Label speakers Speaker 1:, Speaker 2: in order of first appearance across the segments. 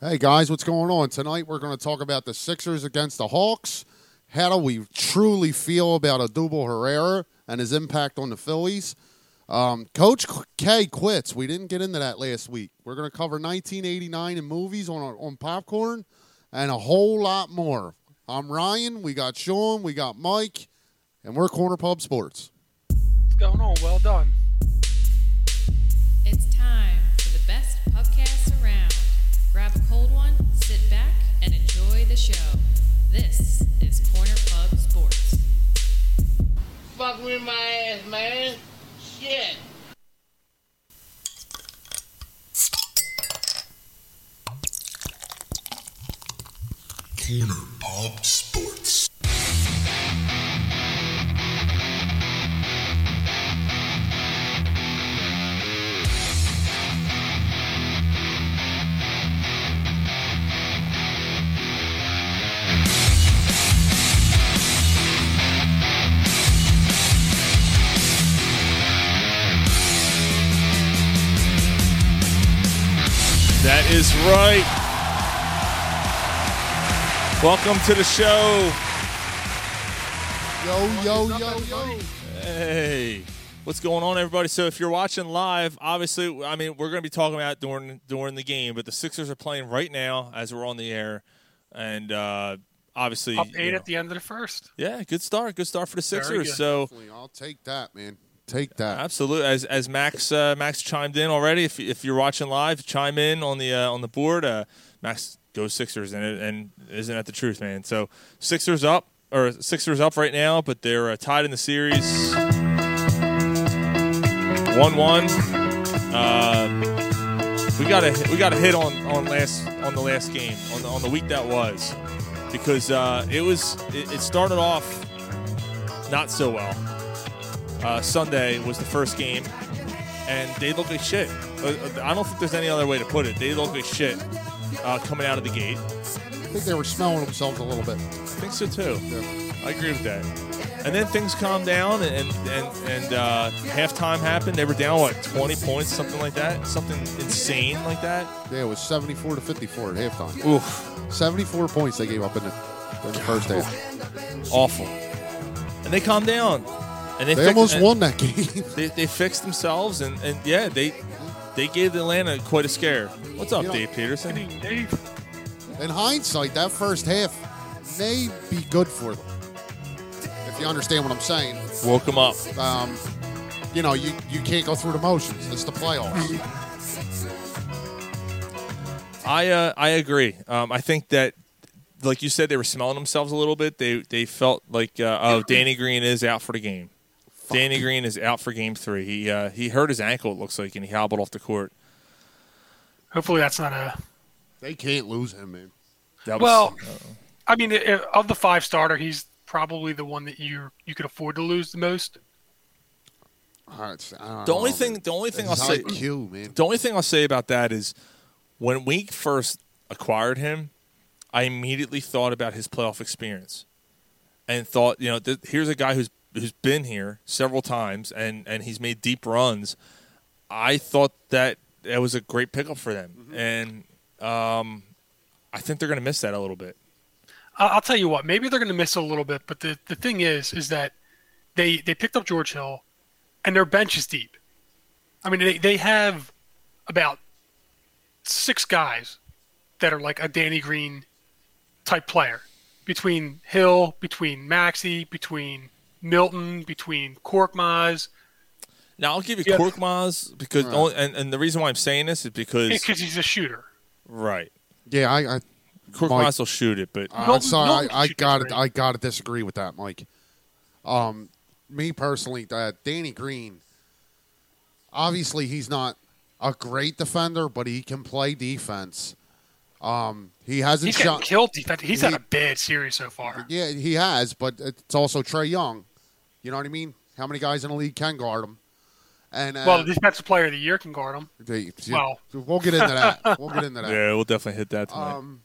Speaker 1: Hey guys, what's going on? Tonight we're going to talk about the Sixers against the Hawks. How do we truly feel about Adubal Herrera and his impact on the Phillies? Um, Coach K quits. We didn't get into that last week. We're going to cover 1989 and movies on our, on popcorn and a whole lot more. I'm Ryan. We got Sean. We got Mike, and we're Corner Pub Sports.
Speaker 2: What's going on? Well done.
Speaker 3: It's time for the best pubcast around. Grab a cold one, sit back, and enjoy the show. This is Corner Pub Sports.
Speaker 4: fuck with my ass, man. Shit.
Speaker 5: Corner Pop Sports.
Speaker 6: That is right. Welcome to the show.
Speaker 1: Yo yo yo yo.
Speaker 6: Hey, what's going on, everybody? So, if you're watching live, obviously, I mean, we're going to be talking about during during the game, but the Sixers are playing right now as we're on the air, and uh, obviously,
Speaker 2: Up
Speaker 6: you
Speaker 2: eight
Speaker 6: know-
Speaker 2: at the end of the first.
Speaker 6: yeah, good start, good start for the
Speaker 2: Very
Speaker 6: Sixers.
Speaker 2: good.
Speaker 6: So,
Speaker 1: I'll take that, man. Take that.
Speaker 6: Absolutely. As as Max uh, Max chimed in already. If if you're watching live, chime in on the uh, on the board. Uh, Max go Sixers, and and isn't that the truth, man? So Sixers up or Sixers up right now, but they're uh, tied in the series. One one. Uh, we got to we got to hit on on last on the last game on the, on the week that was because uh, it was it, it started off not so well uh, Sunday was the first game, and they look like shit. Uh, uh, I don't think there's any other way to put it. They look like shit uh, coming out of the gate.
Speaker 1: I think they were smelling themselves a little bit.
Speaker 6: I think so too. I agree with that. And then things calmed down, and and and uh, halftime happened. They were down what 20 points, something like that, something insane like that.
Speaker 1: Yeah, it was 74 to 54 at halftime.
Speaker 6: Oof.
Speaker 1: 74 points they gave up in the, in the first half.
Speaker 6: awful. And they calmed down. And they,
Speaker 1: They
Speaker 6: fixed-
Speaker 1: almost
Speaker 6: and
Speaker 1: won that game.
Speaker 6: They, they fixed themselves, and, and yeah, they they gave Atlanta quite a scare. What's up,
Speaker 1: You know-
Speaker 6: Dave Peterson?
Speaker 2: Dave,
Speaker 1: In hindsight, that first half may be good for them. If you understand what I'm saying,
Speaker 6: Woke him up.
Speaker 1: um, you know, you, you can't go through the motions. It's the playoffs.
Speaker 6: I uh, I agree. Um, I think that, like you said, they were smelling themselves a little bit. They they felt like uh, oh, Danny Green is out for the game. Danny Green is out for game three. He uh, he hurt his ankle. It looks like, and he hobbled off the court.
Speaker 2: hopefully that's not a.
Speaker 1: They can't lose him, man.
Speaker 6: That was,
Speaker 2: Well, I mean, i- i- of the five starter, he's probably the one that you you could afford to lose the most.
Speaker 1: All right, I don't
Speaker 6: the
Speaker 1: know,
Speaker 6: only
Speaker 1: man.
Speaker 6: thing the only thing I'll
Speaker 1: His
Speaker 6: say
Speaker 1: IQ, man.
Speaker 6: the only thing I'll say about that is when we first acquired him, I immediately thought about his playoff experience and thought, you know, th- here's a guy who's who's been here several times and and he's made deep runs. I thought that that was a great pickup for them, and um, I think they're going to miss that a little bit.
Speaker 2: I- I'll tell you what, maybe they're going to miss it a little bit, but the, the thing is, is that they they picked up George Hill, and their bench is deep. I mean, they, they have about six guys that are like a Danny Green type player between Hill, between Maxi, between Milton, between Korkmaz,
Speaker 6: Now I'll give you
Speaker 2: Yeah.
Speaker 6: Korkmaz because the only, and, and the reason why I'm saying this is because
Speaker 2: because he's a shooter.
Speaker 6: right,
Speaker 1: Yeah, I, I,
Speaker 6: Korkmaz will shoot it, but
Speaker 1: I'm
Speaker 2: Milton-
Speaker 1: sorry.
Speaker 2: Milton
Speaker 1: I, I
Speaker 2: should
Speaker 1: got
Speaker 2: disagree.
Speaker 1: I got to disagree with that, Mike. Um, me personally, uh, Danny Green. Obviously, he's not a great defender, but he can play defense. Um, he hasn't
Speaker 2: He's
Speaker 1: shot.
Speaker 2: getting killed defense. He's had
Speaker 1: he-
Speaker 2: a bad series so far.
Speaker 1: Yeah, he has, but it's also Trey Young. You know what I mean? How many guys in the league can guard him? And uh,
Speaker 2: Well, the defensive player of the year can guard him.
Speaker 1: they-
Speaker 2: well.
Speaker 1: we'll get into that. We'll get into that.
Speaker 6: yeah, we'll definitely hit that tonight.
Speaker 1: Um,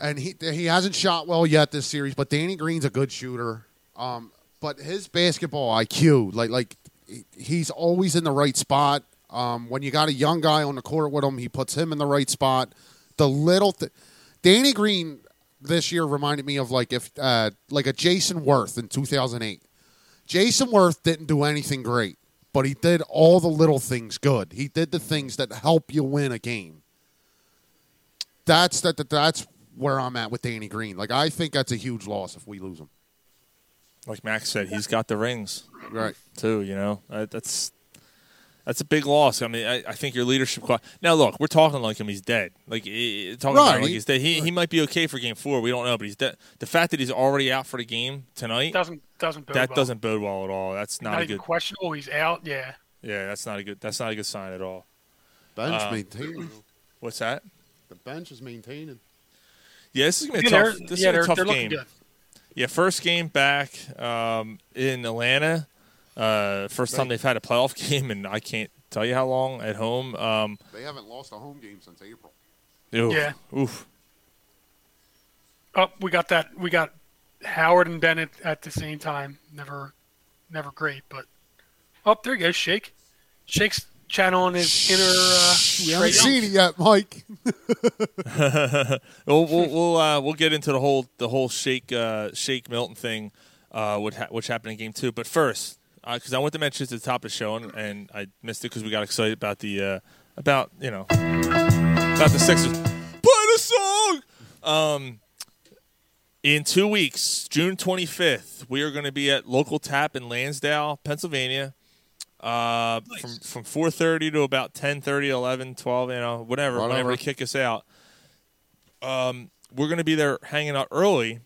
Speaker 1: and he he hasn't shot well yet this series, but Danny Green's a good shooter. Um, but his basketball IQ, like like he- he's always in the right spot. Um, when you got a young guy on the court with him, he puts him in the right spot. the little th- Danny Green this year reminded me of like if uh, like a Jason Worth in 2008. Jason Worth didn't do anything great, but he did all the little things good. He did the things that help you win a game. That's that, that that's where I'm at with Danny Green. Like I think that's a huge loss if we lose him.
Speaker 6: Like Max said, he's got the rings
Speaker 1: Right.
Speaker 6: too. You know, Uh, that's that's a big loss. I mean, I, I think your leadership. Qua- now, look, we're talking like him. He's dead. Like eh, eh, talking about him
Speaker 1: Right.
Speaker 6: like he's dead. He, he might be okay for game four. We don't know, but he's dead. The fact that he's already out for the game tonight
Speaker 2: Doesn't doesn't bode
Speaker 6: that
Speaker 2: well.
Speaker 6: doesn't bode well at all. That's not,
Speaker 2: not
Speaker 6: a
Speaker 2: even
Speaker 6: good.
Speaker 2: questionable. He's out. Yeah.
Speaker 6: yeah, that's not a good. That's not a good sign at all.
Speaker 1: Bench
Speaker 6: Uh,
Speaker 1: maintaining.
Speaker 6: What's that?
Speaker 1: The bench is maintaining.
Speaker 6: Yeah, this is gonna be
Speaker 2: Yeah,
Speaker 6: a
Speaker 2: they're,
Speaker 6: tough. This
Speaker 2: yeah,
Speaker 6: is
Speaker 2: they're,
Speaker 6: a tough
Speaker 2: they're looking
Speaker 6: game.
Speaker 2: good.
Speaker 6: Yeah, first game back um, in Atlanta. Uh, first time they've had a playoff game, and I can't tell you how long at home. Um,
Speaker 1: They haven't lost a home game since April.
Speaker 6: oof,
Speaker 2: Yeah.
Speaker 6: Oof.
Speaker 2: Oh, we got that. We got Howard and Bennett at the same time. Never, never great, but oh, there you go. Shake, Shake's channeling his inner. Uh,
Speaker 1: We haven't
Speaker 2: Trae Young.
Speaker 1: seen it yet, Mike.
Speaker 6: Um, We'll we'll we'll, uh, we'll get into the whole the whole Shake uh, Shake Milton thing, uh, which, ha- which happened in game two. But first, because I went to mention it at the top of the show, and, and I missed it because we got excited about the uh, about you know about the Sixers. Play the song. Um, in two weeks, June 25th, we are going to be at local tap in Lansdale, Pennsylvania. Uh, from from 4:30 to about 10:30, 11, 12, you know, whatever,
Speaker 1: Right
Speaker 6: whenever
Speaker 1: over.
Speaker 6: they kick us out. Um, we're going to be there hanging out early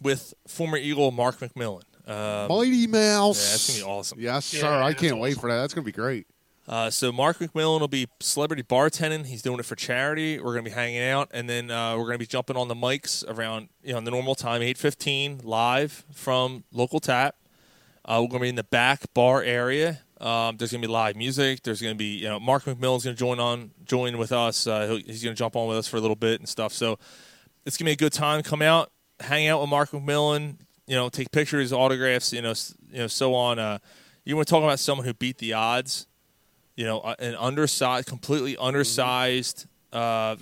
Speaker 6: with former Eagle Mark McMillan. Uh,
Speaker 1: Mighty Mouse.
Speaker 6: Yeah, that's gonna be awesome.
Speaker 1: Yes, sir.
Speaker 2: Yeah,
Speaker 1: I
Speaker 2: that's
Speaker 1: can't wait for that. That's gonna be great.
Speaker 6: Uh, so Mark McMillan will be celebrity bartending. He's doing it for charity. We're going to be hanging out, and then uh, we're going to be jumping on the mics around you know the normal time, eight fifteen, live from local tap. Uh, we're going to be in the back bar area. Um, there's going to be live music. There's going to be you know Mark McMillan's going to join on join with us. Uh, he'll, he's going to jump on with us for a little bit and stuff. So it's going to be a good time. Come out, hang out with Mark McMillan. You know, take pictures, autographs. You know, s- you know, so on. Uh, you want to talk about someone who beat the odds? you know, a- an undersized, completely undersized uh,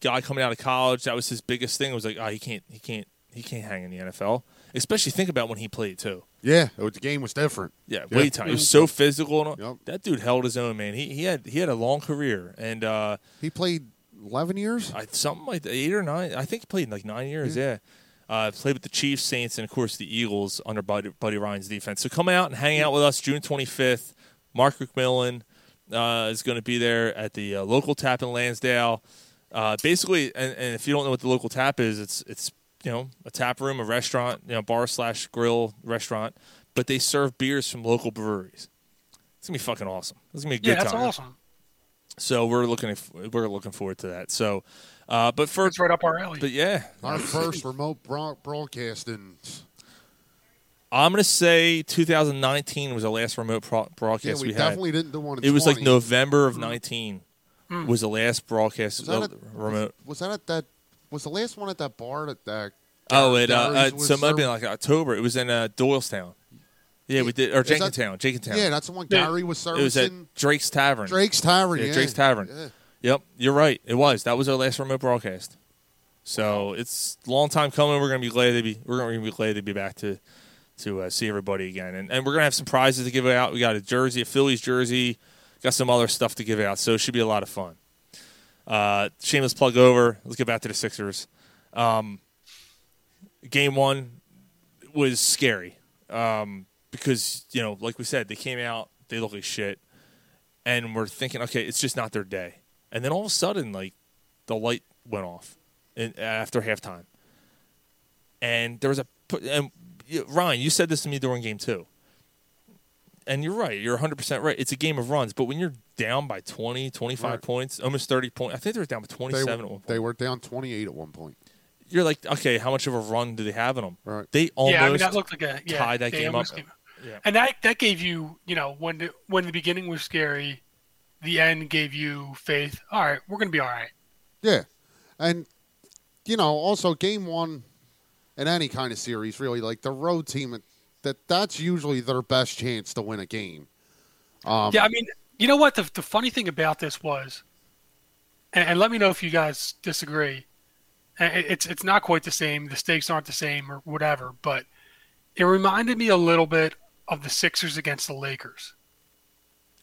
Speaker 6: guy coming out of college. That was his biggest thing. It was like, oh, he can't, he can't, he can't hang in the NFL. Especially think about when he played too.
Speaker 1: Yeah, it was- the game was different.
Speaker 6: Yeah, way
Speaker 1: Yeah.
Speaker 6: tight. He was so physical. And all.
Speaker 1: Yep.
Speaker 6: That dude held his own, man. He he had he had a long career, and uh,
Speaker 1: He played eleven years.
Speaker 6: I, something like that, eight or nine. I think he played in like nine years. Yeah. Uh, played with the Chiefs, Saints, and of course the Eagles under Buddy, Buddy Ryan's defense. So come out and hang out with us June 25th. Mark McMillan uh, is going to be there at the uh, local tap in Lansdale. Uh, basically, and, and if you don't know what the local tap is, it's it's you know a tap room, a restaurant, you know bar slash grill restaurant, but they serve beers from local breweries. It's gonna be fucking awesome. It's gonna be a good
Speaker 2: yeah, that's
Speaker 6: time.
Speaker 2: awesome.
Speaker 6: So we're looking f- we're looking forward to that. So, uh, but for
Speaker 2: That's right up our alley.
Speaker 6: but yeah,
Speaker 1: Our first remote broad- broadcasting.
Speaker 6: I'm gonna say 2019 was the last remote pro-
Speaker 1: Yeah,
Speaker 6: broadcast
Speaker 1: we,
Speaker 6: we, had.
Speaker 1: definitely didn't do one. In
Speaker 6: It was like
Speaker 1: 20.
Speaker 6: November
Speaker 2: Hmm.
Speaker 6: of 19 was the last broadcast
Speaker 1: Was that
Speaker 6: uh,
Speaker 1: a-
Speaker 6: remote.
Speaker 1: Was that at that? Was the last one at that bar that that?
Speaker 6: Oh, it uh,
Speaker 1: Gary's
Speaker 6: uh,
Speaker 1: was
Speaker 6: so it might have
Speaker 1: there-
Speaker 6: been like October. It was in uh, Doylestown. Yeah, we did or
Speaker 1: Is that-
Speaker 6: Jenkintown, Jenkintown.
Speaker 1: Yeah, that's the one
Speaker 2: Yeah.
Speaker 1: Gary was
Speaker 6: it was at
Speaker 1: servicing.
Speaker 6: Drake's Tavern.
Speaker 1: Drake's Tavern.
Speaker 6: Yeah,
Speaker 1: Yeah,
Speaker 6: Drake's Tavern.
Speaker 1: Yeah.
Speaker 6: Yep, you're right. It was. That was our last remote broadcast. So it's a long time coming. We're gonna be glad to be. We're gonna be glad to be back to to uh, see everybody again, and, and we're gonna have some prizes to give out. We got a jersey, a Phillies jersey, got some other stuff to give out. So it should be a lot of fun. Uh, shameless plug over. Let's get back to the Sixers. Um, game one was scary um, because you know, like we said, they came out, they look like shit and we're thinking, okay, it's just not their day. And then all of a sudden, like the light went off in, after halftime, and there was a and you- Ryan, you said this to me during game two, and you're right, you're 100 percent right. It's a game of runs, but when you're down by 20, 25
Speaker 1: Right.
Speaker 6: points, almost 30 points, I think they were down by
Speaker 1: They,
Speaker 6: 27 at
Speaker 1: were,
Speaker 6: one point.
Speaker 1: they were down 28 at one point.
Speaker 6: you're like, okay, how much of a run do they have in them?
Speaker 1: Right.
Speaker 6: They almost
Speaker 2: yeah, I mean that looked like a yeah,
Speaker 6: tied that
Speaker 2: they
Speaker 6: game up.
Speaker 2: almost came-
Speaker 6: Yeah.
Speaker 2: And that that gave you, you know, when the, when the beginning was scary, the end gave you faith. All right, we're gonna be all right.
Speaker 1: Yeah, and you know, also game one in any kind of series, really, like the road team, that that's usually their best chance to win a game.
Speaker 2: yeah, I mean, you know what? The, the funny thing about this was, and, and let me know if you guys disagree. And it- It's it's not quite the same. The stakes aren't the same or whatever, but it reminded me a little bit of the Sixers against the Lakers.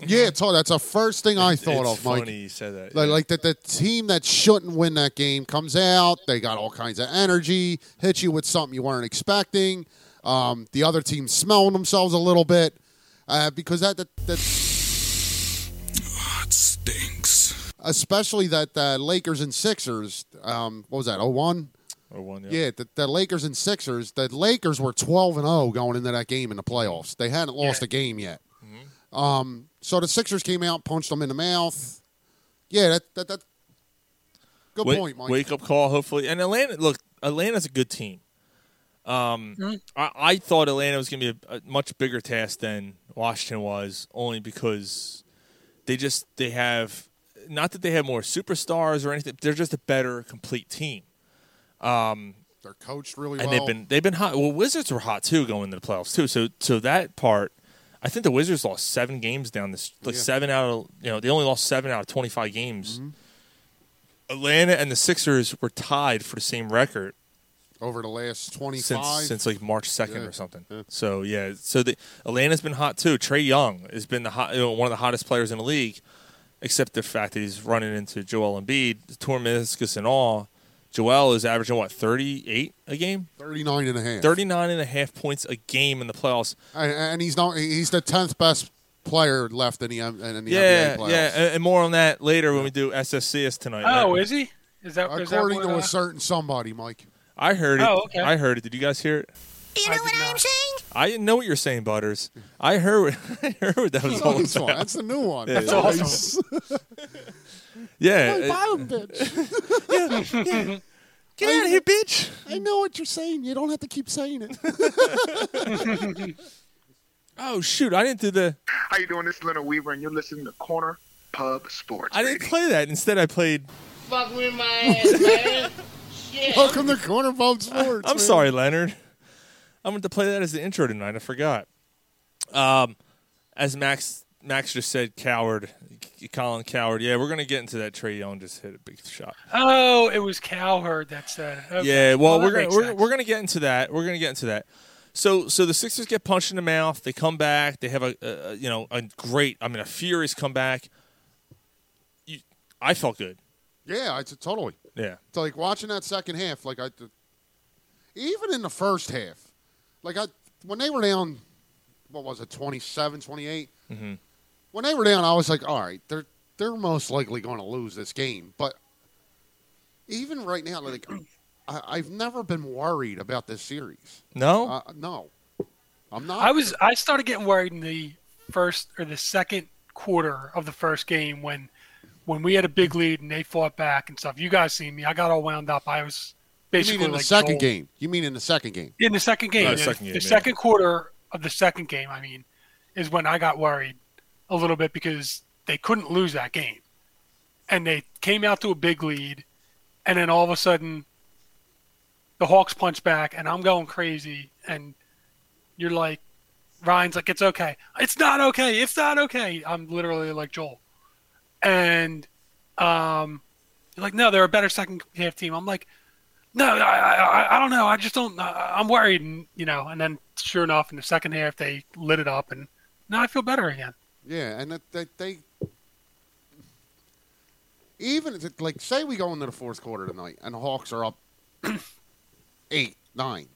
Speaker 1: Yeah, it's all, that's the first thing I thought
Speaker 6: Mm-hmm. it's
Speaker 1: of,
Speaker 6: funny
Speaker 1: Mike.
Speaker 6: you said that.
Speaker 1: Like, like that the team that shouldn't win that game comes out. They got all kinds of energy, hit you with something you weren't expecting. Um, the other team smelling themselves a little bit uh, because that, that, that
Speaker 5: It stinks.
Speaker 1: especially that uh, Lakers and Sixers. Um, what was that? Oh one.
Speaker 6: or one,
Speaker 1: Yeah, the, the Lakers and Sixers. The Lakers were twelve and zero going into that game in the playoffs. They hadn't lost
Speaker 2: Yeah.
Speaker 1: a game yet.
Speaker 6: Mm-hmm.
Speaker 1: Um, so the Sixers came out, punched them in the mouth. Yeah, that that, that good
Speaker 6: Wake,
Speaker 1: point, Mike.
Speaker 6: wake up call, hopefully. And Atlanta, look, Atlanta's a good team. Um, I, I thought Atlanta was going to be a, a much bigger task than Washington was, only because they just they have not that they have more superstars or anything. They're just a better complete team,
Speaker 1: They're coached really
Speaker 6: and
Speaker 1: well.
Speaker 6: they've been they've been hot. Well, Wizards were hot too going into the playoffs too. So so that part, I think the Wizards lost seven games down this like
Speaker 1: Yeah. Mm-hmm.
Speaker 6: seven out of you know they only lost seven out of twenty five games. Atlanta and the Sixers were tied for the same record.
Speaker 1: over the last twenty
Speaker 6: since
Speaker 1: five.
Speaker 6: since like March second
Speaker 1: Yeah.
Speaker 6: or something.
Speaker 1: Yeah.
Speaker 6: So yeah, so the Atlanta's been hot too. Trey Young has been the hot, you know, one of the hottest players in the league, except the fact that he's running into Joel Embiid, the torn meniscus and all. Joel is averaging what thirty eight a game,
Speaker 1: 39 and a half.
Speaker 6: 39 and a half points a game in the playoffs.
Speaker 1: And, and he's not. He's the tenth best player left in the M- in the
Speaker 6: yeah,
Speaker 1: NBA playoffs.
Speaker 6: yeah, and, and more on that later when we do SSCS tonight.
Speaker 2: Oh,
Speaker 6: I,
Speaker 2: is he? Is that is
Speaker 1: According
Speaker 2: that
Speaker 1: to
Speaker 2: what, uh,
Speaker 6: uh,
Speaker 1: a certain somebody, Mike.
Speaker 6: I heard it.
Speaker 2: Oh, okay.
Speaker 6: I heard it. Did you guys hear it?
Speaker 2: you know what I'm saying?
Speaker 6: I didn't know what you're saying, Butters. I heard. I heard what that was all
Speaker 1: That's
Speaker 6: about.
Speaker 1: the new one.
Speaker 6: That's
Speaker 2: awesome.
Speaker 6: Yeah,
Speaker 1: Hey,
Speaker 6: it-
Speaker 1: bottom bitch.
Speaker 6: Get out of here, bitch.
Speaker 1: I know what you're saying. You don't have to keep saying it.
Speaker 6: Oh shoot, I didn't do the
Speaker 7: How you doing? This is Leonard Weaver, and you're listening to Corner Pub Sports.
Speaker 6: I didn't play that. Instead I played
Speaker 4: Fuck with my ass, man. Shit.
Speaker 1: Welcome to Corner Bump Sports.
Speaker 6: I'm
Speaker 1: man.
Speaker 6: sorry, Leonard. I'm going to play that as the intro tonight. I forgot. Um as Max Max just said coward. Colin Coward. Yeah, we're going to get into that Trey Young just hit a big shot.
Speaker 2: Oh, it was Cowherd that said. it. Okay.
Speaker 6: Yeah, well,
Speaker 2: that
Speaker 6: we're gonna,
Speaker 2: makes
Speaker 6: we're,
Speaker 2: sense.
Speaker 6: we're gonna get into that. We're gonna get into that. So so the Sixers get punched in the mouth. They come back. They have a, a a, you know a great. I mean a furious comeback. You, I felt good.
Speaker 1: Yeah, I totally.
Speaker 6: Yeah.
Speaker 1: It's like watching that second half. Like I, even in the first half, like I when they were down, what was it, 27, 28? When they were down, I was like, all right, they're they're most likely going to lose this game. But even right now, like I, I've never been worried about this series.
Speaker 6: No.
Speaker 1: Uh, no, I'm not.
Speaker 2: I was I started getting worried in the first or the second quarter of the first game when when we had a big lead and they fought back and stuff. You guys seen me? I got all wound up. I was
Speaker 1: you
Speaker 2: basically
Speaker 1: mean in the
Speaker 2: like
Speaker 1: second
Speaker 2: Joel.
Speaker 1: game? You mean in the second game?
Speaker 2: In the second game,
Speaker 6: Oh,
Speaker 2: yeah, the,
Speaker 6: second game,
Speaker 2: the
Speaker 6: yeah.
Speaker 2: second quarter of the second game. I mean, is when I got worried a little bit because they couldn't lose that game, and they came out to a big lead, and then all of a sudden, the Hawks punch back, and I'm going crazy, and you're like, Ryan's like, it's okay, it's not okay, it's not okay. I'm literally like Joel, and um, you're like, no, they're a better second half team. I'm like no, I, I, I- I don't know. I just don't. I, I'm worried, and, you know. And then, sure enough, in the second half, they lit it up, and now I feel better again.
Speaker 1: Yeah, and that, that they even if it- like say we go into the fourth quarter tonight and the Hawks are up eight nine,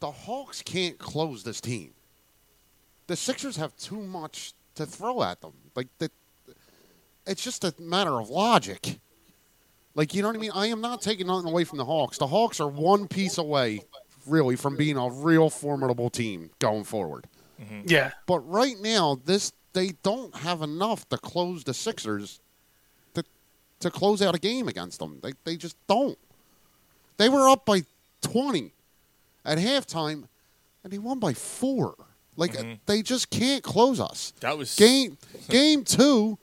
Speaker 1: the Hawks can't close this team. The Sixers have too much to throw at them. Like that, it's just a matter of logic. Like you know what I mean? I am not taking nothing away from the Hawks. The Hawks are one piece away, really, from being a real formidable team going forward.
Speaker 2: Yeah,
Speaker 1: But right now, this they don't have enough to close the Sixers to to close out a game against them. They they just don't. They were up by twenty at halftime, and they won by four. Like
Speaker 6: Mm-hmm.
Speaker 1: they just can't close us.
Speaker 6: That was-
Speaker 1: game game two.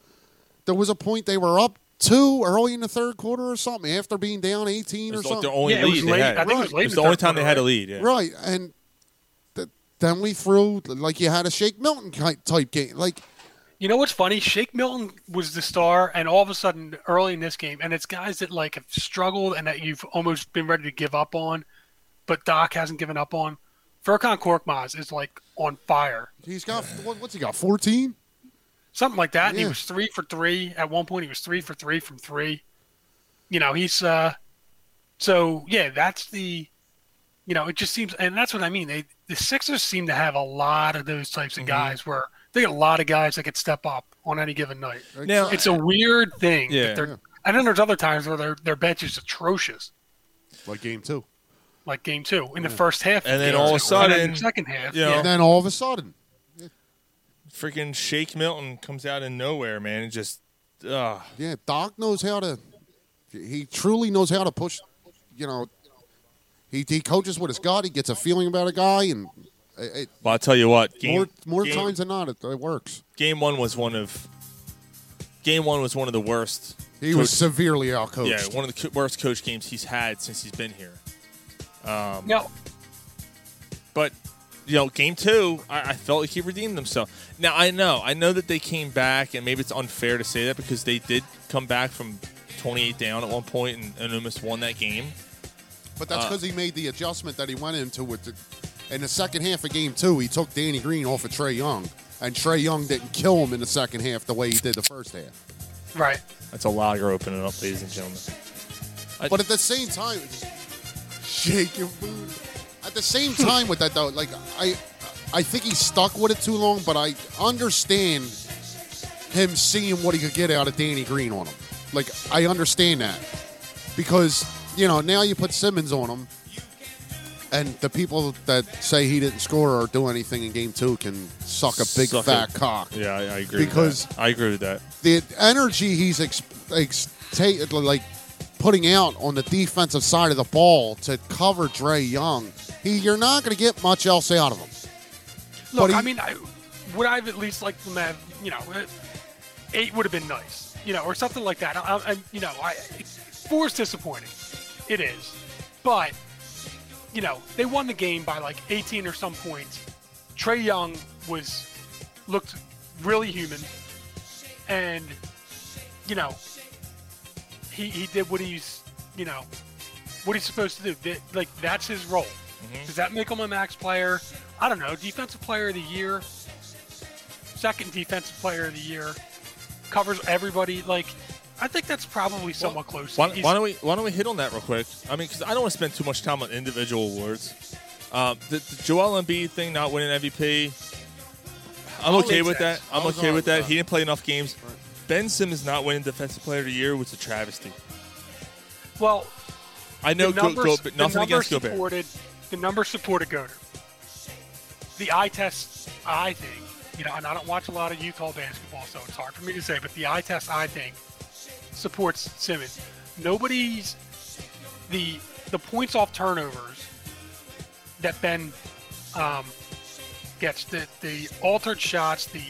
Speaker 1: There was a point they were up two early in the third quarter or something after being down eighteen
Speaker 6: It
Speaker 1: or
Speaker 6: was like
Speaker 1: something.
Speaker 6: their only
Speaker 2: Yeah, it
Speaker 6: lead.
Speaker 2: was
Speaker 6: they
Speaker 2: late-
Speaker 6: had.
Speaker 2: I think it was late
Speaker 6: It was
Speaker 2: in
Speaker 6: the
Speaker 2: the
Speaker 6: only
Speaker 2: third
Speaker 6: time they
Speaker 2: quarter,
Speaker 6: had a
Speaker 2: right?
Speaker 6: lead. Yeah.
Speaker 1: Right, and th- then we threw like you had a Shake Milton ki- type game. Like
Speaker 2: You know what's funny? Shake Milton was the star, and all of a sudden, early in this game, and it's guys that like have struggled and that you've almost been ready to give up on, but Doc hasn't given up on. Furkan Korkmaz is like on fire,
Speaker 1: He's got what, what's he got? Fourteen.
Speaker 2: something like that. And he
Speaker 1: Yeah.
Speaker 2: was three for three at one point. He was three for three from three. You know, he's uh, so yeah, that's the, you know, it just seems, and that's what I mean. They the Sixers seem to have a lot of those types of guys where they get a lot of guys that could step up on any given night.
Speaker 6: Now,
Speaker 2: It's a weird thing.
Speaker 6: Yeah.
Speaker 2: That they're, and then there's other times where their their bench is atrocious,
Speaker 1: Like game two.
Speaker 6: Oh.
Speaker 2: like game two in the first half,
Speaker 6: And
Speaker 2: of
Speaker 6: then
Speaker 2: game
Speaker 6: all of a
Speaker 2: two, and then
Speaker 6: sudden,
Speaker 2: the second half,
Speaker 6: you know,
Speaker 2: yeah.
Speaker 1: And then all of a sudden,
Speaker 6: freaking Shake Milton comes out of nowhere, man, and just uh,
Speaker 1: yeah, Doc knows how to. He truly knows how to push. You know, he he coaches with his gut. He gets a feeling about a guy, and it, it-
Speaker 6: Well, I'll tell you what. Game,
Speaker 1: more more
Speaker 6: game,
Speaker 1: times than not, it, it works.
Speaker 6: Game one was one of. Game one was one of the worst.
Speaker 1: He was
Speaker 6: coach-
Speaker 1: severely outcoached.
Speaker 6: Yeah, one of the co- worst coach games he's had since he's been here. Um,
Speaker 2: No,
Speaker 6: But you know, game two, I, I felt like he redeemed himself. Now I know, I know that they came back, and maybe it's unfair to say that because they did come back from 28 down at one point and, and almost won that game.
Speaker 1: but
Speaker 6: uh,
Speaker 1: that's because he made the adjustment that he went into with. The, in the second half of game two, he took Danny Green off of Trey Young, and Trey Young didn't kill him in the second half the way he did the first half.
Speaker 2: right.
Speaker 6: That's a lager opening up, ladies and gentlemen.
Speaker 1: But at the same time, shake your booty. At the same time, with that though, like I, I think he stuck with it too long. But I understand him seeing what he could get out of Danny Green on him. Like I understand that because you know now you put Simmons on him, and the people that say he didn't score or do anything in game two can suck a big
Speaker 6: Suck
Speaker 1: fat
Speaker 6: it.
Speaker 1: cock
Speaker 6: Yeah, I, I agree.
Speaker 1: Because-
Speaker 6: with that. I agree with that.
Speaker 1: the energy he's ex- ex- ta- like putting out on the defensive side of the ball to cover Dre Young, he you're not going to get much else out of him. But
Speaker 2: Look,
Speaker 1: he-
Speaker 2: I mean, I, would I've at least liked them to have, you know, uh, eight would have been nice, you know, or something like that. I, I, I- you know, I four's disappointing, it is, but you know, they won the game by like 18 or some points. Trey Young was looked really human, and you know, he he did what he's, you know, what he's supposed to do. That- Like that's his role.
Speaker 6: Mm-hmm.
Speaker 2: Does that make him a max player? I don't know. Defensive player of the year, second defensive player of the year, covers everybody. Like, I think that's probably somewhat close.
Speaker 6: Why,
Speaker 2: He's-
Speaker 6: why don't we Why don't we hit on that real quick? I mean, because I don't want to spend too much time on individual awards. Um, the, the Joel Embiid thing, not winning MVP. I'm okay with that.
Speaker 1: I
Speaker 6: I'm
Speaker 1: was
Speaker 6: okay
Speaker 1: all with
Speaker 6: with that.
Speaker 1: that.
Speaker 6: He didn't play enough games. Ben Simmons not winning Defensive Player of the Year was a travesty.
Speaker 2: Well,
Speaker 6: I know
Speaker 2: the
Speaker 6: Go,
Speaker 2: numbers,
Speaker 6: Go,
Speaker 2: the
Speaker 6: nothing
Speaker 2: numbers
Speaker 6: against Gobert.
Speaker 2: supported the numbers supported Goder. The eye test, I think, you know, and I don't watch a lot of Utah basketball, so it's hard for me to say, but the eye test, I think, supports Simmons. Nobody's the the points off turnovers that Ben um, gets the the altered shots, the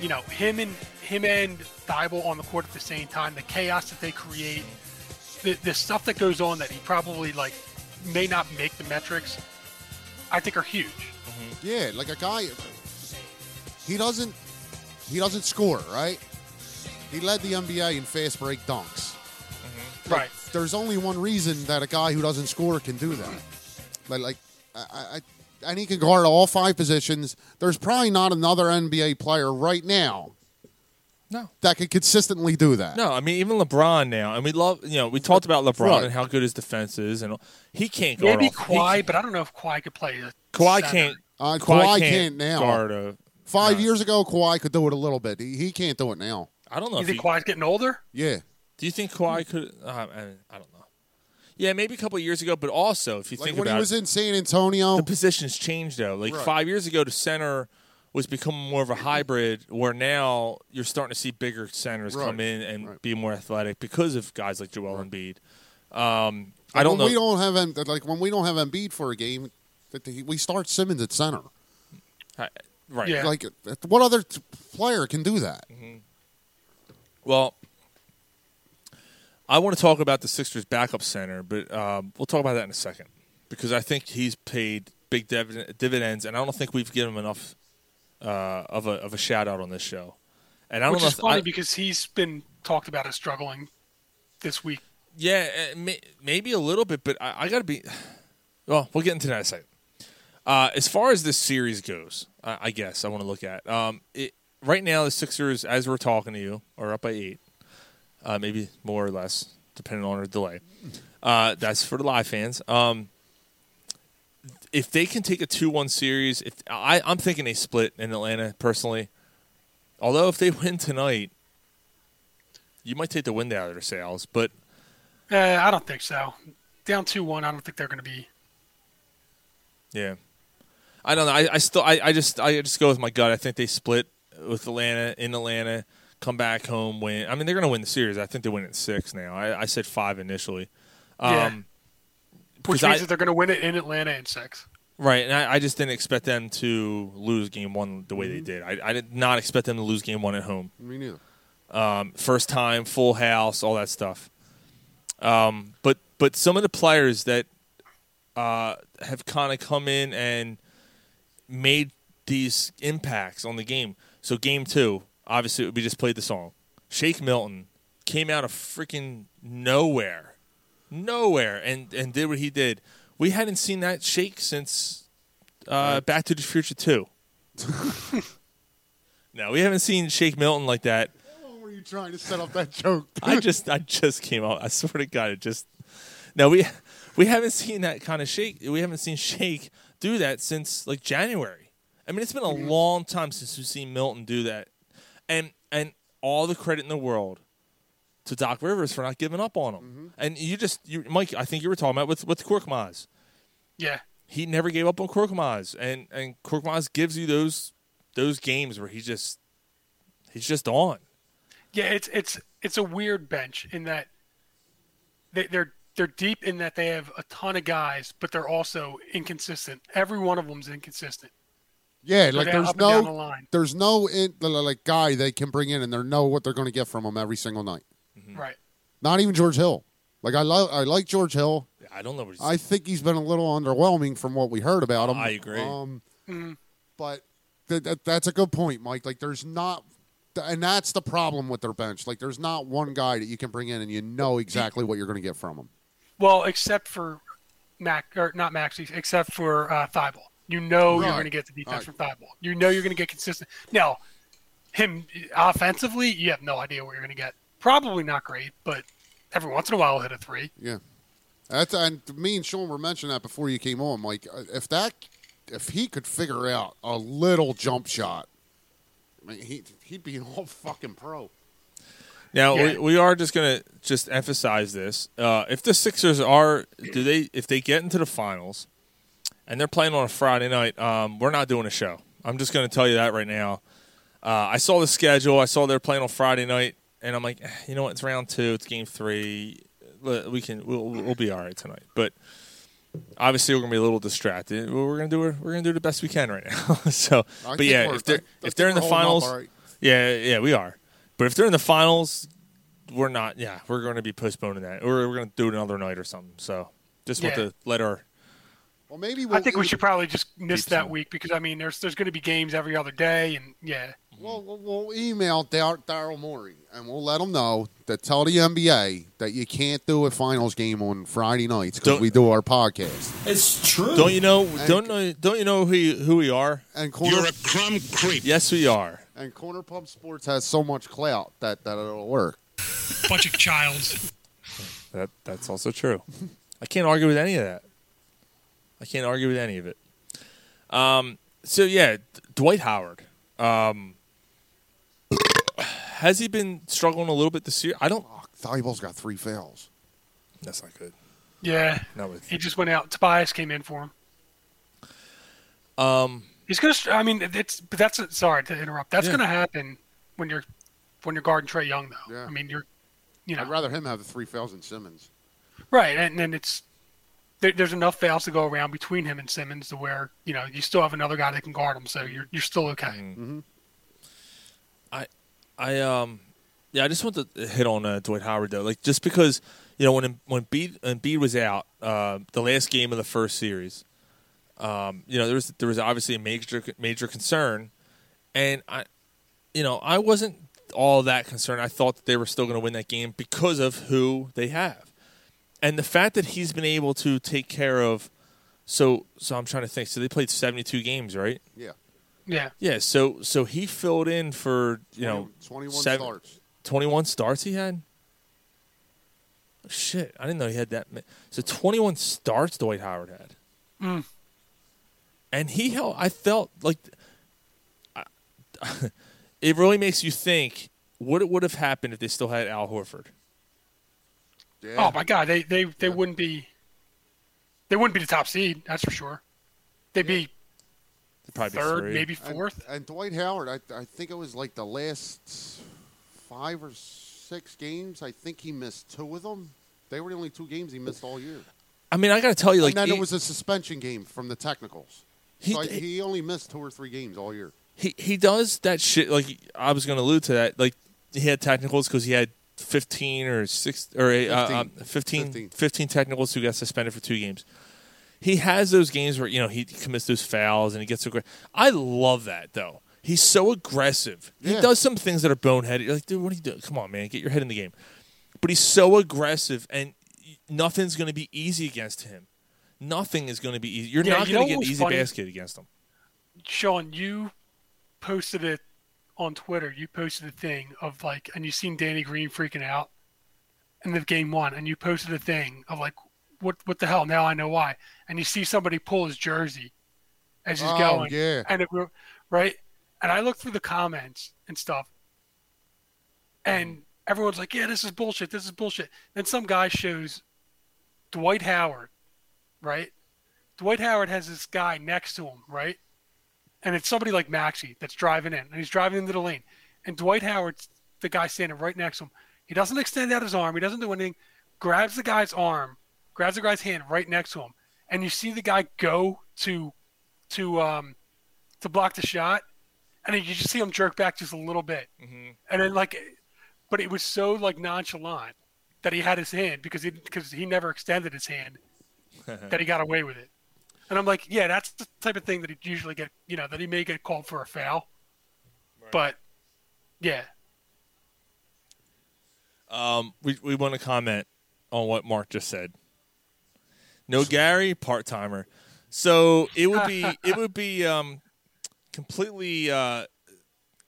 Speaker 2: you know him and him and Thibault on the court at the same time, the chaos that they create, the the stuff that goes on that he probably like may not make the metrics. I think are huge.
Speaker 1: Yeah, like a guy, he doesn't he doesn't score right. He led the NBA in fast break dunks.
Speaker 2: Right.
Speaker 1: There's only one reason that a guy who doesn't score can do that. Like, like I, I, and he can guard all five positions. There's probably not another NBA player right now
Speaker 6: No.
Speaker 1: that could consistently do that.
Speaker 6: No, I mean even LeBron now, and we love you know we talked about LeBron
Speaker 1: Right.
Speaker 6: and how good his defense is, and all- he can't guard.
Speaker 2: Maybe
Speaker 6: off- he
Speaker 2: Kawhi, but I don't know if Kawhi could play. a
Speaker 6: Kawhi
Speaker 2: center.
Speaker 6: can't.
Speaker 1: Uh, Kawhi can't now.
Speaker 6: guard a-
Speaker 1: Five
Speaker 6: Right.
Speaker 1: years ago, Kawhi could do it a little bit. He, he can't do it now.
Speaker 6: I don't know.
Speaker 2: You
Speaker 6: if
Speaker 2: think
Speaker 6: he-
Speaker 2: Kawhi's getting older?
Speaker 1: Yeah.
Speaker 6: Do you think Kawhi could? Uh, I, I don't know. Yeah, maybe a couple of years ago, but also if you
Speaker 1: Like
Speaker 6: think
Speaker 1: when
Speaker 6: about
Speaker 1: he was
Speaker 6: it,
Speaker 1: in San Antonio,
Speaker 6: the positions changed though. Like
Speaker 1: Right.
Speaker 6: five years ago, the center was becoming more of a hybrid, where now you're starting to see bigger centers
Speaker 1: Right.
Speaker 6: come in and
Speaker 1: Right.
Speaker 6: be more athletic because of guys like Joel Embiid. Um, I don't
Speaker 1: when
Speaker 6: know.
Speaker 1: We don't have Em- like when we don't have Embiid for a game, that he- we start Simmons at center.
Speaker 6: I- right.
Speaker 2: Yeah.
Speaker 1: Like what other t- player can do that?
Speaker 6: Mm-hmm. Well, I want to talk about the Sixers' backup center, but um, we'll talk about that in a second because I think he's paid big div- dividends, and I don't think we've given him enough uh, of a of a shout out on this show. And I don't
Speaker 2: Which
Speaker 6: know.
Speaker 2: is
Speaker 6: if-
Speaker 2: funny
Speaker 6: I-
Speaker 2: because he's been talked about as struggling this week.
Speaker 6: Yeah, uh, may, maybe a little bit, but I, I got to be. Well, we'll get into that in a second. Uh, as far as this series goes, I, I guess I want to look at um, it right now. The Sixers, as we're talking to you, are up by eight, uh, maybe more or less, depending on our delay. Uh, that's for the live fans. Um, if they can take a two-one series, if I, I'm thinking they split in Atlanta personally. Although if they win tonight, you might take the wind out of their sails, but.
Speaker 2: Uh, I don't think so. Down two one, I don't think they're going to be.
Speaker 6: Yeah, I don't know. I, I still, I, I just, I just go with my gut. I think they split with Atlanta in Atlanta, come back home, win. I mean, they're gonna win the series. I think they win at six now. I, I said five initially. Um,
Speaker 2: Yeah. Which
Speaker 6: 'cause
Speaker 2: means
Speaker 6: I-
Speaker 2: that they're going to win it in Atlanta in six.
Speaker 6: Right, and I, I just didn't expect them to lose game one the way
Speaker 2: Mm-hmm.
Speaker 6: they did. I, I did not expect them to lose game one at home.
Speaker 1: Me neither.
Speaker 6: first time, full house, all that stuff. Um, but but some of the players that uh, have kind of come in and made these impacts on the game. So game two, obviously, we just played the song. Shake Milton came out of freaking nowhere, nowhere, and and did what he did. We hadn't seen that shake since uh, Back to the Future two. no, we haven't seen Shake Milton like that
Speaker 1: What were you trying to set up that joke?
Speaker 6: I just I just came out. I swear to God, it just no we we haven't seen that kind of shake. We haven't seen Shake do that since like January. I mean, it's been a long time since we've seen Milton do that, and and all the credit in the world to Doc Rivers for not giving up on him. And you just you Mike, I think you were talking about with with Korkmaz.
Speaker 2: Yeah,
Speaker 6: He never gave up on Korkmaz, and and Korkmaz gives you those those games where he just he's just on.
Speaker 2: yeah. It's it's it's a weird bench in that they, they're they're deep in that they have a ton of guys, but they're also inconsistent. Every one of them's inconsistent.
Speaker 1: yeah,
Speaker 2: So
Speaker 1: like
Speaker 2: they're
Speaker 1: there's
Speaker 2: up and down the
Speaker 1: no,
Speaker 2: line.
Speaker 1: there's no in, like guy they can bring in, and they know what they're going to get from him every single night.
Speaker 2: Right.
Speaker 1: Not even George Hill. Like I love, I like George Hill.
Speaker 6: I don't know what he's
Speaker 1: I think he's been a little underwhelming from what we heard about him.
Speaker 6: I agree.
Speaker 1: Um, But th- th- that's a good point, Mike. Like, there's not, th- and that's the problem with their bench. Like, there's not one guy that you can bring in and you know exactly what you're going to get from him.
Speaker 2: Well, except for Mac or not Maxi, except for uh, Thibault. You know
Speaker 1: Right.
Speaker 2: you're going to get the defense
Speaker 1: Right.
Speaker 2: from Thibault. You know you're going to get consistent. Now, him offensively, you have no idea what you're going to get. Probably not great, but every once in a while he'll hit a three.
Speaker 1: Yeah. That's, and me and Sean were mentioning that before you came on. Like, uh, if that, if he could figure out a little jump shot, I mean, he, he'd be an all fucking pro.
Speaker 6: Now
Speaker 2: Yeah.
Speaker 6: we, we are just gonna just emphasize this. Uh, if the Sixers are do they if they get into the finals and they're playing on a Friday night, um, we're not doing a show. I'm just gonna tell you that right now. Uh, I saw the schedule. I saw they're playing on Friday night, and I'm like, "Eh, you know what? It's round two. It's game three. Le- We can we'll, we'll be all right tonight. But obviously we're gonna be a little distracted. We're gonna do we're gonna do the best we can right now. so,
Speaker 1: I
Speaker 6: but
Speaker 1: think
Speaker 6: yeah,
Speaker 1: we're-
Speaker 6: if they're
Speaker 1: I- I
Speaker 6: if
Speaker 1: think
Speaker 6: they're in the
Speaker 1: we're holding up
Speaker 6: finals,
Speaker 1: all right.
Speaker 6: yeah, yeah, we are. But if they're in the finals, we're not. Yeah, we're going to be postponing that. We're, we're going to do it another night or something. So just want
Speaker 2: Yeah.
Speaker 6: to let our
Speaker 1: Well, maybe we'll, e-
Speaker 2: I think we should probably just miss
Speaker 6: Keep
Speaker 2: that
Speaker 6: some.
Speaker 2: week because I mean, there's there's going to be games every other day, and yeah,
Speaker 1: Well, we'll, we'll email Dar- Daryl Morey and we'll let him know that tell the NBA that you can't do a finals game on Friday nights because
Speaker 6: Don't-
Speaker 1: we do our podcast.
Speaker 5: It's true.
Speaker 6: don't you know don't know don't you know who you- who we are?
Speaker 1: And corner
Speaker 5: You're a crumb creep.
Speaker 6: Yes, we are.
Speaker 1: and corner pump sports has so much clout that that it'll work.
Speaker 2: bunch of childs.
Speaker 6: That that's also true. I can't argue with any of that. I can't argue with any of it. Um. So yeah, D- Dwight Howard. Um. Has he been struggling a little bit this year? I don't.
Speaker 1: Thibault's got three fouls.
Speaker 6: That's not good.
Speaker 2: Yeah,
Speaker 6: Not with
Speaker 2: he just went out. Tobias came in for him.
Speaker 6: um.
Speaker 2: He's gonna. str- I mean, it's but that's sorry to interrupt. That's
Speaker 6: Yeah.
Speaker 2: gonna happen when you're when you're guarding Trey Young, though.
Speaker 1: Yeah.
Speaker 2: I mean, you're you know
Speaker 1: I'd rather him have the three fouls than Simmons.
Speaker 2: right, and then it's there, there's enough fouls to go around between him and Simmons to where you know you still have another guy that can guard him, so you're you're still okay.
Speaker 6: I um yeah, I just want to hit on uh, Dwight Howard though, like just because you know when when Embiid, Embiid was out, uh, the last game of the first series, um, you know there was there was obviously a major major concern, and I, you know I wasn't all that concerned. I thought that they were still going to win that game because of who they have, and the fact that he's been able to take care of. So, so I'm trying to think. So they played 72 games, right?
Speaker 1: Yeah.
Speaker 2: Yeah.
Speaker 6: Yeah. So, so he filled in for you know
Speaker 1: 21
Speaker 6: seven-
Speaker 1: starts.
Speaker 6: 21 starts he had? Shit, I didn't know he had that many. So 21 starts Dwight Howard had.
Speaker 2: Mm.
Speaker 6: And he held, I felt like I- it really makes you think what it would have happened if they still had Al Horford.
Speaker 1: Yeah.
Speaker 2: Oh my God, they they, they wouldn't be. They wouldn't be the top seed, that's for sure. They'd be
Speaker 6: They'd probably
Speaker 2: third,
Speaker 6: be three.
Speaker 2: maybe
Speaker 1: And-
Speaker 2: fourth.
Speaker 1: And, Dwight Howard, I, I think it was like the last five or six games. I think he missed two of them. They were the only two games he missed all year.
Speaker 6: I mean, I got to tell you, like,
Speaker 1: and then
Speaker 6: it-
Speaker 1: it was a suspension game from the technicals.
Speaker 6: He-
Speaker 1: so I, he only missed two or three games all year.
Speaker 6: he he does that shit. Like I was going to allude to that. Like he had technicals because he had fifteen or six or uh, um, 15, 15.
Speaker 1: 15.
Speaker 6: technicals who got suspended for two games. He has those games where you know he commits those fouls and he gets so great. I love that though. He's so aggressive. He
Speaker 1: Yeah.
Speaker 6: does some things that are boneheaded. You're like, dude, what are you doing? Come on, man, get your head in the game. But he's so aggressive, and nothing's going to be easy against him. Nothing is going to be easy. You're
Speaker 2: Yeah,
Speaker 6: not
Speaker 2: you know
Speaker 6: going to get
Speaker 2: what
Speaker 6: an
Speaker 2: was
Speaker 6: easy
Speaker 2: funny?
Speaker 6: basket against him.
Speaker 2: Sean, you posted it on Twitter. You posted a thing of like, and you seen Danny Green freaking out in the game one, and you posted a thing of like, what what the hell? Now I know why. And you see somebody pull his jersey as he's
Speaker 1: Oh,
Speaker 2: going,
Speaker 1: yeah.
Speaker 2: and it wrote- right. And I looked through the comments and stuff, and everyone's like, yeah, this is bullshit. This is bullshit. Then some guy shows Dwight Howard, right? Dwight Howard has this guy next to him, right? and it's somebody like Maxi that's driving in, and he's driving into the lane, and Dwight Howard's the guy standing right next to him. He doesn't extend out his arm. He doesn't do anything. Grabs the guy's arm, grabs the guy's hand right next to him, and you see the guy go to, to um, to block the shot, and then you just see him jerk back just a little bit, and then like, but it was so like nonchalant that he had his hand because he because he never extended his hand that he got away with it. And I'm like, yeah, that's the type of thing that he'd usually get, you know, that he may get called for a foul. But yeah,
Speaker 6: Um, we we want to comment on what Mark just said. No Gary, part timer. So it would be it would be um, completely uh,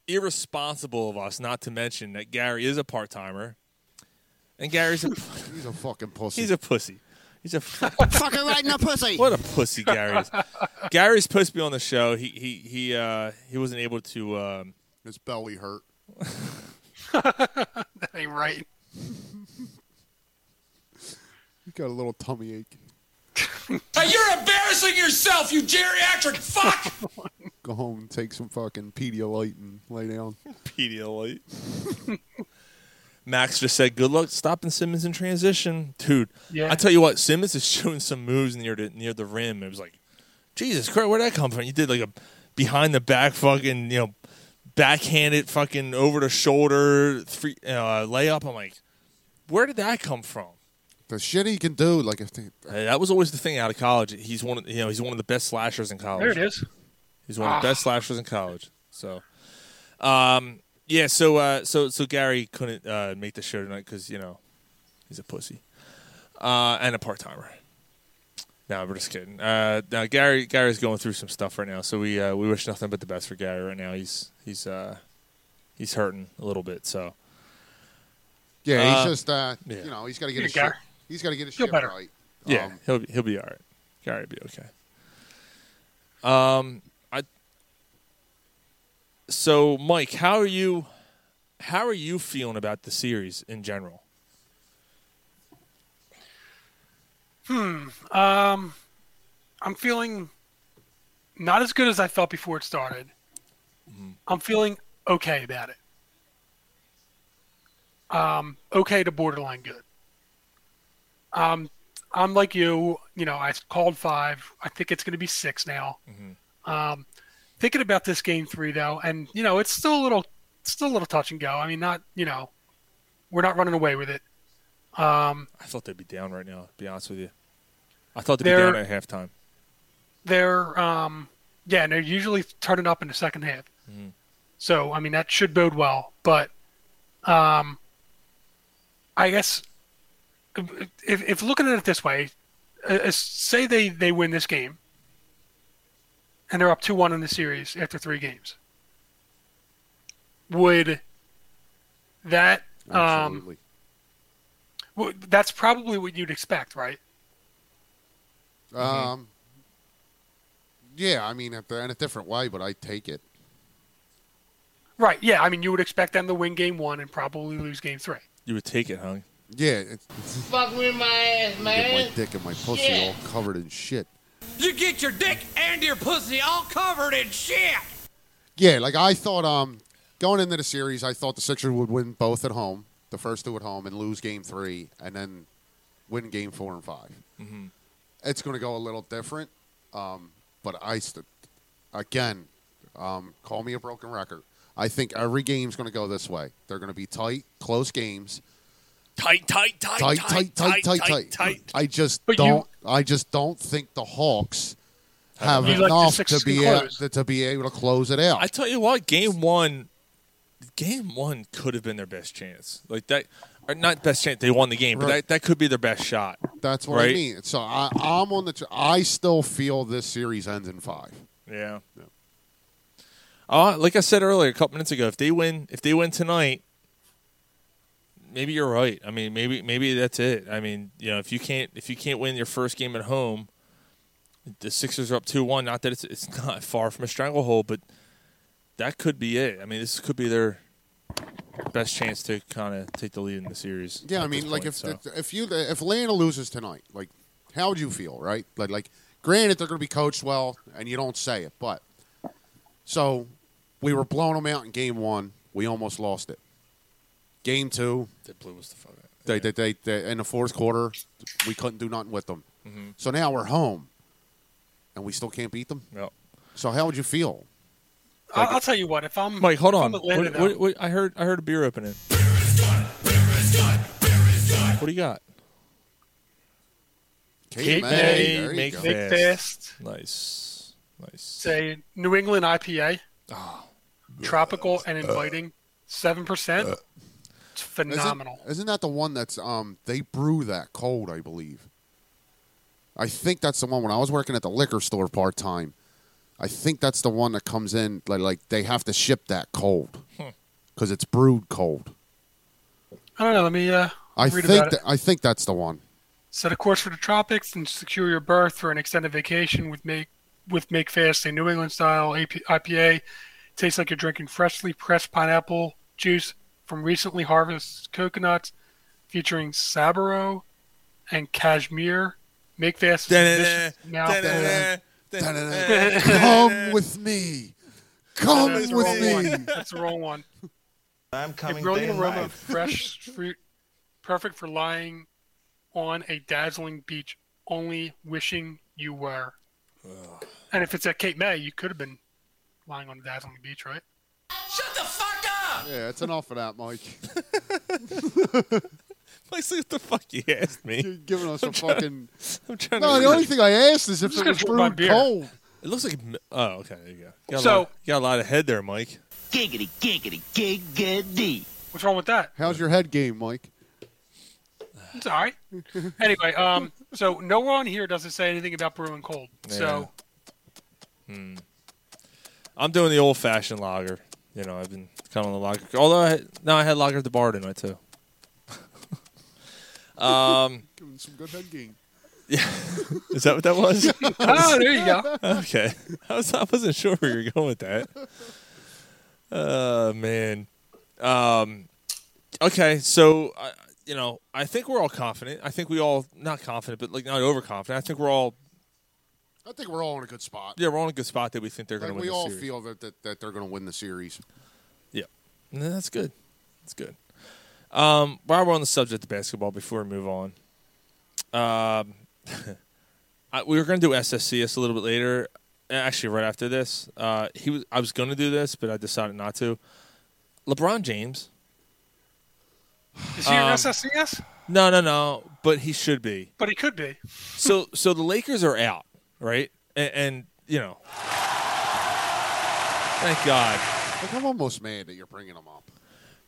Speaker 6: irresponsible of us not to mention that Gary is a part timer, and Gary's a
Speaker 1: He's a fucking pussy.
Speaker 6: he's a pussy. He's a
Speaker 8: Fucking right in the pussy.
Speaker 6: what a pussy Gary is. Gary's supposed to be on the show. He he he uh, he wasn't able to. Um,
Speaker 1: His belly hurt.
Speaker 2: that ain't right.
Speaker 1: He got a little tummy ache.
Speaker 5: you're embarrassing yourself, you geriatric fuck!
Speaker 1: Go home and take some fucking Pedialyte and lay down.
Speaker 6: Pedialyte. Max just said, "Good luck stopping Simmons in transition, dude."
Speaker 2: Yeah.
Speaker 6: I tell you what, Simmons is showing some moves near the near the rim. It was like, Jesus Christ, where'd that come from? You did like a behind the back fucking you know backhanded fucking over the shoulder three uh, layup. I'm like, where did that come from?
Speaker 1: The shit he can do, like if they,
Speaker 6: Uh, that was always the thing out of college. He's one, of, you know, he's one of the best slashers in college.
Speaker 2: There it is.
Speaker 6: He's one of the best slashers in college. So, um, yeah. So, uh, so, so Gary couldn't uh, make the show tonight because you know he's a pussy uh, and a part timer. No, we're just kidding. Uh, now Gary, Gary's going through some stuff right now, so we uh, we wish nothing but the best for Gary right now. He's he's uh, he's hurting a little bit. So,
Speaker 1: yeah, he's
Speaker 6: Uh,
Speaker 1: just uh,
Speaker 6: yeah.
Speaker 1: you know, he's got to get
Speaker 2: Yeah,
Speaker 1: his shit.
Speaker 2: Gar-
Speaker 1: He's got to get his
Speaker 2: Feel
Speaker 1: shit
Speaker 2: better.
Speaker 1: right.
Speaker 6: Yeah,
Speaker 1: Um,
Speaker 6: he'll be, he'll be all right. Gary will be okay. Um, I. So, Mike, how are you? How are you feeling about the series in general?
Speaker 2: I'm feeling not as good as I felt before it started. I'm feeling okay about it. Um, okay to borderline good. Um, I'm like you, you know, I called five. I think it's going to be six now. Um, thinking about this game three though, and you know, it's still a little, still a little touch and go. I mean, not, you know, we're not running away with it.
Speaker 6: I thought they'd be down right now. To be honest with you, I thought they'd
Speaker 2: They're-
Speaker 6: be down at halftime.
Speaker 2: they're um yeah, and they're usually turning up in the second half. So I mean that should bode well, but Um, I guess if, if looking at it this way, uh, uh, say they, they win this game and they're up 2 1 in the series after three games, would that. Um,
Speaker 1: Absolutely.
Speaker 2: w- that's probably what you'd expect, right? mm-hmm.
Speaker 1: Um, yeah, I mean, if they're in a different way, but I take it.
Speaker 2: Right, yeah. I mean, you would expect them to win game one and probably lose game three.
Speaker 6: You would take it, huh?
Speaker 1: Yeah, it's,
Speaker 4: Fuck with my ass,
Speaker 1: get
Speaker 4: man.
Speaker 1: my dick and my pussy
Speaker 4: shit.
Speaker 1: all covered in shit.
Speaker 5: You get your dick and your pussy all covered in shit.
Speaker 1: Yeah, like I thought. Um, going into the series, I thought the Sixers would win both at home, the first two at home, and lose Game Three, and then win Game Four and 5
Speaker 5: Mm-hmm.
Speaker 1: It's going to go a little different, um, but I st- again, um, call me a broken record. I think every game's going to go this way. They're going to be tight, close games.
Speaker 6: Tight, tight, tight,
Speaker 1: tight, tight, tight, tight, tight. I just
Speaker 2: But you-
Speaker 1: don't. I just don't think the Hawks have
Speaker 2: You like the
Speaker 1: enough
Speaker 2: Sixers
Speaker 1: to
Speaker 2: can
Speaker 1: be a,
Speaker 2: close.
Speaker 1: to, to be able to close it out.
Speaker 6: I tell you what, game one, game one could have been their best chance. Like that, or not best chance. They won the game, but
Speaker 1: Right.
Speaker 6: that, that could be their best shot.
Speaker 1: That's what I
Speaker 6: right?
Speaker 1: mean. So I, I'm on the. Tr- I still feel this series ends in five.
Speaker 6: Yeah. Uh, like I said earlier, a couple minutes ago, if they win, if they win tonight, maybe you're right. I mean, maybe maybe that's it. I mean, you know, if you can't if you can't win your first game at home, the Sixers are up two one. Not that it's it's not far from a stranglehold, but that could be it. I mean, this could be their best chance to kind of take the lead in the series.
Speaker 1: Yeah,
Speaker 6: at
Speaker 1: I mean,
Speaker 6: this
Speaker 1: like
Speaker 6: point,
Speaker 1: if
Speaker 6: so.
Speaker 1: if you if Atlanta loses tonight, like how would you feel, right? Like like granted they're going to be coached well, and you don't say it, but so we were blowing them out in game one. We almost lost it. Game two,
Speaker 6: they blew us the fuck out.
Speaker 1: They, they, they, they in the fourth quarter, we couldn't do nothing with them. So now we're home, and we still can't beat them.
Speaker 6: No.
Speaker 1: So how would you feel?
Speaker 2: I'll, I'll tell you what. If I'm
Speaker 6: Mike, hold
Speaker 2: if
Speaker 6: on.
Speaker 2: I'm Atlanta,
Speaker 6: What,
Speaker 2: though-
Speaker 6: what, what, I heard I heard a beer opening. What do you got? Cape May,
Speaker 1: there you
Speaker 6: make
Speaker 1: go.
Speaker 6: May.
Speaker 2: Big
Speaker 6: Fast.
Speaker 2: Fest,
Speaker 6: Nice, nice.
Speaker 2: say New England IPA,
Speaker 6: Oh,
Speaker 2: tropical
Speaker 6: Uh,
Speaker 2: and inviting, seven percent. It's
Speaker 1: Isn't-
Speaker 2: phenomenal.
Speaker 1: Isn't, that the one that's um they brew that cold? I believe. I think that's the one when I was working at the liquor store part time. I think that's the one that comes in like like they have to ship that cold because it's brewed cold.
Speaker 2: I don't know. Let me uh,
Speaker 1: I
Speaker 2: read
Speaker 1: think
Speaker 2: about
Speaker 1: that,
Speaker 2: it.
Speaker 1: I think that's the one.
Speaker 2: Set a course for the tropics and secure your berth for an extended vacation with make with Make Fast, a New England style AP, IPA. Tastes like you're drinking freshly pressed pineapple juice from recently harvested coconuts, featuring Sabaro and cashmere. Make Fast is delicious now.
Speaker 1: Come with me. Come
Speaker 2: That's the wrong
Speaker 1: with
Speaker 2: one.
Speaker 1: me.
Speaker 2: That's the wrong one.
Speaker 8: I'm
Speaker 2: A
Speaker 8: coming
Speaker 2: brilliant aroma of fresh fruit, perfect for lying on a dazzling beach, only wishing you were. And if it's at Cape May, you could have been lying on a dazzling beach, right?
Speaker 5: Shut the fuck up!
Speaker 1: Yeah, it's enough of that, Mike.
Speaker 6: Like, see what the fuck you asked me.
Speaker 1: You're giving us a fucking.
Speaker 6: I'm trying
Speaker 1: No,
Speaker 6: to.
Speaker 1: the only thing I asked is if
Speaker 2: just
Speaker 1: it
Speaker 2: gonna
Speaker 1: was
Speaker 2: drink my
Speaker 1: brewed
Speaker 2: beer.
Speaker 1: cold.
Speaker 6: It looks like. m- Oh, okay. There you go. Got a
Speaker 2: So-
Speaker 6: lot, got a lot of head there, Mike.
Speaker 8: Giggity, giggity, giggity.
Speaker 2: What's wrong with that?
Speaker 1: How's your head game, Mike?
Speaker 2: It's all right. anyway, um, so no one here doesn't say anything about brewing cold. So
Speaker 6: I'm doing the old-fashioned lager. You know, I've been kind of on the lager. Although, I, no, I had lager at the bar tonight too.
Speaker 1: Give him some good head game.
Speaker 6: Is that what that was?
Speaker 2: oh, there you go.
Speaker 6: okay. I was I wasn't sure where you were going with that. Oh man. Um okay, so I you know, I think we're all confident. I think we all not confident, but like not overconfident. I think we're all
Speaker 1: I think we're all in a good spot.
Speaker 6: yeah, we're all in a good spot that we think they're
Speaker 1: Like,
Speaker 6: going to win
Speaker 1: we
Speaker 6: the
Speaker 1: all
Speaker 6: series.
Speaker 1: feel that, that, that they're going to win the series.
Speaker 6: Yeah, No, that's good. That's good. Um, while we're on the subject of basketball, before we move on, um, I, we were going to do SSCS a little bit later. uh, Actually, right after this, uh, he was. I was going to do this, but I decided not to. LeBron James.
Speaker 2: Is
Speaker 6: Um,
Speaker 2: he an SSCS?
Speaker 6: No, no, no. But he should be.
Speaker 2: But he could be.
Speaker 6: So, so the Lakers are out, right? And, and you know, thank God.
Speaker 1: Like, I'm almost mad that you're bringing them up.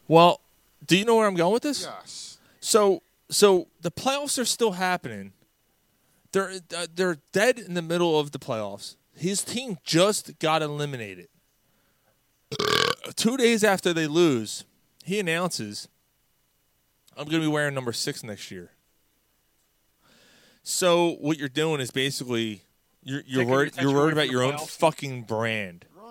Speaker 6: Well, Do you know where I'm going with this?
Speaker 1: Yes.
Speaker 6: So so the playoffs are still happening. They're uh, they're dead in the middle of the playoffs. His team just got eliminated. Two days after they lose, he announces, "I'm going to be wearing number six next year." So what you're doing is basically you're you're
Speaker 2: Taking
Speaker 6: worried
Speaker 2: attention
Speaker 6: you're worried
Speaker 2: away
Speaker 6: about
Speaker 2: from
Speaker 6: your
Speaker 2: the
Speaker 6: own
Speaker 2: playoffs.
Speaker 6: fucking brand.
Speaker 1: Right.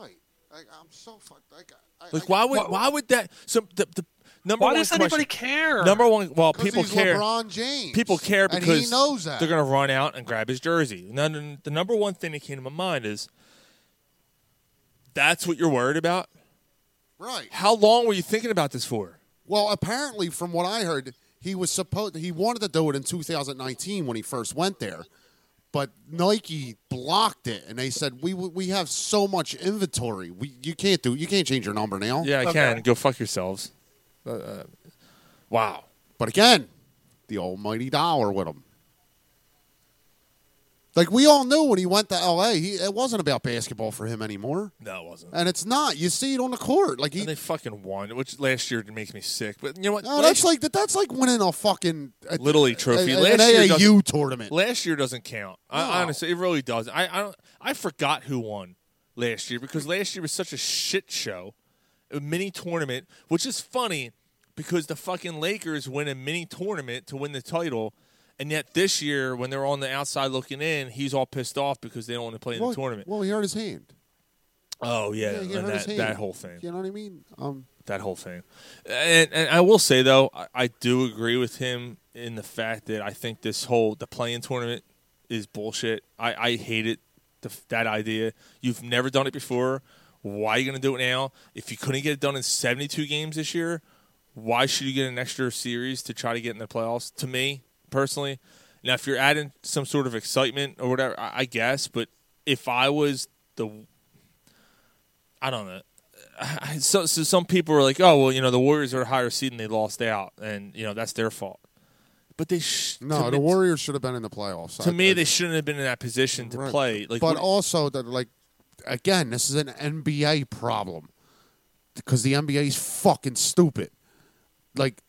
Speaker 1: Like, I'm so fucked. Like, I, I,
Speaker 6: Like why would why would that? So the, the number
Speaker 2: Why
Speaker 6: one
Speaker 2: does anybody
Speaker 6: question-
Speaker 2: care?
Speaker 6: Number one, well,
Speaker 1: 'Cause
Speaker 6: people
Speaker 1: he's
Speaker 6: care.
Speaker 1: LeBron James.
Speaker 6: People care
Speaker 1: And
Speaker 6: because
Speaker 1: he knows that.
Speaker 6: they're going to run out and grab his jersey. Now, the the number one thing that came to my mind is that's what you're worried about.
Speaker 1: right.
Speaker 6: How long were you thinking about this for?
Speaker 1: Well, apparently, from what I heard, he was supposed he wanted to do it in 2019 when he first went there, but Nike blocked it, and they said we we have so much inventory, we you can't do you can't change your number now.
Speaker 6: Yeah, I
Speaker 2: Okay.
Speaker 6: can go fuck yourselves. Uh, uh, wow.
Speaker 1: But again, the almighty dollar with him. Like we all knew when he went to LA, he, it wasn't about basketball for him anymore,
Speaker 6: No, it wasn't.
Speaker 1: and it's not. You see it on the court, like Uh, he.
Speaker 6: And they fucking won, which last year makes me sick. But you know what?
Speaker 1: No,
Speaker 6: Last-
Speaker 1: oh, that's like that. That's like winning a fucking a,
Speaker 6: Little League trophy.
Speaker 1: a-
Speaker 6: Last
Speaker 1: an
Speaker 6: year
Speaker 1: AAU tournament.
Speaker 6: Last year doesn't count. I,
Speaker 1: No.
Speaker 6: honestly, it really doesn't. I, I don't. I forgot who won last year because last year was such a shit show, a mini tournament, which is funny because the fucking Lakers win a mini tournament to win the title, and yet this year when they're on the outside looking in, he's all pissed off because they don't want to play in
Speaker 1: well,
Speaker 6: the tournament.
Speaker 1: Well, he hurt his hand.
Speaker 6: oh yeah,
Speaker 1: he
Speaker 6: and
Speaker 1: hurt his
Speaker 6: that,
Speaker 1: hand.
Speaker 6: that whole thing
Speaker 1: You know what I mean? Um,
Speaker 6: that whole thing. And, and I will say though, I, I do agree with him in the fact that I think this whole the playing tournament is bullshit. I, I hate it. The, that idea. You've never done it before. Why are you going to do it now? If you couldn't get it done in 72 games this year, why should you get an extra series to try to get in the playoffs? To me personally, now if you're adding some sort of excitement or whatever, I, I guess. But if I was the I don't know. So, so some people are like, "Oh, well, you know, the Warriors are a higher seed and they lost out, and you know that's their fault." But they sh-
Speaker 1: no,
Speaker 6: to
Speaker 1: the
Speaker 6: me,
Speaker 1: Warriors should have been in the playoffs.
Speaker 6: To
Speaker 1: I-
Speaker 6: me,
Speaker 1: I-
Speaker 6: they shouldn't have been in that position to
Speaker 1: right.
Speaker 6: play. Like,
Speaker 1: but
Speaker 6: what-
Speaker 1: also that, like, again, this is an NBA problem because the NBA is fucking stupid. Like,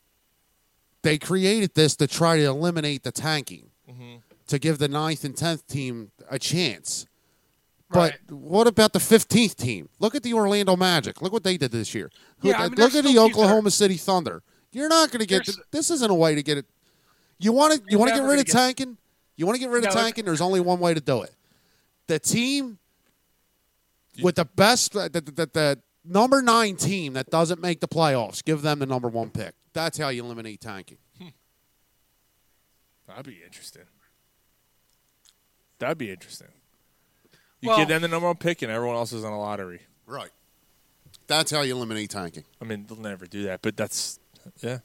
Speaker 1: they created this to try to eliminate the tanking
Speaker 2: Mm-hmm.
Speaker 1: to give the ninth and tenth team a chance. But what about the fifteenth team? Look at the Orlando Magic. Look what they did this year. Who-
Speaker 2: Yeah, I mean,
Speaker 1: look
Speaker 2: there's
Speaker 1: at the
Speaker 2: still teams that are-
Speaker 1: Oklahoma City Thunder. You're not going to get
Speaker 2: There's-
Speaker 1: this. Isn't a way to get it. You want to you
Speaker 2: You're
Speaker 1: want to get
Speaker 2: never
Speaker 1: rid
Speaker 2: gonna
Speaker 1: of
Speaker 2: get-
Speaker 1: tanking. You want to get rid of
Speaker 2: No, it-
Speaker 1: tanking. There's only one way to do it. The team with the best the, the, the, the number nine team that doesn't make the playoffs, give them the number one pick. That's how you eliminate tanking.
Speaker 6: that'd be interesting. That'd be interesting. You
Speaker 2: Well-
Speaker 6: give them the number one pick, and everyone else is on a lottery.
Speaker 1: Right. That's how you eliminate tanking.
Speaker 6: I mean, they'll never do that, but that's yeah.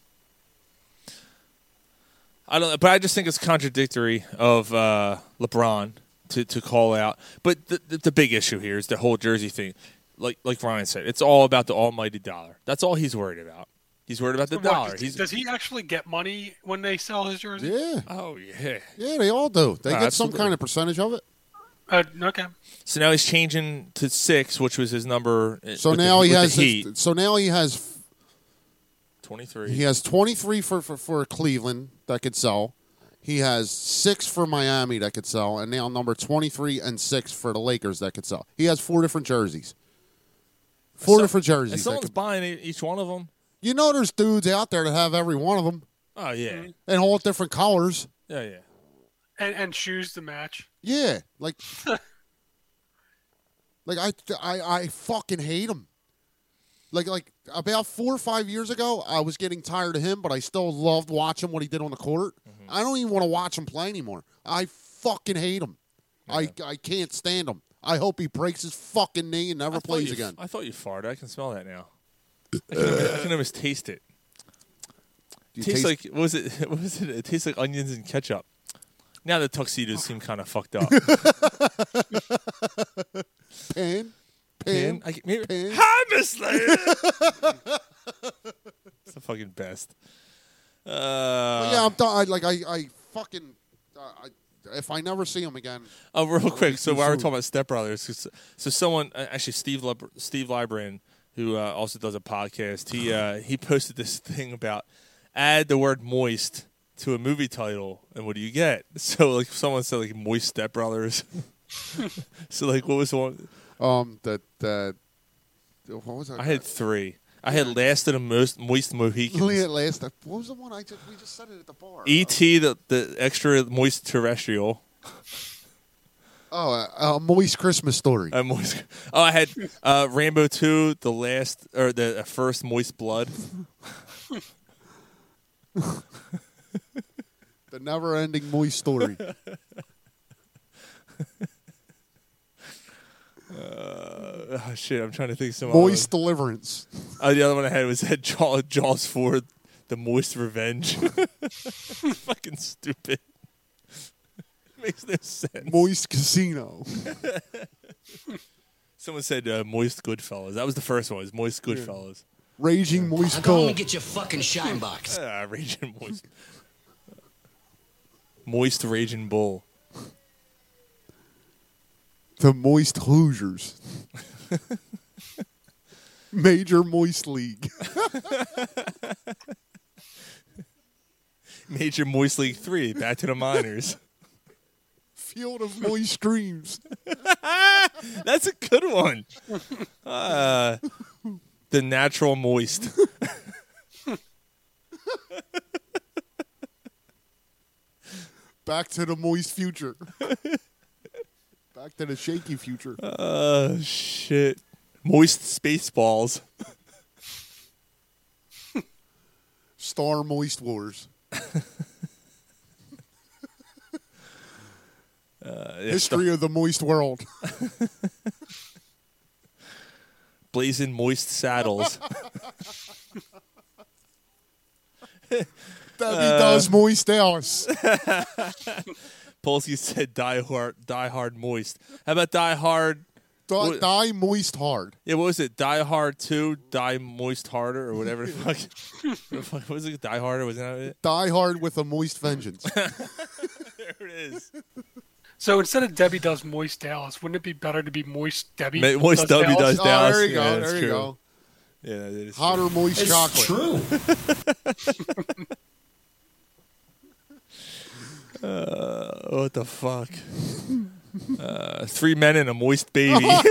Speaker 6: I don't, but I just think it's contradictory of uh, LeBron to, to call out. But the, the the big issue here is the whole jersey thing. Like like Ryan said, it's all about the almighty dollar. That's all he's worried about. He's worried about the
Speaker 2: Watch,
Speaker 6: dollar.
Speaker 2: does-
Speaker 6: He's
Speaker 2: does he actually get money when they sell his jersey?
Speaker 1: Yeah.
Speaker 6: oh yeah.
Speaker 1: Yeah, they all do. They
Speaker 6: Ah,
Speaker 1: get
Speaker 6: absolutely.
Speaker 1: some kind of percentage of it.
Speaker 2: Uh, okay.
Speaker 6: So now he's changing to six, which was his number. uh,
Speaker 1: So
Speaker 6: with the-
Speaker 1: now he
Speaker 6: with the
Speaker 1: has
Speaker 6: Heat.
Speaker 1: his, so now he has
Speaker 6: twenty three.
Speaker 1: He has 23 for, for, for Cleveland that could sell. He has six for Miami that could sell, and now number 23 and six for the Lakers that could sell. He has four different jerseys. Four
Speaker 6: So-
Speaker 1: different
Speaker 6: And
Speaker 1: jerseys. that
Speaker 6: someone's
Speaker 1: could-
Speaker 6: buying e- each one of them.
Speaker 1: you know, there's dudes out there that have every one of them
Speaker 6: Oh yeah,
Speaker 1: in all different colors.
Speaker 6: yeah yeah.
Speaker 2: And and shoes to match.
Speaker 1: Yeah, like, like I, I, I fucking hate him. Like, like about four or five years ago, I was getting tired of him, but I still loved watching what he did on the court.
Speaker 6: Mm-hmm.
Speaker 1: I don't even want to watch him play anymore. I fucking hate him. I, I can't stand him. I hope he breaks his fucking knee and never
Speaker 6: I thought
Speaker 1: plays
Speaker 6: you-
Speaker 1: again.
Speaker 6: I thought you farted. I can smell that now. I can almost, I can almost taste it.
Speaker 1: Do you
Speaker 6: tastes
Speaker 1: taste-
Speaker 6: like what was it? What was it? It tastes like onions and ketchup. Now the tuxedos seem kind of fucked up.
Speaker 1: pan, pan.
Speaker 6: Pin, I, maybe,
Speaker 1: Pin.
Speaker 6: harvest It's the fucking best. Uh,
Speaker 1: yeah, I'm done. I, like I, I fucking. Uh, I, if I never see him again,
Speaker 6: Oh, real quick. So
Speaker 1: too
Speaker 6: while we're
Speaker 1: soon.
Speaker 6: talking about Step Brothers, so- so someone uh, actually Steve Lib- Steve Libran, who uh, also does a podcast, he uh, he posted this thing about add the word moist to a movie title, and what do you get? So like someone said like moist stepbrothers. so like what was the one?
Speaker 1: Um, that that what was that?
Speaker 6: I had three. I had last of the most moist
Speaker 1: Only
Speaker 6: Mohicans.
Speaker 1: at last. What was the one I just we just said it at the bar?
Speaker 6: E.T. the the extra moist terrestrial.
Speaker 1: Oh, uh, a moist Christmas story.
Speaker 6: Uh, moist. Oh, I had uh, Rambo two, the last or the uh, first moist blood.
Speaker 1: the never-ending moist story.
Speaker 6: Oh, shit, I'm trying to think. of Some other ones.
Speaker 1: moist deliverance.
Speaker 6: Uh, the other one I had was that Jaw, Jaws 4, The Moist Revenge. Fucking stupid. Makes no sense.
Speaker 1: Moist casino.
Speaker 6: Someone said uh, Moist Goodfellas. That was the first one. It was Moist Goodfellas.
Speaker 1: Raging moist
Speaker 9: Go home
Speaker 1: cold.
Speaker 9: and get your fucking shine box.
Speaker 6: Ah, Raging Moist. Moist Raging Bull.
Speaker 1: the moist Hoosiers. Major moist league.
Speaker 6: Major Moist League 3, back to the minors.
Speaker 1: Field of moist dreams.
Speaker 6: That's a good one. Uh, the natural moist.
Speaker 1: Back to the moist future. Back to the shaky future.
Speaker 6: Uh, shit. Moist space balls.
Speaker 1: Star moist wars.
Speaker 6: Uh,
Speaker 1: History of the moist world.
Speaker 6: blazing moist saddles.
Speaker 1: Debbie
Speaker 6: Uh,
Speaker 1: does moist house.
Speaker 6: Polsky said, "Die hard, die hard, moist." How about die hard?
Speaker 1: Die, die moist hard.
Speaker 6: Yeah, what was it? Die hard two, die moist harder, or whatever. the fuck, the fuck what was it? Die harder was that it?
Speaker 1: Die hard with a moist vengeance.
Speaker 6: There it is.
Speaker 2: So instead of Debbie does moist Dallas, wouldn't it be better to be moist Debbie?
Speaker 6: Ma- Moist
Speaker 2: does
Speaker 6: Debbie
Speaker 2: Dallas?
Speaker 6: does Dallas.
Speaker 1: Oh, there you go. there you
Speaker 6: Yeah, that's true.
Speaker 1: go.
Speaker 6: Yeah, that is true.
Speaker 1: Hotter moist chocolate.
Speaker 9: true.
Speaker 6: Oh, what the fuck? uh, three men and a moist baby.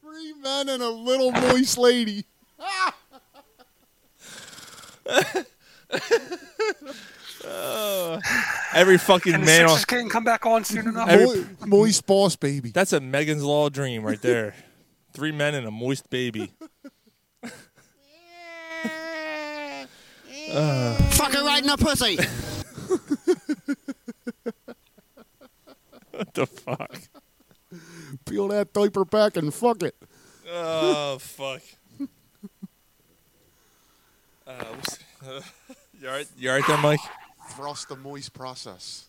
Speaker 1: Three men and a little moist lady.
Speaker 6: Every fucking
Speaker 2: And the
Speaker 6: man. On,
Speaker 2: Sixers can't come back on soon enough.
Speaker 6: Every-
Speaker 1: Mo- moist boss baby.
Speaker 6: that's a Megan's Law dream right there. three men and a moist baby.
Speaker 9: Fuck her right in the pussy.
Speaker 6: What the fuck?
Speaker 1: Peel that diaper back and fuck it.
Speaker 6: Oh fuck. Uh, what's- you alright? You alright there, Mike?
Speaker 1: Thrust the moist process.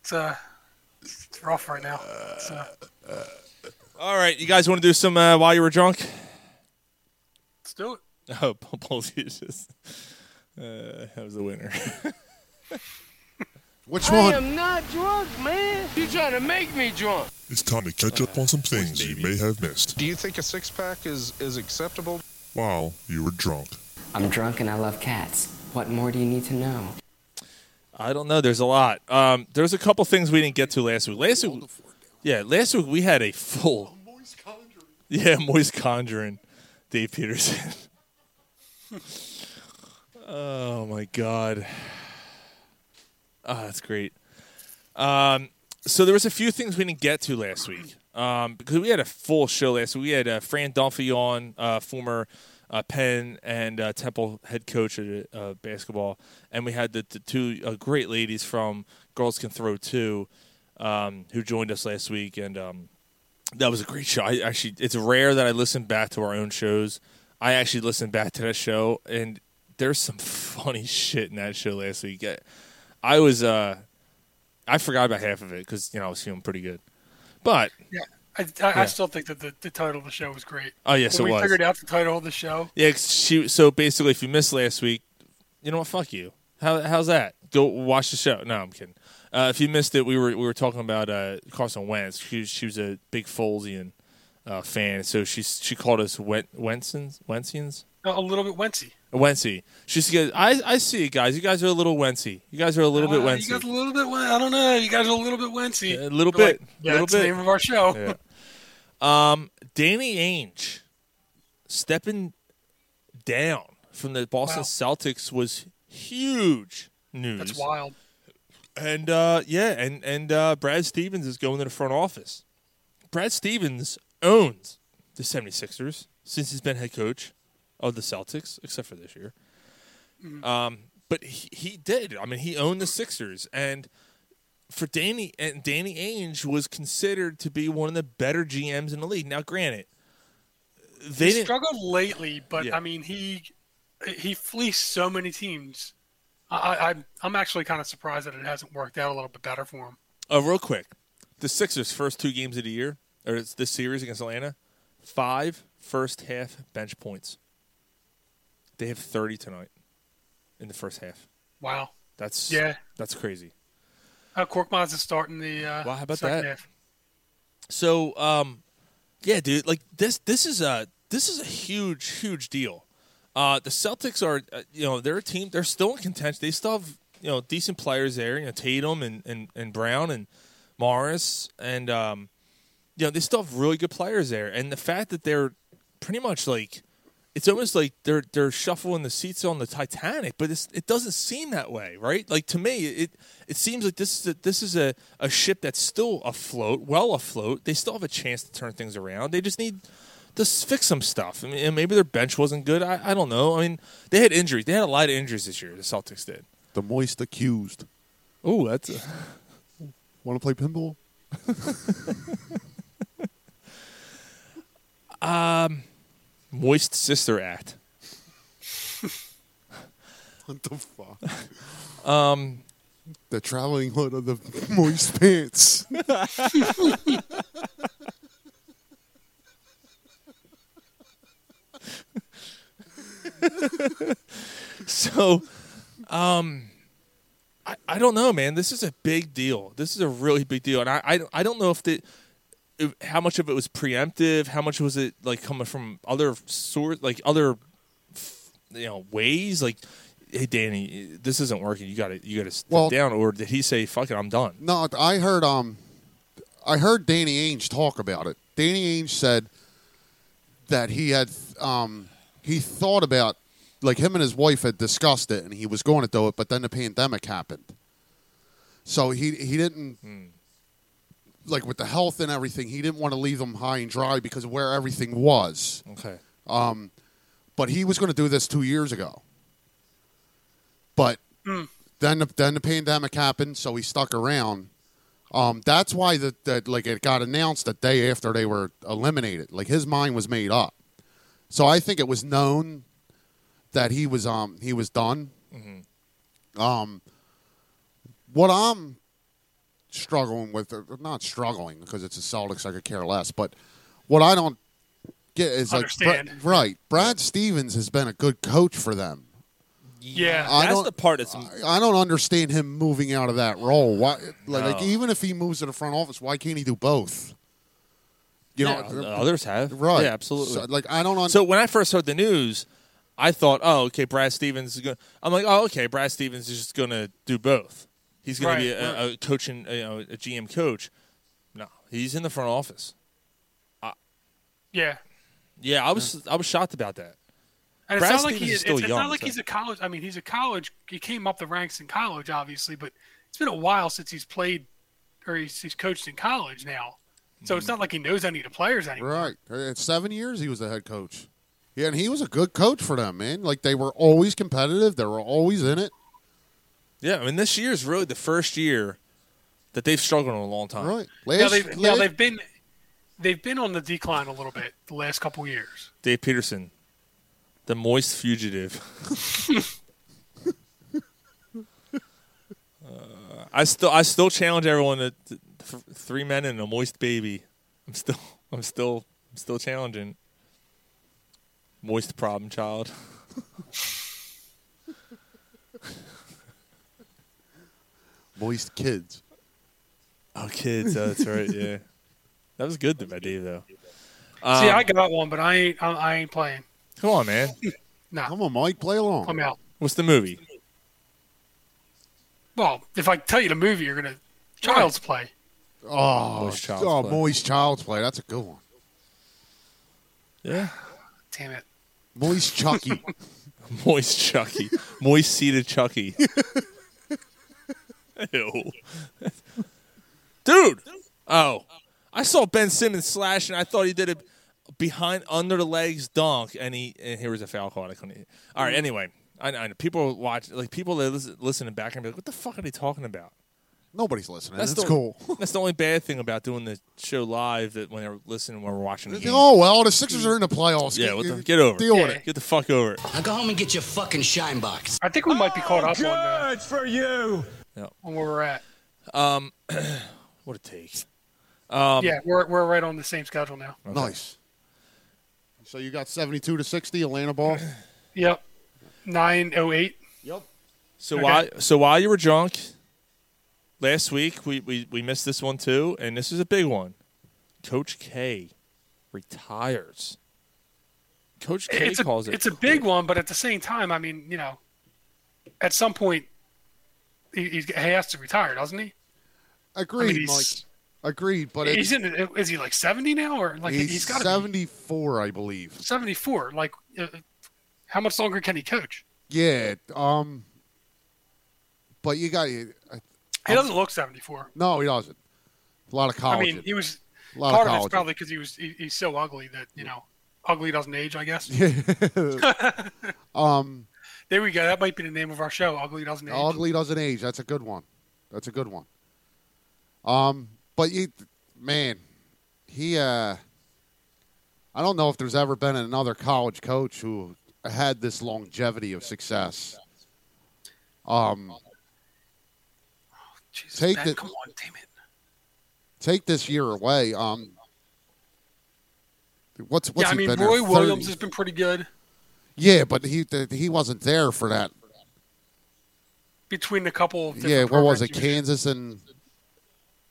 Speaker 2: It's, uh, it's rough right now. It's, uh,
Speaker 6: All right, you guys want to do some uh, while you were drunk?
Speaker 2: let's do it.
Speaker 6: Oh, Pumples is just uh, that was the winner.
Speaker 1: Which one?
Speaker 5: not drunk, man. You trying to make me drunk?
Speaker 10: It's time to catch up on some things you may have missed
Speaker 7: Do you think a six pack is, is acceptable?
Speaker 10: while you were drunk.
Speaker 11: I'm drunk and I love cats. What more do you need to know?
Speaker 6: I don't know. There's a lot. Um, there's a couple things we didn't get to last week. Last week, yeah, last week we had a full Yeah, moist conjuring, Dave Peterson. oh my god, ah, that's great. Um, so there was a few things we didn't get to last week um, because we had a full show last week. We had uh, Fran Dunphy on, uh, former uh, Penn and uh, Temple head coach of uh, basketball, and we had the, the two uh, great ladies from Girls Can Throw Two um, who joined us last week and. Um, that was a great show. I actually, it's rare that I listen back to our own shows. I actually listened back to that show, and there's some funny shit in that show last week. I, I was, uh, I forgot about half of it because you know I was feeling pretty good, but
Speaker 2: Yeah. I, I, I
Speaker 6: Yeah.
Speaker 2: still think that the, the title of the show was great.
Speaker 6: Oh, yes,
Speaker 2: when
Speaker 6: it
Speaker 2: we
Speaker 6: was.
Speaker 2: figured out the title of the show.
Speaker 6: yeah, 'cause she. So basically, if you missed last week, you know what? Fuck you. How, how's that? Go watch the show. No, I'm kidding. Uh, if you missed it, we were we were talking about uh, Carson Wentz. She, she was a big Folesian uh, fan, so she she called us Wen- Wentzens, Wentzians.
Speaker 2: A little bit Wency.
Speaker 6: Wency. She says, I, I see it, guys. You guys are a little Wency. You guys are a little bit
Speaker 2: Uh,
Speaker 6: Wency.
Speaker 2: You guys a little bit. Wen- I don't know. You guys are a little bit Wency.
Speaker 6: A little
Speaker 2: They're
Speaker 6: bit.
Speaker 2: like, yeah,
Speaker 6: little
Speaker 2: that's
Speaker 6: bit.
Speaker 2: the name of our show.
Speaker 6: Yeah. Um, Danny Ainge stepping down from the Boston
Speaker 2: Wow.
Speaker 6: Celtics was huge news.
Speaker 2: That's wild.
Speaker 6: And uh, yeah, and and uh, Brad Stevens is going to the front office. Brad Stevens owns the 76ers since he's been head coach of the Celtics, except for this year. Um, but he, he did. I mean, he owned the Sixers, and for Danny and Danny Ainge was considered to be one of the better GMs in the league. Now, granted, they
Speaker 2: he
Speaker 6: didn't-
Speaker 2: struggled lately, but
Speaker 6: Yeah.
Speaker 2: I mean he he fleeced so many teams. I, I I'm- I'm actually kind of surprised that it hasn't worked out a little bit better for him.
Speaker 6: Uh, real quick, the Sixers' first two games of the year, or it's this series against Atlanta, five first half bench points. They have thirty tonight in the first half.
Speaker 2: Wow.
Speaker 6: That's
Speaker 2: Yeah.
Speaker 6: That's crazy.
Speaker 2: Uh, Korkmaz is starting the. Uh,
Speaker 6: Wow, how about
Speaker 2: second
Speaker 6: that?
Speaker 2: half.
Speaker 6: So, um, yeah, dude, like this, this is a this is a huge, huge deal. Uh, the Celtics are, uh, you know, they're a team. They're still in contention. They still have, you know, decent players there. You know, Tatum and and, and Brown and Morris, and um, you know, they still have really good players there. And the fact that they're pretty much like, it's almost like they're they're shuffling the seats on the Titanic, but it's, it doesn't seem that way, right? Like to me, it it seems like this is a, this is a, a ship that's still afloat, well afloat. They still have a chance to turn things around. They just need to s- fix some stuff. I mean, and maybe their bench wasn't good. I, I don't know. I mean, they had injuries. They had a lot of injuries this year. The Celtics did.
Speaker 1: The moist accused.
Speaker 6: Oh, that's a-
Speaker 1: Want to play pinball?
Speaker 6: um, moist sister act.
Speaker 1: What the fuck?
Speaker 6: Um,
Speaker 1: the traveling hood of the moist pants.
Speaker 6: so um I, I don't know man this is a big deal this is a really big deal and i i, I don't know if the if, how much of it was preemptive how much was it like coming from other sort like other you know ways like hey danny this isn't working you gotta you gotta step
Speaker 1: Well-
Speaker 6: down or did he say fuck it i'm done
Speaker 1: No, I heard um, I heard Danny Ainge talk about it. Danny Ainge said that he had um, he thought about like him and his wife had discussed it, and he was going to do it, but then the pandemic happened, so he he didn't. Like with the health and everything, he didn't want to leave them high and dry because of where everything was.
Speaker 6: okay
Speaker 1: Um, but he was going to do this two years ago. But then, the, then the pandemic happened, so he stuck around. Um, that's why that that like it got announced the day after they were eliminated. Like his mind was made up. So I think it was known that he was um he was done. Um, what I'm struggling with, or not struggling because it's a Celtics, I could care less. But what I don't get is like, Bra-
Speaker 2: Understand.
Speaker 1: right? Brad Stevens has been a good coach for them.
Speaker 2: Yeah.
Speaker 1: I
Speaker 6: that's
Speaker 1: don't-
Speaker 6: the part that's
Speaker 1: I don't understand him moving out of that role. Why, like, like,
Speaker 6: No.
Speaker 1: even if he moves to the front office, why can't he do both? You
Speaker 6: Yeah,
Speaker 1: know,
Speaker 6: others have
Speaker 1: right?
Speaker 6: yeah absolutely
Speaker 1: So, like, I don't. Un-
Speaker 6: So when I first heard the news, I thought, oh, okay, Brad Stevens is going. to I'm like, oh, okay, Brad Stevens is just going to do both. He's going to be
Speaker 2: Right,
Speaker 6: a, a coach and you know, a GM coach. No, he's in the front office.
Speaker 2: Yeah.
Speaker 6: Yeah, I was I was shocked about that.
Speaker 2: And
Speaker 6: Brad
Speaker 2: it's not like
Speaker 6: Stevens
Speaker 2: he,
Speaker 6: is
Speaker 2: it's,
Speaker 6: still
Speaker 2: it's
Speaker 6: young,
Speaker 2: not like
Speaker 6: so-
Speaker 2: he's a college. I mean, he's a college. He came up the ranks in college, obviously, but it's been a while since he's played or he's, he's coached in college now. So
Speaker 6: Mm.
Speaker 2: it's not like he knows any of the players anymore.
Speaker 1: Right. At seven years, he was the head coach. Yeah, and he was a good coach for them, man. Like they were always competitive. They were always in it.
Speaker 6: Yeah, I mean, this year is really the first year that they've struggled in a long time.
Speaker 1: Right.
Speaker 2: Now
Speaker 1: Last,
Speaker 2: they've, now
Speaker 1: last-
Speaker 2: they've been they've been on the decline a little bit the last couple years.
Speaker 6: Dave Peterson, the moist fugitive. Uh, I still, I still challenge everyone to, to th- three men and a moist baby. I'm still, I'm still, I'm still challenging. Moist problem child.
Speaker 1: Moist kids.
Speaker 6: Oh, kids. Oh, that's right. Yeah. That was good, by Dave, though.
Speaker 2: See,
Speaker 6: Um,
Speaker 2: I got one, but I ain't. I, I ain't playing.
Speaker 6: Come on, man.
Speaker 2: Nah,
Speaker 1: Come on, Mike, play along.
Speaker 2: I'm out.
Speaker 6: What's the movie?
Speaker 2: Well, if I tell you the movie, you're gonna child's play.
Speaker 1: Oh,
Speaker 6: Moist Child's
Speaker 1: oh,
Speaker 6: Play.
Speaker 1: Moist Child's Play. That's a good one.
Speaker 6: Yeah.
Speaker 2: Damn it.
Speaker 1: Moist Chucky.
Speaker 6: Moist Chucky. Moist seated Chucky. Ew. Dude. Oh. I saw Ben Simmons slash and I thought he did a behind under the legs dunk and he and here was a foul call and I couldn't hear. All right, anyway. I, I know people watch like people that listen, listening back and be like, what the fuck are they talking about?
Speaker 1: Nobody's listening. That's,
Speaker 6: the,
Speaker 1: cool.
Speaker 6: that's the only bad thing about doing the show live that when they're listening when we're watching the game.
Speaker 1: oh well, the Sixers are in the playoffs.
Speaker 6: Yeah,
Speaker 1: Get-
Speaker 6: what the, get over
Speaker 1: Deal
Speaker 6: it.
Speaker 1: with it.
Speaker 6: Get the fuck over it.
Speaker 9: Now go home and get your fucking shine box.
Speaker 2: I think we might be caught up on, uh,
Speaker 5: for you.
Speaker 2: on where we're at.
Speaker 6: What it takes.
Speaker 2: yeah, we're we're right on the same schedule now.
Speaker 1: Nice. So you got seventy-two to sixty, Atlanta ball.
Speaker 2: Yep. Nine oh eight.
Speaker 6: So
Speaker 2: Okay.
Speaker 6: while so while you were drunk last week, we, we, we missed this one too, and this is a big one. Coach K retires. Coach K
Speaker 2: It's a
Speaker 6: calls it.
Speaker 2: it's a big one, but at the same time, I mean, you know, at some point, he, he's, he has to retire, doesn't he? I
Speaker 1: Agreed,
Speaker 2: mean,
Speaker 1: Mike.
Speaker 2: he's,
Speaker 1: Agreed, but it's,
Speaker 2: he's in. Is he like seventy now, or like
Speaker 1: he's,
Speaker 2: he's got to be
Speaker 1: seventy-four, I believe.
Speaker 2: seventy four? Like, uh, how much longer can he coach?
Speaker 1: Yeah. Um. But you got I-
Speaker 2: He doesn't look seventy four.
Speaker 1: no, he doesn't. A lot of
Speaker 2: I
Speaker 1: college.
Speaker 2: mean, he was
Speaker 1: a lot
Speaker 2: part
Speaker 1: of
Speaker 2: of,
Speaker 1: college.
Speaker 2: it's probably because he was he, he's so ugly that you know ugly doesn't age i guess
Speaker 1: um,
Speaker 2: there we go that might be the name of our show ugly doesn't age
Speaker 1: ugly doesn't age. That's a good one. That's a good one. Um, but you, man, he. Uh, I don't know if there's ever been another college coach who had this longevity of success. Um,
Speaker 2: Jesus,
Speaker 1: Take
Speaker 2: Ben,
Speaker 1: the-
Speaker 2: come on damn it
Speaker 1: take this year away. Um, what's what's
Speaker 2: yeah
Speaker 1: he
Speaker 2: i mean
Speaker 1: been
Speaker 2: roy
Speaker 1: there?
Speaker 2: williams
Speaker 1: 30?
Speaker 2: has been pretty good
Speaker 1: Yeah, but he th- he wasn't there for that.
Speaker 2: between a couple of different
Speaker 1: Yeah, what was it?
Speaker 2: programs he
Speaker 1: Kansas and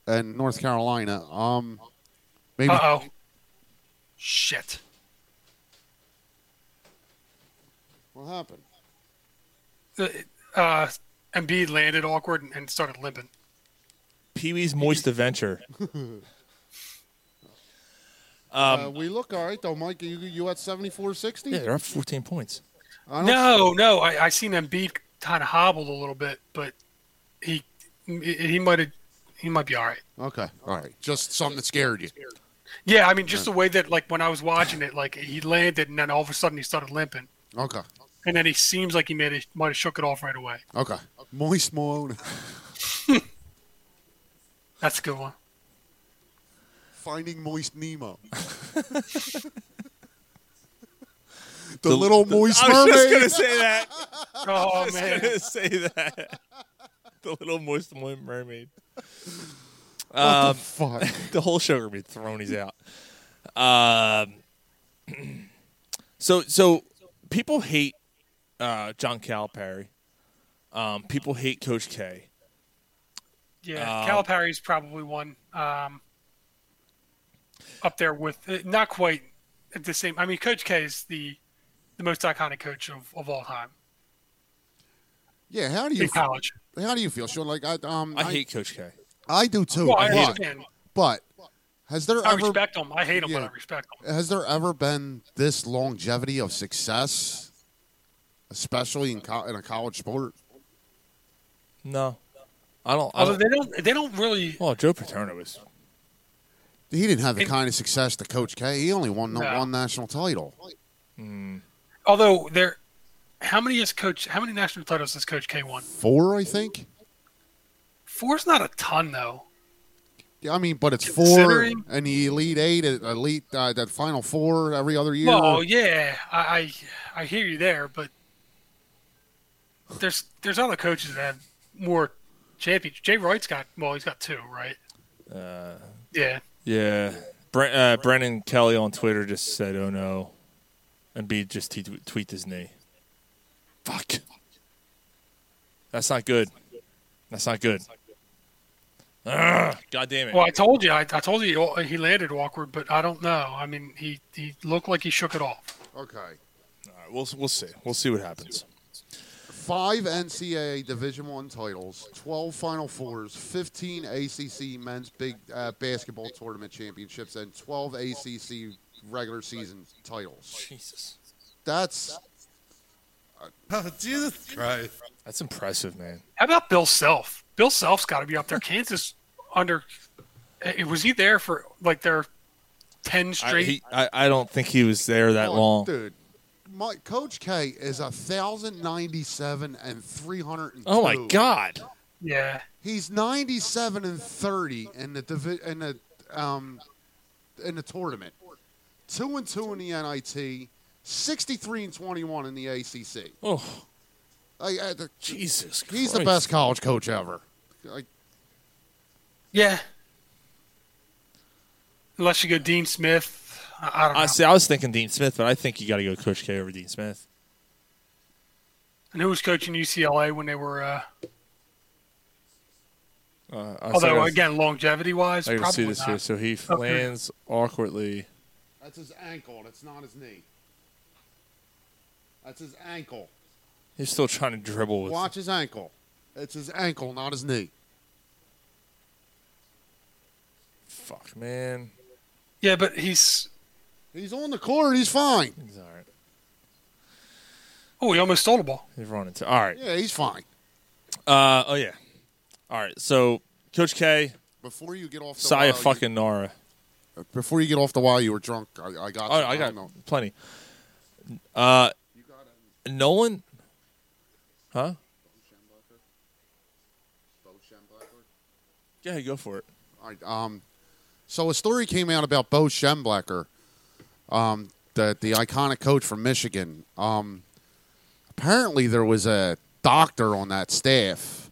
Speaker 1: and North Carolina. Um, maybe
Speaker 2: was- uh-oh shit
Speaker 1: what happened?
Speaker 2: The- uh Embiid landed awkward and, and started limping
Speaker 6: Pee Wee's Moist Adventure.
Speaker 1: uh, we look all right though, Mike. You you at seventy four sixty?
Speaker 6: Yeah, they're up 14 points.
Speaker 2: no no i i seen Embiid kind of hobbled a little bit but he he- he might have he might be all right
Speaker 1: Okay, all right. Just something that scared you.
Speaker 2: yeah i mean just the way that like when i was watching it like he landed and then all of a sudden he started limping
Speaker 1: Okay,
Speaker 2: and then he seems like he made it, might have shook it off right away.
Speaker 1: okay. Moist Malone,
Speaker 2: That's a good one.
Speaker 1: finding Moist Nemo. The, little moist
Speaker 6: I was
Speaker 1: mermaid.
Speaker 6: just gonna say that. I
Speaker 2: Oh
Speaker 6: was
Speaker 2: man,
Speaker 6: gonna say that. The little moist mermaid. Um,
Speaker 1: What the fuck?
Speaker 6: the whole show gonna be throwing these out. Um, so so people hate uh, John Calipari. Um, people hate Coach K. Um,
Speaker 2: yeah, Calipari's probably one um, up there with uh, not quite at the same. I mean, Coach K is the the most iconic coach of, of all time
Speaker 1: Yeah, how do you
Speaker 2: in college.
Speaker 1: how do you feel, Sean? Like I um
Speaker 6: I hate Coach K.
Speaker 1: I do too.
Speaker 2: Well, I
Speaker 1: but-
Speaker 2: understand.
Speaker 1: But has there
Speaker 2: I
Speaker 1: ever
Speaker 2: respect him. I hate him,
Speaker 1: yeah.
Speaker 2: but I respect him.
Speaker 1: has there ever been this longevity of success, especially in co- in a college sport?
Speaker 6: No, I don't. I
Speaker 2: Although
Speaker 6: don't
Speaker 2: they don't, they don't really.
Speaker 6: well, Joe Paterno was.
Speaker 1: He didn't have the kind of success that Coach K. He only won
Speaker 2: No.
Speaker 1: one national title.
Speaker 2: Although they're, how many is Coach? How many national titles has Coach K won?
Speaker 1: Four, I think.
Speaker 2: Four's not a ton though.
Speaker 1: Yeah, I mean, but it's four
Speaker 2: Considering-
Speaker 1: and the elite eight, uh, elite uh, that final four every other year.
Speaker 2: Well, yeah, I, I I hear you there, but there's there's other coaches that have more champions. Jay Wright's got well, he's got two, right? Uh, yeah,
Speaker 6: Yeah, Brent, uh, Brennan Kelly on Twitter just said, "Oh no," and B just t- tweet his knee. Fuck. That's not good. That's not good. Ugh, God damn it.
Speaker 2: Well, I told you, I, I told you he landed awkward, but I don't know. I mean, he, he looked like he shook it off.
Speaker 1: Okay.
Speaker 6: All right, we'll we'll see. We'll see what happens.
Speaker 1: Five NCAA Division One titles, twelve Final Fours, fifteen ACC Men's Big uh, Basketball Tournament championships, and twelve ACC regular season titles.
Speaker 6: Jesus.
Speaker 1: That's
Speaker 12: Oh, Jesus Christ.
Speaker 6: That's impressive, man.
Speaker 2: How about Bill Self? Bill Self's got to be up there. Kansas under. eh, Was he there for like their ten
Speaker 6: I,
Speaker 2: straight?
Speaker 6: he, I, I don't think he was there that
Speaker 1: Oh,
Speaker 6: long.
Speaker 1: dude. My Coach K is thousand ninety-seven and three hundred.
Speaker 6: Oh my God.
Speaker 2: yeah,
Speaker 1: He's ninety-seven and thirty in the divi- in the um in the tournament. Two and two in the NIT. Sixty-three and twenty-one in the ACC.
Speaker 6: Oh,
Speaker 1: Like, uh, the-
Speaker 6: Jesus.
Speaker 1: he's the
Speaker 6: Christ.
Speaker 1: best college coach ever. Like,
Speaker 2: yeah. Unless you go Dean Smith, I, I don't know.
Speaker 6: I see. I was thinking Dean Smith, but I think you got to go Coach K over Dean Smith.
Speaker 2: and who was coaching UCLA when they were? Uh,
Speaker 6: Uh, I said I
Speaker 2: although
Speaker 6: was-
Speaker 2: again, longevity wise,
Speaker 6: I can
Speaker 2: probably
Speaker 6: see this
Speaker 2: not.
Speaker 6: here. So he
Speaker 2: Okay.
Speaker 6: lands awkwardly.
Speaker 1: that's his ankle. That's not his knee. That's his ankle.
Speaker 6: He's still trying to dribble with.
Speaker 1: Watch his ankle. It's his ankle, not his knee.
Speaker 6: Fuck, man.
Speaker 2: Yeah, but he's.
Speaker 1: He's on the court. He's fine.
Speaker 6: He's all right.
Speaker 2: Oh, he almost stole the ball.
Speaker 6: He's running. To, all right.
Speaker 1: Yeah, he's fine.
Speaker 6: Uh, oh yeah. All right. So Coach K,
Speaker 1: Before you get off the
Speaker 6: Saya
Speaker 1: wire, you- Uh,
Speaker 6: fucking Nara.
Speaker 1: before you get off the wire, you were drunk. I, I got.
Speaker 6: Oh,
Speaker 1: you.
Speaker 6: I got
Speaker 1: don't know.
Speaker 6: plenty. Uh, Nolan. Huh? Yeah, go for it.
Speaker 1: All right, um, so a story came out about Bo Schemblacker, um, the the iconic coach from Michigan. Um, apparently, there was a doctor on that staff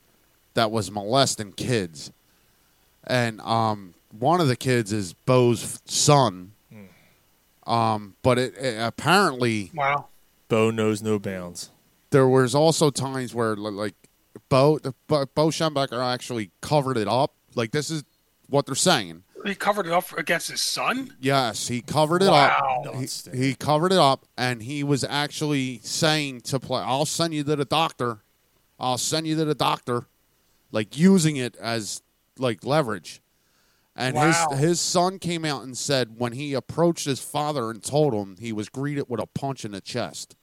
Speaker 1: that was molesting kids, and um, one of the kids is Bo's son. Um, but it, it apparently
Speaker 2: Wow.
Speaker 6: Bo knows no bounds.
Speaker 1: there was also times where li- like Bo the- Bo, Bo Schemblacker actually covered it up. Like this is what they're saying.
Speaker 2: He covered it up against his son.
Speaker 1: Yes, he covered it
Speaker 2: Wow.
Speaker 1: up. He, he covered it up, and he was actually saying to play, "I'll send you to the doctor. I'll send you to the doctor," like using it as like leverage. And
Speaker 2: Wow.
Speaker 1: his his son came out and said when he approached his father and told him, he was greeted with a punch in the chest.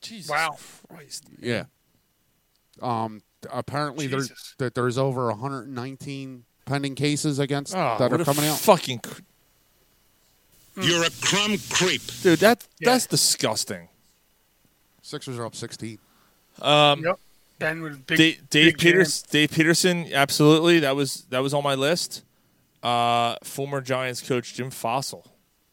Speaker 6: Jesus
Speaker 2: Wow.
Speaker 6: Christ.
Speaker 1: Yeah. Um. Apparently, there's
Speaker 2: Jesus.
Speaker 1: that there's over 119 pending cases against
Speaker 6: Oh,
Speaker 1: that
Speaker 6: what
Speaker 1: are
Speaker 6: a
Speaker 1: coming out.
Speaker 6: Fucking, cr-
Speaker 12: You're a crumb creep.
Speaker 6: dude, that
Speaker 2: Hmm. Yeah.
Speaker 6: that's disgusting.
Speaker 1: Sixers are up 16.
Speaker 6: Um,
Speaker 2: Yep. Ben with big.
Speaker 6: Da- Dave
Speaker 2: big jam.
Speaker 6: Peters, Dave Peterson, absolutely. That was that was on my list. Uh, former Giants coach Jim Fossil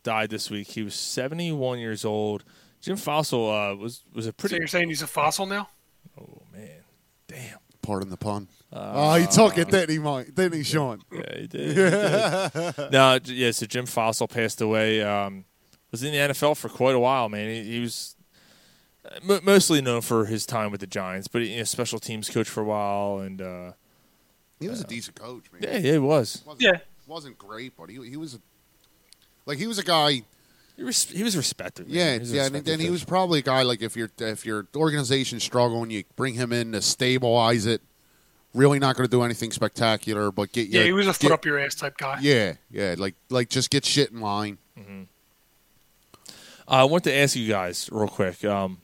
Speaker 6: died this week. He was 71 years old. Jim Fossil uh, was was a
Speaker 2: So
Speaker 6: pretty.
Speaker 2: you're saying he's a fossil now?
Speaker 6: Oh man, damn.
Speaker 1: Pardon the pun. oh, he took it, didn't he, Mike? Didn't he, Sean?
Speaker 6: Uh, Yeah, he did. he did. no, j- yeah. So Jim Fossil passed away. Um, was in the NFL for quite a while, man. He, he was uh, mo mostly known for his time with the Giants, but you know, special teams coach for a while, and uh,
Speaker 1: He was a decent coach, man.
Speaker 6: yeah, yeah, he was.
Speaker 1: Wasn't,
Speaker 2: Yeah.
Speaker 1: Wasn't great, but he, he was a, like he was a guy.
Speaker 6: He was, he was respected. man.
Speaker 1: Yeah,
Speaker 6: He was a
Speaker 1: yeah, and,
Speaker 6: respected
Speaker 1: and he
Speaker 6: coach.
Speaker 1: was probably a guy like if your if your organization's struggling, you bring him in to stabilize it. Really not going to do anything spectacular, but get you.
Speaker 2: Yeah, he was a foot
Speaker 1: get-
Speaker 2: up your ass type guy.
Speaker 1: Yeah, yeah, like like just get shit in line.
Speaker 6: I want to ask you guys real quick. Um,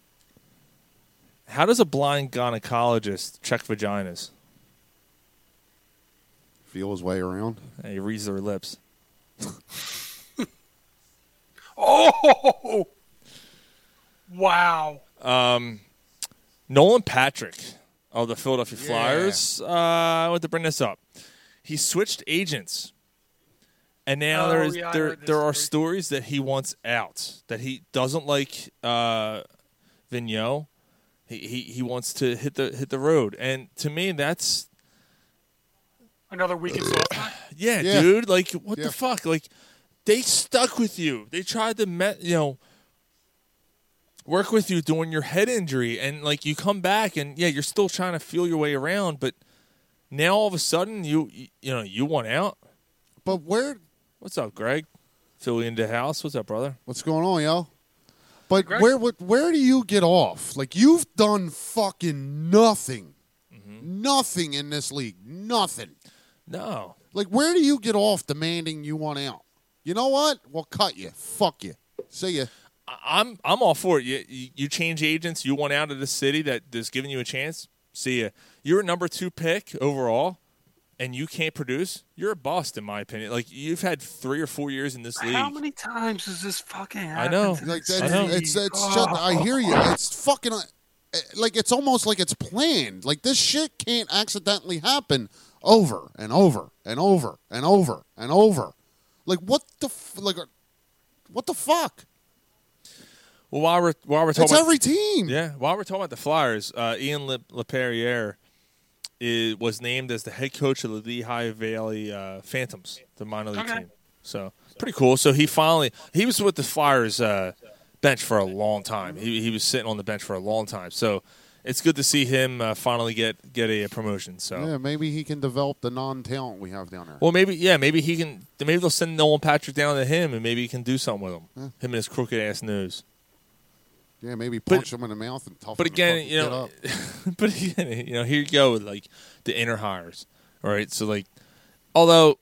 Speaker 6: how does a blind gynecologist check vaginas?
Speaker 1: Feel his way around.
Speaker 6: He reads their lips.
Speaker 2: Oh, wow.
Speaker 6: Nolan Patrick of the Philadelphia Flyers. Uh, I want to bring this up. He switched agents, and now
Speaker 2: Oh,
Speaker 6: there is
Speaker 2: yeah, I
Speaker 6: there
Speaker 2: heard this
Speaker 6: there are
Speaker 2: story.
Speaker 6: stories that he wants out that he doesn't like uh, Vigneault. He, he he wants to hit the hit the road, and to me that's
Speaker 2: Another week in Philadelphia.
Speaker 6: Yeah,
Speaker 1: Yeah.
Speaker 6: dude. Like, what
Speaker 1: Yeah.
Speaker 6: the fuck? Like, they stuck with you. They tried to, me- you know, work with you during your head injury, and like you come back, and yeah, you're still trying to feel your way around, but Now all of a sudden you you, you know you want out.
Speaker 1: But where?
Speaker 6: What's up, Greg? Philly in the house. What's up, brother?
Speaker 1: What's going on, yo? But where where where do you get off? Like you've done fucking nothing, nothing in this league, nothing.
Speaker 6: No.
Speaker 1: Like where do you get off demanding you want out? You know what? We'll cut you. Fuck you. See ya.
Speaker 6: I- I'm I'm all for it. You, you you change agents. You want out of the city that is giving you a chance. See ya. You're a number two pick overall, and you can't produce. You're a bust, in my opinion. Like you've had three or four years in this league.
Speaker 2: How many times does this fucking
Speaker 6: I
Speaker 2: happen?
Speaker 6: know.
Speaker 2: to
Speaker 1: Like
Speaker 2: this
Speaker 1: that's,
Speaker 6: know.
Speaker 1: it's it's
Speaker 2: Oh.
Speaker 1: just, I hear you. It's fucking uh, eh, like it's almost like it's planned. Like this shit can't accidentally happen over and over and over and over and over. Like what the f- like uh, what the fuck?
Speaker 6: Well, while we're while we're talking,
Speaker 1: It's
Speaker 6: about,
Speaker 1: every team.
Speaker 6: Yeah, while we're talking about the Flyers, uh, Ian Le- LePerriere is, was named as the head coach of the Lehigh Valley uh, Phantoms, the minor league
Speaker 2: Okay.
Speaker 6: team. So pretty cool. So he finally he was with the Flyers uh, bench for a long time. He he was sitting on the bench for a long time. So it's good to see him uh, finally get get a, promotion. So.
Speaker 1: Yeah, maybe he can develop the non-talent we have down there.
Speaker 6: Well, maybe yeah, maybe he can. Maybe they'll send Nolan Patrick down to him, and maybe he can do something with him. Him and his crooked ass nose.
Speaker 1: Yeah, maybe punch him in the mouth and tough.
Speaker 6: But again, you know, but again, you know, here you go with like the inner hires, all right? So like, although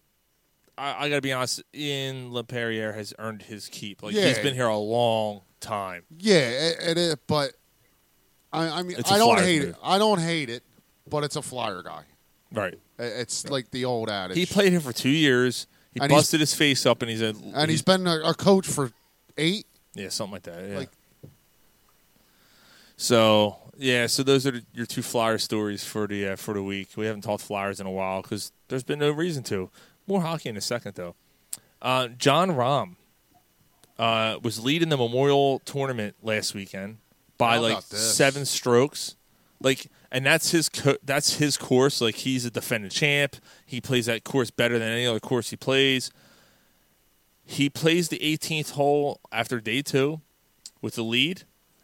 Speaker 6: I, I got to be honest, Ian LePerriere has earned his keep. Like he's
Speaker 1: Yeah.
Speaker 6: been here a long time.
Speaker 1: yeah, it, it is. But I, I mean,
Speaker 6: It's a
Speaker 1: I don't
Speaker 6: Flyers
Speaker 1: hate
Speaker 6: move.
Speaker 1: it. I don't hate it, but it's a flyer guy.
Speaker 6: Right.
Speaker 1: I- It's like the old adage.
Speaker 6: He played here for two years. He
Speaker 1: And he's-
Speaker 6: busted his face up, and he's a
Speaker 1: and he's been a, a coach for eight.
Speaker 6: yeah, something like that. Yeah.
Speaker 1: Like-
Speaker 6: so yeah, so those are your two flyer stories for the uh, for the week. We haven't talked flyers in a while because there's been no reason to. More hockey in a second though. Uh, John Rahm uh, was leading the Memorial Tournament last weekend by
Speaker 1: How
Speaker 6: like
Speaker 1: about this?
Speaker 6: seven strokes. Like, and that's his co- that's his course. Like, he's a defending champ. He plays that course better than any other course he plays. He plays the 18th hole after day two with the lead,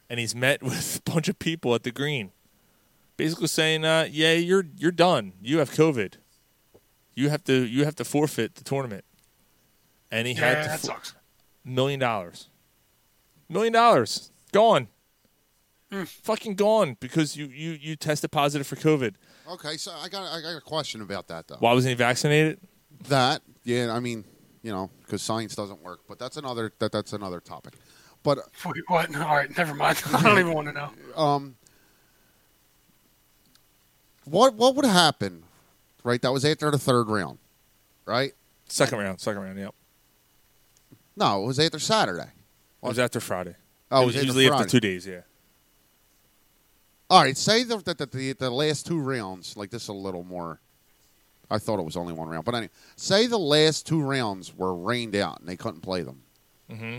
Speaker 6: and he's met with a bunch of people at the green, basically saying, uh, "Yeah, you're you're done. You have COVID. You have to you have to forfeit the tournament." And he
Speaker 2: Yeah,
Speaker 6: had to
Speaker 2: that
Speaker 6: fo-
Speaker 2: sucks.
Speaker 6: million dollars. Million dollars gone. Fucking gone because you, you you tested positive for COVID.
Speaker 1: Okay, so I got I got a question about that though.
Speaker 6: Why wasn't he vaccinated?
Speaker 1: That yeah, I mean, you know, because science doesn't work. But that's another that that's another topic. But
Speaker 2: Wait, what? No, all right, never mind. I don't even want to know.
Speaker 1: um, what what would happen? Right, that was after the third round, right?
Speaker 6: Second round, second round. Yep.
Speaker 1: No, it was after Saturday.
Speaker 6: It was after Friday.
Speaker 1: Oh,
Speaker 6: it
Speaker 1: it
Speaker 6: was
Speaker 1: was after
Speaker 6: usually after
Speaker 1: Friday.
Speaker 6: two days. Yeah.
Speaker 1: All right, say the the, the the last two rounds. Like this, is a little more. I thought it was only one round, but anyway, say the last two rounds were rained out and they couldn't play them.
Speaker 6: Mm-hmm.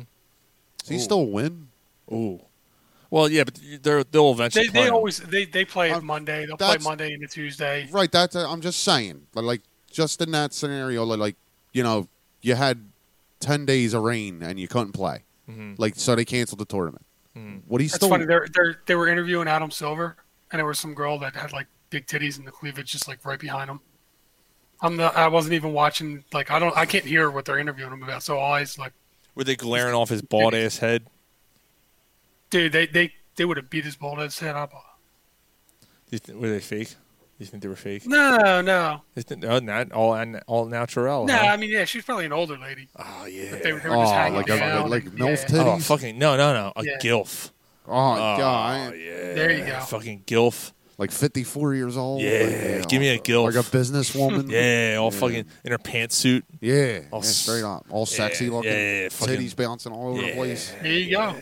Speaker 1: Does he
Speaker 6: Ooh.
Speaker 1: still win?
Speaker 6: Ooh. Well, yeah, but they're, they'll eventually.
Speaker 2: They,
Speaker 6: play
Speaker 2: they
Speaker 6: him.
Speaker 2: always they, they play it
Speaker 1: Um,
Speaker 2: Monday. They'll play
Speaker 1: that's-
Speaker 2: Monday into Tuesday.
Speaker 1: Right. That's. uh, I'm just saying. But like, just in that scenario, li- like, you know, you had ten days of rain and you couldn't play.
Speaker 6: Mm-hmm.
Speaker 1: Like, so they canceled the tournament. What do you
Speaker 2: That's
Speaker 1: still?
Speaker 2: funny. They're, they're, they were interviewing Adam Silver, and there was some girl that had like big titties and the cleavage just like right behind him. I'm not. I wasn't even watching. Like I don't. I can't hear what they're interviewing him about. So all I was like,
Speaker 6: were they glaring off his bald ass head.
Speaker 2: dude, they they, they would have beat his bald ass head up.
Speaker 6: Do you th- were they fake? You think they were fake?
Speaker 2: No, no,
Speaker 6: Isn't oh, not all an- all natural.
Speaker 2: no.
Speaker 6: huh?
Speaker 2: I mean, yeah, she's probably an older lady.
Speaker 6: Oh yeah.
Speaker 2: They, they were just
Speaker 1: oh,
Speaker 2: hanging
Speaker 1: like a,
Speaker 2: out.
Speaker 1: like milf
Speaker 2: yeah.
Speaker 6: oh
Speaker 1: titties.
Speaker 6: fucking no no no a
Speaker 2: Yeah.
Speaker 6: gilf.
Speaker 1: Oh, god. I-
Speaker 6: yeah.
Speaker 2: There you go.
Speaker 6: Fucking gilf.
Speaker 1: Like 54 years old.
Speaker 6: Oh, Yeah,
Speaker 1: Like, you know,
Speaker 6: give me a gilf.
Speaker 1: Like a businesswoman.
Speaker 6: Yeah, all fucking in her pantsuit.
Speaker 1: Yeah,
Speaker 6: All
Speaker 1: yeah, Oh, straight
Speaker 6: s-
Speaker 1: up, all sexy
Speaker 6: yeah,
Speaker 1: looking,
Speaker 6: yeah, yeah, fucking-
Speaker 1: titties bouncing all over
Speaker 6: Yeah.
Speaker 1: the place.
Speaker 2: There you go.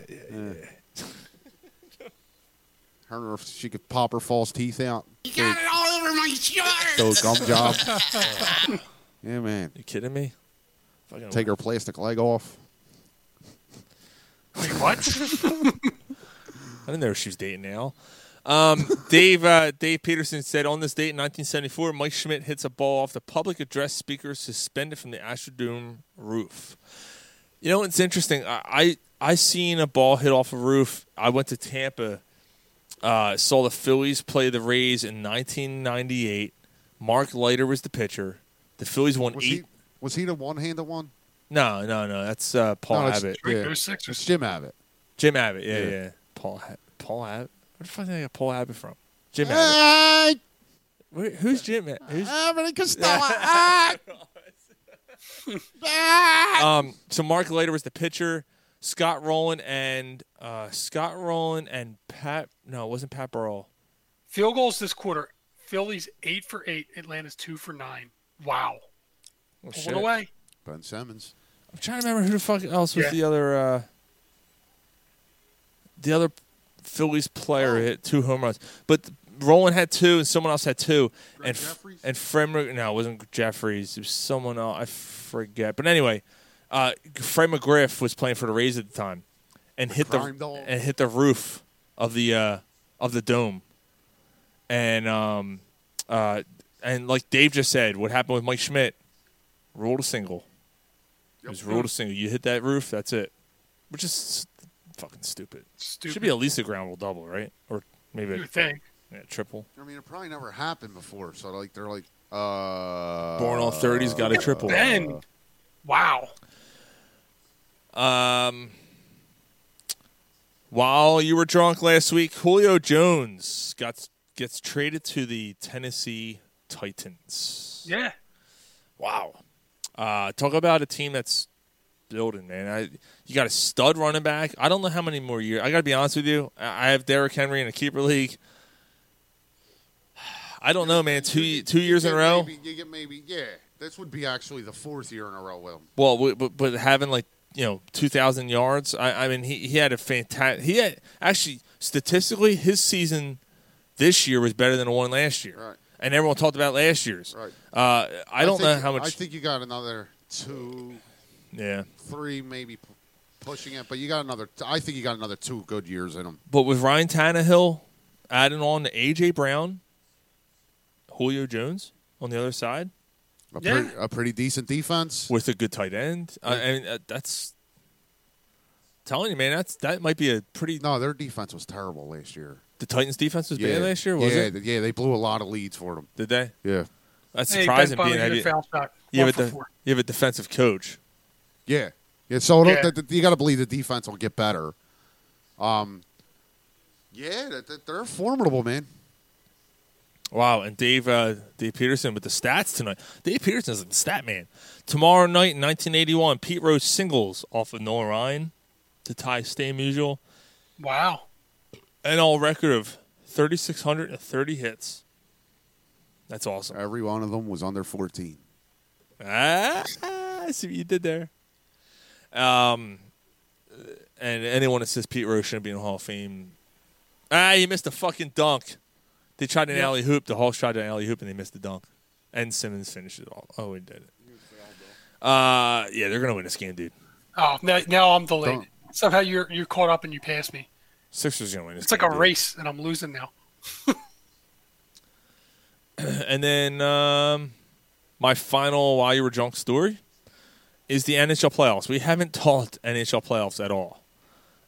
Speaker 1: Her if she could pop her false teeth out,
Speaker 5: You got it all over my shirt.
Speaker 1: go gum job. yeah, man,
Speaker 6: You kidding me? Fucking
Speaker 1: take her plastic leg off.
Speaker 2: Wait, what?
Speaker 6: I didn't know she was dating Al. Um, Dave uh, Dave Peterson said on this date in 1974, Mike Schmidt hits a ball off the public address speaker suspended from the Astrodome roof. You know, it's interesting. I, I I seen a ball hit off a roof. I went to Tampa, uh, saw the Phillies play the Rays in 1998. Mark Leiter was the pitcher. The Phillies won
Speaker 1: Was
Speaker 6: eight.
Speaker 1: he was he the one-handed one?
Speaker 6: No, no, no. That's uh, Paul
Speaker 1: No, it's-
Speaker 6: Abbott.
Speaker 1: yeah, It's Jim Abbott.
Speaker 6: Jim Abbott. Yeah, yeah.
Speaker 1: Yeah.
Speaker 6: Paul. Ha- Paul Abbott. Where the fuck did I get Paul Abbott from? Jim
Speaker 1: Ah,
Speaker 6: Abbott.
Speaker 1: Hey,
Speaker 6: Wait, who's Jim? Abbott? Who's
Speaker 1: Abbott and
Speaker 6: um, so Mark Leiter was the pitcher. Scott Rowland and uh, Scott Rowland and Pat. No, it wasn't Pat Burrell. Oh,
Speaker 2: Field goals this quarter. Phillies eight for eight. Atlanta's two for nine. Wow.
Speaker 6: Oh,
Speaker 2: Pull
Speaker 6: shit.
Speaker 2: it away.
Speaker 1: Ben Simmons.
Speaker 6: I'm trying to remember who the fuck else was
Speaker 2: Yeah.
Speaker 6: the other. Uh, the other Phillies
Speaker 1: Oh.
Speaker 6: player hit two home runs, but Rowland had two and someone else had two, and F- and Fred. Mc- No, it wasn't Jeffries. It was someone else. I forget. But anyway, uh, Fred McGriff was playing for the Rays at the time, and hit the
Speaker 1: crime dog.
Speaker 6: and hit the roof of the uh, of the dome, and um, uh, and like Dave just said, what happened with Mike Schmidt? Ruled a single. It was ruled a single. You hit that roof, that's it. Which is s- fucking stupid.
Speaker 2: Stupid.
Speaker 6: Should be at least a ground rule double, right? Or maybe
Speaker 2: You
Speaker 6: a
Speaker 2: would think.
Speaker 6: yeah, triple.
Speaker 1: I mean, it probably never happened before. So like, they're like, uh,
Speaker 6: Born off 30's got a triple.
Speaker 2: Ben. Wow.
Speaker 6: Um, while you were drunk last week, Julio Jones got gets traded to the Tennessee Titans.
Speaker 2: Yeah.
Speaker 6: Wow. Uh, talk about a team that's building, man. I you got a stud running back. I don't know how many more years. I got to be honest with you. I I have Derrick Henry in a keeper league. I don't know, man. Two two years in a row.
Speaker 1: Maybe, you get maybe, yeah. This would be actually the fourth year in a row with him.
Speaker 6: Well, w- but, but having like you know two thousand yards. I, I mean, he he had a fantastic. He had actually statistically his season this year was better than the one last year.
Speaker 1: Right.
Speaker 6: And everyone talked about last year's.
Speaker 1: Right.
Speaker 6: Uh, I don't
Speaker 1: think-
Speaker 6: know how much.
Speaker 1: I think you got another two,
Speaker 6: yeah.
Speaker 1: three, maybe p- pushing it, but you got another. I think you got another two good years in him.
Speaker 6: But with Ryan Tannehill adding on to AJ Brown, Julio Jones on the other side
Speaker 1: A,
Speaker 2: Yeah.
Speaker 1: pretty, a pretty decent defense.
Speaker 6: with a good tight end, I, I mean uh, that's telling you, man. That's that might be a pretty.
Speaker 1: No, their defense was terrible last year.
Speaker 6: The Titans' defense was bad last year, was
Speaker 1: yeah,
Speaker 6: it?
Speaker 1: th- Yeah, they blew a lot of leads for them.
Speaker 6: Did they?
Speaker 1: Yeah,
Speaker 6: That's
Speaker 2: Hey, Ben
Speaker 6: surprising.
Speaker 2: finally
Speaker 6: being
Speaker 2: hit a
Speaker 6: heavy.
Speaker 2: foul shot.
Speaker 6: You
Speaker 2: One
Speaker 6: have, a
Speaker 2: for
Speaker 6: de-
Speaker 2: four.
Speaker 6: you have a defensive coach.
Speaker 1: yeah, yeah. So it'll-
Speaker 2: Yeah.
Speaker 1: th- th- you got to believe the defense will get better. Um, yeah, th- th- they're formidable, man.
Speaker 6: Wow, and Dave uh, Dave Peterson with the stats tonight. Dave Peterson's a stat man. Tomorrow night in 1981, Pete Rose singles off of Noah Ryan to tie Stan Musial.
Speaker 2: Wow.
Speaker 6: an all record of 3,630 hits. That's awesome.
Speaker 1: Every one of them was under fourteen.
Speaker 6: Ah, I see what you did there. Um, and anyone that says Pete Rose shouldn't be in the Hall of Fame, ah, you missed a fucking dunk. They tried an alley hoop. The Hawks tried an alley hoop, and they missed the dunk. And Simmons finished it all. Oh, he did it. Uh, yeah, they're gonna win this game, dude.
Speaker 2: Oh, now, now I'm delayed.
Speaker 1: Don't-
Speaker 2: Somehow you're you're caught up and you pass me.
Speaker 6: Sixers are gonna win this.
Speaker 2: It's like
Speaker 6: game,
Speaker 2: a
Speaker 6: dude.
Speaker 2: race, and I'm losing now.
Speaker 6: And then um, my final while you were drunk story is the NHL playoffs. We haven't talked NHL playoffs at all,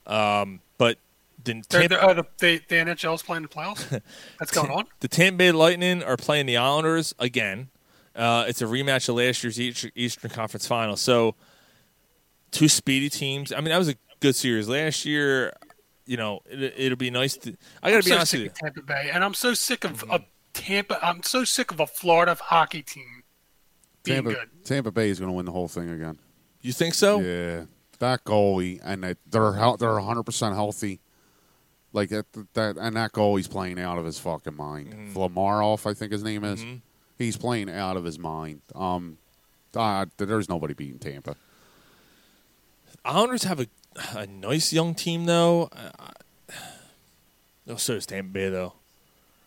Speaker 6: um, but the
Speaker 2: They're,
Speaker 6: Tampa,
Speaker 2: they're, oh, the, the, the NHL's playing the playoffs. That's going on.
Speaker 6: the Tampa Bay Lightning are playing the Islanders again. Uh, it's a rematch of last year's East- Eastern Conference Final. So two speedy teams. I mean, that was a good series last year. You know, it, it'll be nice. To, I got to be
Speaker 2: so
Speaker 6: honest
Speaker 2: sick
Speaker 6: with you. Mm-hmm.
Speaker 2: of Tampa Bay, and I'm so sick of a Tampa. I'm so sick of a Florida hockey team being
Speaker 1: Tampa,
Speaker 2: good.
Speaker 1: Tampa Bay is going to win the whole thing again.
Speaker 6: You think so?
Speaker 1: Yeah, that goalie and that they're hel- they're 100 percent healthy. Like that, that and that goalie's playing out of his fucking mind.
Speaker 6: Mm-hmm.
Speaker 1: Lamaroff, I think his name is. He's playing out of his mind. Um, uh, there's nobody beating Tampa.
Speaker 6: Islanders have a, a nice young team though. I- I- No, so is Tampa Bay though.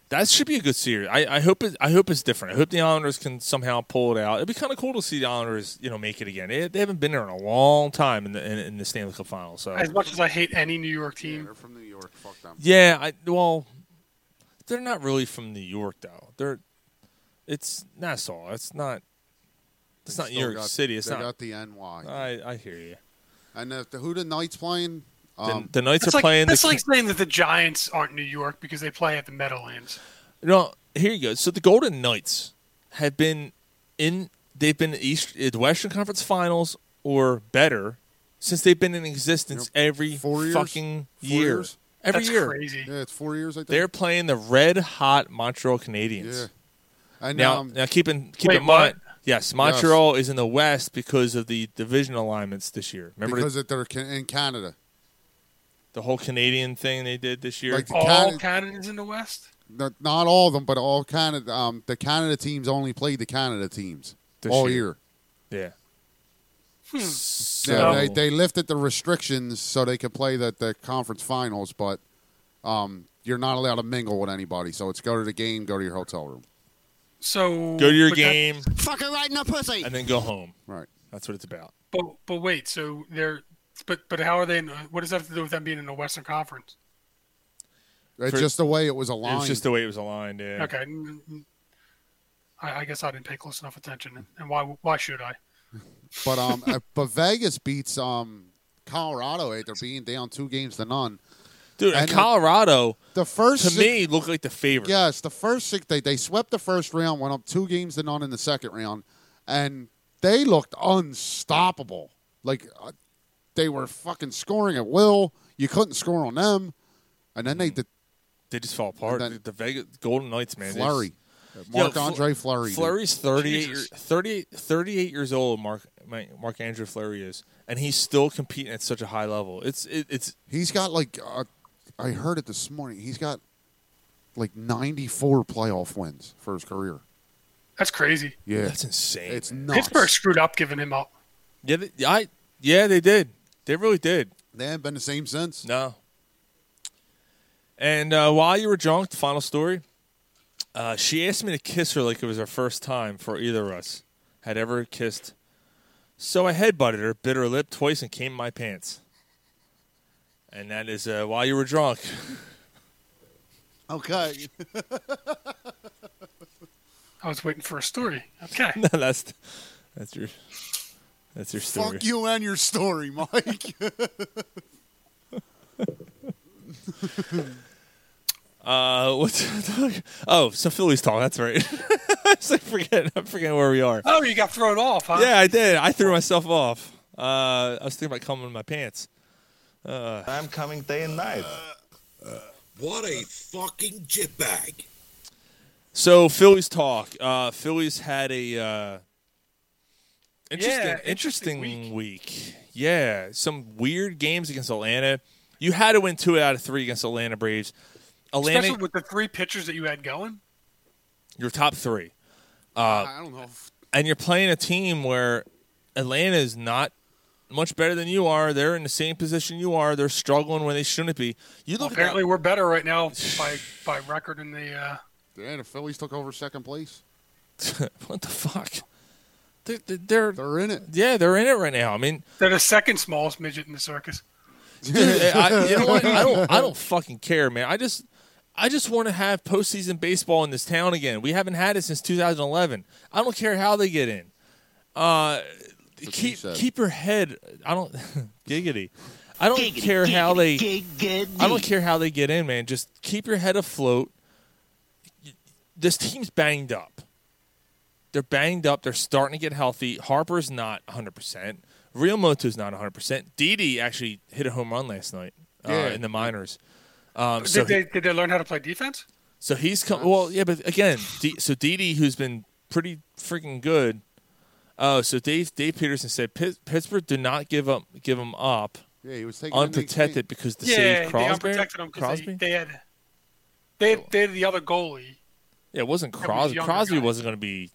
Speaker 6: That should be a good series. I, I hope it. I hope it's different. I hope the Islanders can somehow pull it out. It'd be kind of cool to see the Islanders, you know, make it again. They, they haven't been there in a long time in the in, in the Stanley Cup final. So
Speaker 2: As much as I hate any New York team,
Speaker 1: they're from New York. Fuck them.
Speaker 6: yeah, I well, they're not really from New York though. They're it's Nassau. It's not. It's not New York City. It's
Speaker 1: they
Speaker 6: not. Uh,
Speaker 1: got the NY.
Speaker 6: I I hear you.
Speaker 1: and if the, who the Knights playing?
Speaker 6: The-
Speaker 1: Um,
Speaker 6: the, Knights
Speaker 2: it's
Speaker 6: are
Speaker 2: like
Speaker 6: playing. the
Speaker 2: it's like saying that the Giants aren't New York because they play at the Meadowlands.
Speaker 6: No, here you go. So the Golden Knights have been in they've been East uh, the Western Conference Finals or better since they've been in existence every
Speaker 1: years?
Speaker 6: fucking
Speaker 1: Four
Speaker 6: year.
Speaker 1: years?
Speaker 6: Every
Speaker 1: That's
Speaker 6: year.
Speaker 1: crazy. Yeah, it's four years. I think.
Speaker 6: They're playing the red hot Montreal Canadiens.
Speaker 1: Yeah. And,
Speaker 6: now,
Speaker 1: um,
Speaker 6: now keep in keep
Speaker 1: Wait,
Speaker 6: in mind.
Speaker 1: what?
Speaker 6: Yes, Montreal is in the West because of the division alignments this year. Remember the
Speaker 1: because it, they're can- in Canada.
Speaker 6: the whole Canadian thing they did this year.
Speaker 1: Like the
Speaker 2: All
Speaker 1: Cana-
Speaker 2: Canada's in the West.
Speaker 1: not, not all of them, but all Canada. Um, the Canada teams only played the Canada teams
Speaker 6: This
Speaker 1: all
Speaker 6: year.
Speaker 1: year.
Speaker 6: yeah.
Speaker 1: Yeah,
Speaker 6: So
Speaker 1: they, they lifted the restrictions so they could play the, the conference finals, but um, you're not allowed to mingle with anybody. So it's go to the game, go to your hotel room.
Speaker 2: So
Speaker 6: go to your
Speaker 2: but that-
Speaker 6: game
Speaker 9: Fucker right in the pussy.
Speaker 6: and then go home.
Speaker 1: Right.
Speaker 6: That's what it's about.
Speaker 2: But but wait, so they're but but how are they? In, what does that have to do with them being in the Western Conference?
Speaker 1: It's
Speaker 6: For-
Speaker 1: just the way it was
Speaker 6: It was
Speaker 1: aligned.
Speaker 6: just the way it was aligned. Yeah.
Speaker 2: Okay, n- n- I, I guess I didn't pay close enough attention, and why why should I?
Speaker 1: but um, uh, but Vegas beats um Colorado after being down two games to none.
Speaker 6: Dude, and
Speaker 1: And it-
Speaker 6: Colorado
Speaker 1: The first
Speaker 6: to
Speaker 1: six-
Speaker 6: me looked like the favorite.
Speaker 1: Yes, the first six they they swept the first round, went up two games to none in the second round, and they looked unstoppable. Like uh, they were fucking scoring at will. You couldn't score on them, and then they
Speaker 6: Mm-hmm.
Speaker 1: did
Speaker 6: They just fall apart.
Speaker 1: And then-
Speaker 6: the Vegas Golden Knights, man. they just-
Speaker 1: Flurry,
Speaker 6: Yo,
Speaker 1: Mark
Speaker 6: Fl-
Speaker 1: Andre Flurry. dude.
Speaker 6: Flurry's 38, year-
Speaker 1: Jesus.
Speaker 6: 38 38 years old. Mark Mark Andrew Flurry is, and he's still competing at such a high level. It's it, it's
Speaker 1: He's got like uh, I heard it this morning. He's got like ninety four playoff wins for his career.
Speaker 2: That's crazy.
Speaker 1: Yeah,
Speaker 6: that's insane.
Speaker 1: It's
Speaker 6: man.
Speaker 1: nuts.
Speaker 2: Pittsburgh screwed up giving him up.
Speaker 6: Yeah, they, I yeah they did. They really did.
Speaker 1: They haven't been the same since.
Speaker 6: No. And uh, while you were drunk, the final story. Uh, she asked me to kiss her like it was her first time for either of us had ever kissed. So I headbutted her, bit her lip twice, and came in my pants. And that is uh, while you were drunk.
Speaker 1: Okay.
Speaker 2: I was waiting for a story. Okay.
Speaker 6: no, that's that's your that's your story.
Speaker 1: Fuck you and your story, Mike.
Speaker 6: Uh, what's oh, so Philly's talk. That's right. I was like, forget, I'm forgetting where we are.
Speaker 2: Oh, you got thrown off, huh?
Speaker 6: Yeah, I did. I
Speaker 12: Oh.
Speaker 6: threw myself off. Uh, I was thinking about coming in my pants. Uh,
Speaker 8: I'm coming day and night.
Speaker 12: Uh, What a fucking jitbag.
Speaker 6: so Phillies talk. Uh, Phillies had a uh, interesting,
Speaker 12: Yeah,
Speaker 6: interesting week. Yeah, some weird games against Atlanta. You had to win two out of three against Atlanta Braves. Atlanta,
Speaker 2: Especially with the three pitchers that you had going.
Speaker 6: your top three. Uh,
Speaker 1: I don't know. If,
Speaker 6: and you're playing a team where Atlanta is not much better than you are. They're in the same position you are. They're struggling when they shouldn't be. You look at
Speaker 2: Apparently, we're better right now by by record in the. Uh,
Speaker 1: yeah, the Phillies took over second place.
Speaker 6: that- what the fuck? They're, they're
Speaker 1: they're in it.
Speaker 6: Yeah, they're in it right now. I mean,
Speaker 2: they're the second smallest midget in the circus.
Speaker 6: dude, I, you know what? I don't. I don't fucking care, man. I just, I just want to have postseason baseball in this town again. We haven't had it since 2011. I don't care how they get in. Uh, keep
Speaker 1: said.
Speaker 6: keep your head. I don't giggity. I don't care how they. I don't care how they get in, man. Just keep your head afloat. This team's banged up. They're banged up. They're starting to get healthy. Harper's not 100%. Real Moto's not 100%. Didi actually hit a home run last night uh,
Speaker 2: Yeah.
Speaker 6: in the minors. Um,
Speaker 2: Did,
Speaker 6: so,
Speaker 2: they,
Speaker 6: he-
Speaker 2: did they learn how to play defense?
Speaker 6: so he's come. Well, yeah, but again, D, so Didi, who's been pretty freaking good. Oh, so Dave Dave Peterson said Pitts- Pittsburgh did not give up give him up
Speaker 1: Yeah, he was taking the next game.
Speaker 6: unprotected because the
Speaker 2: yeah,
Speaker 6: save
Speaker 2: they
Speaker 6: Crosby.
Speaker 2: unprotected them because
Speaker 6: Crosby?
Speaker 2: they, they had they had, they had the other goalie.
Speaker 6: Yeah, it wasn't
Speaker 2: That was
Speaker 6: Crosby.
Speaker 2: younger
Speaker 6: Crosby
Speaker 2: guy.
Speaker 6: wasn't going to be.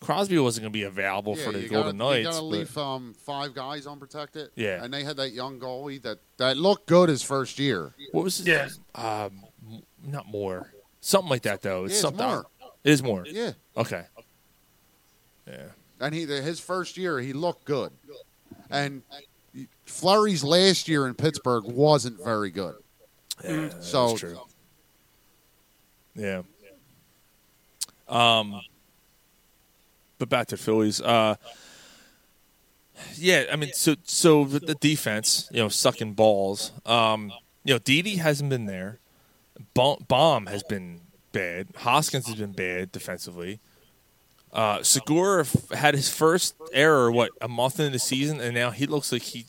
Speaker 6: Crosby wasn't going to be available
Speaker 1: Yeah,
Speaker 6: for the
Speaker 1: you
Speaker 6: Golden
Speaker 1: gotta, You
Speaker 6: Knights.
Speaker 1: gotta
Speaker 6: but-
Speaker 1: leave um, five guys unprotected.
Speaker 6: Yeah.
Speaker 1: and they had that young goalie that that looked good his first year.
Speaker 6: what was his
Speaker 2: Yeah.
Speaker 6: name? Um, m- not more. Something like that, though. It's
Speaker 1: Yeah, it's
Speaker 6: something.
Speaker 1: Moore.
Speaker 6: It is more.
Speaker 1: Yeah,
Speaker 6: Okay. Yeah.
Speaker 1: and he his first year he looked good, and Flurry's last year in Pittsburgh wasn't very good. Mm-hmm.
Speaker 6: Yeah,
Speaker 1: So
Speaker 6: that's true. Yeah. Um, but back to Phillies. Uh, yeah, I mean, so so with the defense, you know, sucking balls. Um, you know, Didi hasn't been there. Bom- Bomb has been bad. Hoskins has been bad defensively. Uh, Segura f- had his first error what a month into the season, and now he looks like he.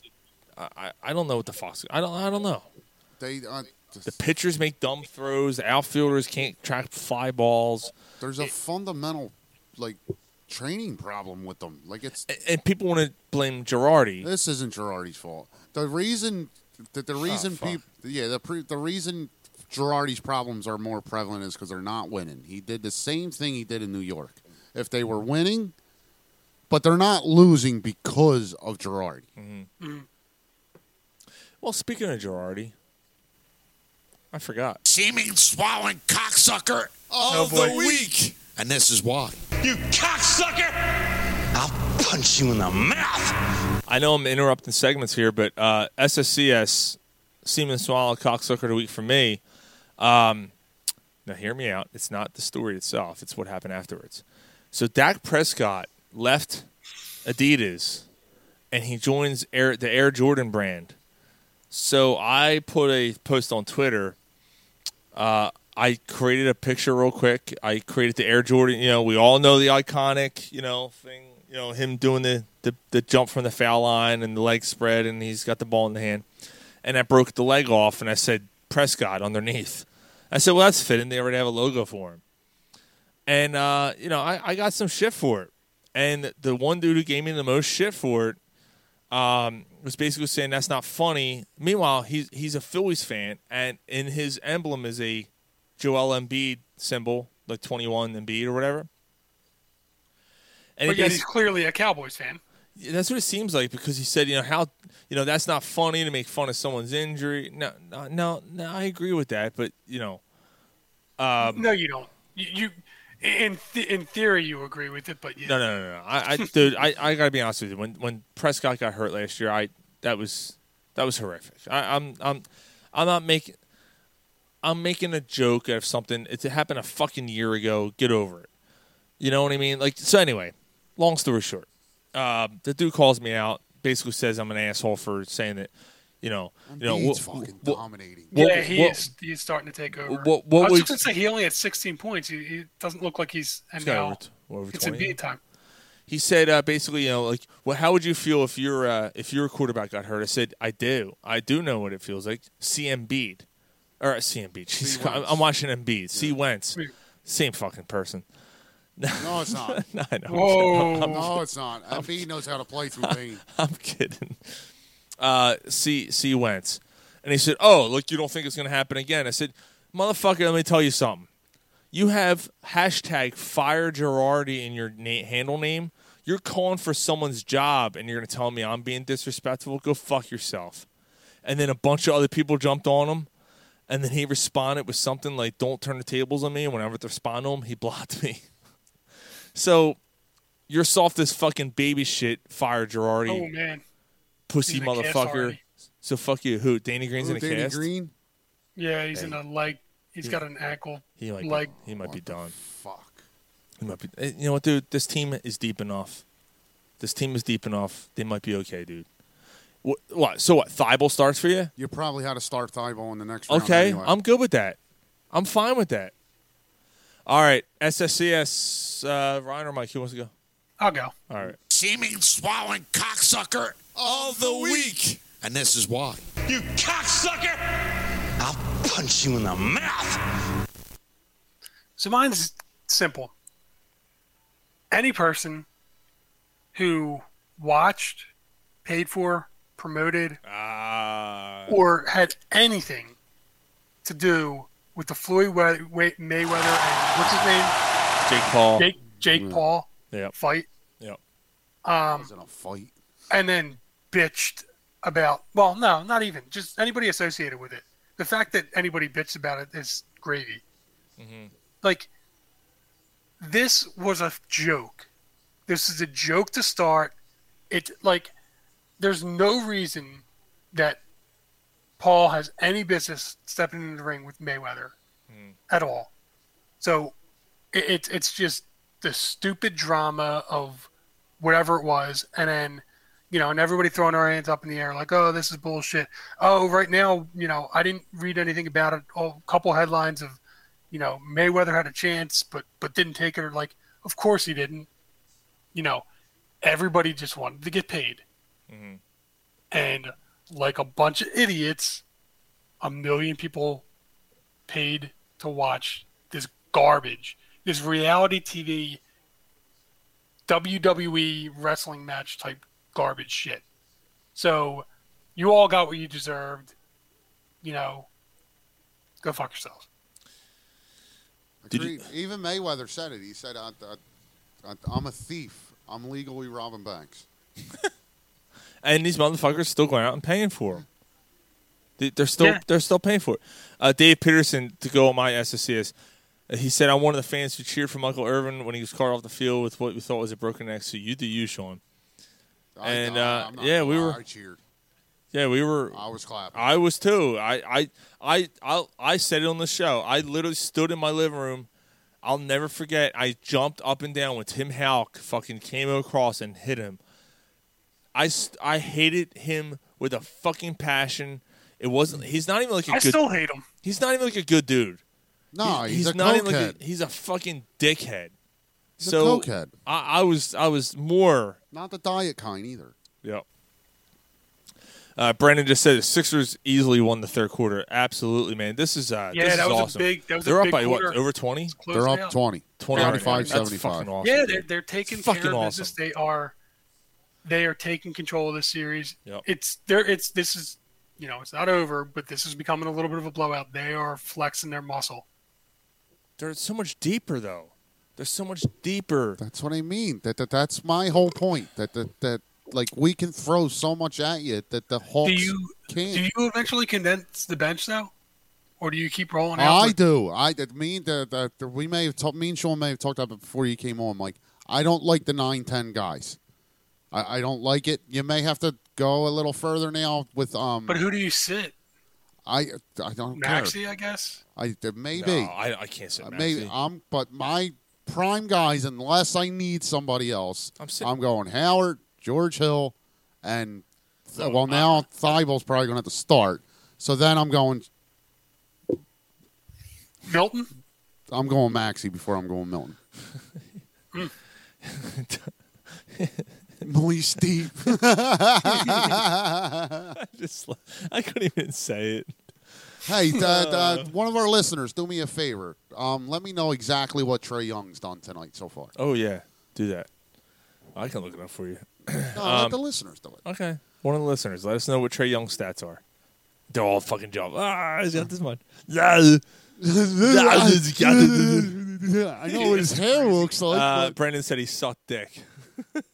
Speaker 6: I, I- I don't know what the Fox. I don't. I don't know.
Speaker 1: They uh,
Speaker 6: The pitchers make dumb throws. The outfielders can't track fly balls.
Speaker 1: there's a fundamental like training problem with them. Like it's
Speaker 6: and people want to blame Girardi.
Speaker 1: This isn't Girardi's fault. The reason that the reason
Speaker 6: fuck.
Speaker 1: people yeah the pre- the reason Girardi's problems are more prevalent is because they're not winning. He did the same thing he did in New York. If they were winning, but they're not losing because of Girardi.
Speaker 6: Mm-hmm. Well, speaking of Girardi, I forgot.
Speaker 12: Seeming swallowing cocksucker
Speaker 6: Oh,
Speaker 12: of
Speaker 6: boy.
Speaker 12: the week. And this is why. You cocksucker! I'll punch you in the mouth.
Speaker 6: I know I'm interrupting segments here, but uh, SSCS, Seaman Swallow, Cocksucker of the Week for me. Um, now, hear me out. It's not the story itself, it's what happened afterwards. So, Dak Prescott left Adidas and he joins Air, the Air Jordan brand. So, I put a post on Twitter. Uh, I created a picture real quick. I created the Air Jordan. You know, we all know the iconic, you know, thing. You know, him doing the, the, the jump from the foul line and the leg spread, and he's got the ball in the hand. And I broke the leg off, and I said Prescott underneath. I said, well, that's fitting. They already have a logo for him. And, uh, you know, I, I got some shit for it. And the one dude who gave me the most shit for it um, was basically saying that's not funny. Meanwhile, he's, he's a Phillies fan, and in his emblem is a Joel Embiid symbol, like 21 Embiid or whatever.
Speaker 2: but
Speaker 6: he
Speaker 2: yet
Speaker 6: basi-
Speaker 2: he's clearly a Cowboys fan.
Speaker 6: yeah, that's what it seems like because he said, you know, how, you know, that's not funny to make fun of someone's injury. No, no, no, no I agree with that, but you know, um,
Speaker 2: No, you don't. You, you in th- in theory, you agree with it, but you,
Speaker 6: no, no, no, no. I, I dude, I, I gotta be honest with you. When when Prescott got hurt last year, I that was that was horrific. I, I'm I'm I'm not making I'm making a joke out of something. It happened a fucking year ago. Get over it. You know what I mean? Like so. Anyway, long story short, uh, the dude calls me out. Basically says I'm an asshole for saying that. You know, you know,
Speaker 1: Embiid's
Speaker 6: what-
Speaker 1: fucking
Speaker 6: what-
Speaker 1: dominating.
Speaker 6: what-
Speaker 2: yeah, he
Speaker 6: what-
Speaker 2: is. He is starting to take over.
Speaker 6: what- what
Speaker 2: I was
Speaker 6: was-
Speaker 2: just gonna say he only had 16 points. He, he doesn't look like he's and
Speaker 6: He's got
Speaker 2: now
Speaker 6: over t- over
Speaker 2: it's
Speaker 6: 20.
Speaker 2: Embiid time.
Speaker 6: he said uh, basically, you know, like, well, how would you feel if your uh, if your quarterback got hurt? I said, I do, I do know what it feels like. C. Embiid, or uh, C. Embiid. Jesus, I'm, I'm watching Embiid. C. Wentz, same fucking person.
Speaker 1: No, it's not.
Speaker 6: no, I know. I'm-
Speaker 1: no, it's not. Embiid knows how to play through pain.
Speaker 6: I'm kidding. Uh, see, see Wentz, and he said, "Oh, look, you don't think it's going to happen again?" I said, "Motherfucker, let me tell you something. You have hashtag fire Girardi in your na- handle name. You're calling for someone's job, and you're going to tell me I'm being disrespectful. Go fuck yourself." And then a bunch of other people jumped on him, and then he responded with something like, "Don't turn the tables on me." And whenever I respond to him, he blocked me. so. You're soft as fucking baby shit, fire Girardi
Speaker 2: Oh man,
Speaker 6: pussy
Speaker 2: He's in a cast
Speaker 6: motherfucker.
Speaker 2: already.
Speaker 6: So fuck you. Who? Danny Green's
Speaker 1: Ooh,
Speaker 6: in a
Speaker 1: Danny
Speaker 6: cast.
Speaker 1: Green.
Speaker 2: yeah, he's in
Speaker 6: Hey.
Speaker 2: a leg. He's
Speaker 6: He-
Speaker 2: got an ankle.
Speaker 6: He might.
Speaker 2: leg.
Speaker 6: be, he might be done.
Speaker 1: Fuck.
Speaker 6: He might be. eh, You know what, dude? This team is deep enough. This team is deep enough. They might be okay, dude. What? what so what? Thibault starts for you.
Speaker 1: You probably had to start Thibault in the next round.
Speaker 6: Okay,
Speaker 1: anyway.
Speaker 6: I'm good with that. I'm fine with that. All right, SSCS. Uh, Ryan or Mike, who wants to go?
Speaker 2: I'll go.
Speaker 6: All right.
Speaker 12: Seeming swallowing cocksucker of the week. And this is why. You cocksucker! I'll punch you in the mouth.
Speaker 2: So mine's simple. Any person who watched, paid for, promoted, or had anything to do with the Floyd we- we- Mayweather and what's his name,
Speaker 6: Jake Paul.
Speaker 2: Jake Jake Paul
Speaker 6: Yep.
Speaker 2: fight,
Speaker 6: Yep.
Speaker 2: um,
Speaker 1: was in a fight.
Speaker 2: and then bitched about. Well, no, not even just anybody associated with it. The fact that anybody bitched about it is gravy. Like this was a joke. This is a joke to start. It like there's no reason that Paul has any business stepping into the ring with Mayweather at all. So it, it's it's just the stupid drama of whatever it was, and then you know, and everybody throwing their hands up in the air like, "Oh, this is bullshit." Oh, right now, you know, I didn't read anything about it. Oh, a couple headlines of you know Mayweather had a chance, but but didn't take it. Or like, of course he didn't. You know, everybody just wanted to get paid, and like a bunch of idiots, a million people paid to watch this garbage, this reality TV, WWE E wrestling match type garbage shit. So, you all got what you deserved. You know, go fuck yourselves.
Speaker 6: Did
Speaker 1: Agreed. Even Mayweather said it. He said, I, I, I, "I'm a thief. I'm legally robbing banks."
Speaker 6: and these motherfuckers still going out and paying for them. They, they're still
Speaker 1: Yeah.
Speaker 6: they're still paying for it. Uh, Dave Peterson to go on my SSCS. uh, He said, "I'm one of the fans who cheered for Michael Irvin when he was caught off the field with what we thought was a broken neck." So you do you, Sean. and uh, yeah, we were. Uh,
Speaker 1: I cheered.
Speaker 6: Yeah, we were.
Speaker 1: I was clapping.
Speaker 6: I was too. I I I I, I said it on the show. I literally stood in my living room. I'll never forget. I jumped up and down when Tim Houck fucking came across and hit him. I st- I hated him with a fucking passion. It wasn't. He's not even like a
Speaker 2: I
Speaker 6: good.
Speaker 2: still hate him.
Speaker 6: He's not even like a good dude.
Speaker 1: No, he's a
Speaker 6: not even like
Speaker 1: cokehead.
Speaker 6: he's a fucking dickhead.
Speaker 1: He's a
Speaker 6: so
Speaker 1: cokehead.
Speaker 6: I, I was I was more
Speaker 1: Not the diet kind either.
Speaker 6: Yep. Uh, Brandon just said the Sixers easily won the third quarter. Absolutely, man. This is uh,
Speaker 2: Yeah,
Speaker 6: this
Speaker 2: that
Speaker 6: is
Speaker 2: was a
Speaker 6: awesome.
Speaker 2: big- that was a
Speaker 6: They're
Speaker 2: big
Speaker 6: up by what?
Speaker 2: quarter.
Speaker 6: Over twenty.
Speaker 2: close They're up now. 20.
Speaker 6: 20 right now.
Speaker 1: 35,
Speaker 6: That's
Speaker 1: 75.
Speaker 6: fucking awesome.
Speaker 2: yeah,
Speaker 6: dude.
Speaker 2: they're they're taking
Speaker 6: Fucking
Speaker 2: care of
Speaker 6: awesome.
Speaker 2: business. They are they are taking control of the series.
Speaker 6: Yep.
Speaker 2: It's there. It's this is you know it's not over, but this is becoming a little bit of a blowout. They are flexing their muscle.
Speaker 6: They're so much deeper though. They're so much deeper.
Speaker 1: That's what I mean. That, that that's my whole point. That that that like we can throw so much at you that the Hawks
Speaker 2: do you
Speaker 1: can't.
Speaker 2: do you eventually condense the bench though, or do you keep rolling out?
Speaker 1: I
Speaker 2: with-
Speaker 1: do. I that mean that that that we may have talked. Me and Sean may have talked about it before you came on. Like I don't like the nine ten guys. I, I don't like it. You may have to go a little further now with um.
Speaker 2: But who do you sit?
Speaker 1: I I don't
Speaker 2: Maxi,
Speaker 1: care.
Speaker 2: I guess.
Speaker 1: I th- maybe
Speaker 6: No, I, I can't say
Speaker 1: Uh,
Speaker 6: Maxi.
Speaker 1: maybe I'm. But my prime guys, unless I need somebody else, I'm, going Howard, George Hill, and th- well now Thibault's probably going to have to start. So then I'm going.
Speaker 2: Milton.
Speaker 1: I'm going Maxi before I'm going Milton. Maurice Deep.
Speaker 6: I just I couldn't even say it.
Speaker 1: Hey, uh, uh, one of our listeners, do me a favor. Um, let me know exactly what Trey Young's done tonight so far.
Speaker 6: Oh yeah, do that. I can look it up for you.
Speaker 1: No,
Speaker 6: Um,
Speaker 1: let the listeners do it.
Speaker 6: Okay. One of the listeners, let us know what Trey Young's stats are. They're all fucking jump. Ah, he's got this much. Yeah. Yeah, he's got it.
Speaker 1: I know what his hair looks like.
Speaker 6: Uh, Brandon said he sucked dick.
Speaker 1: but-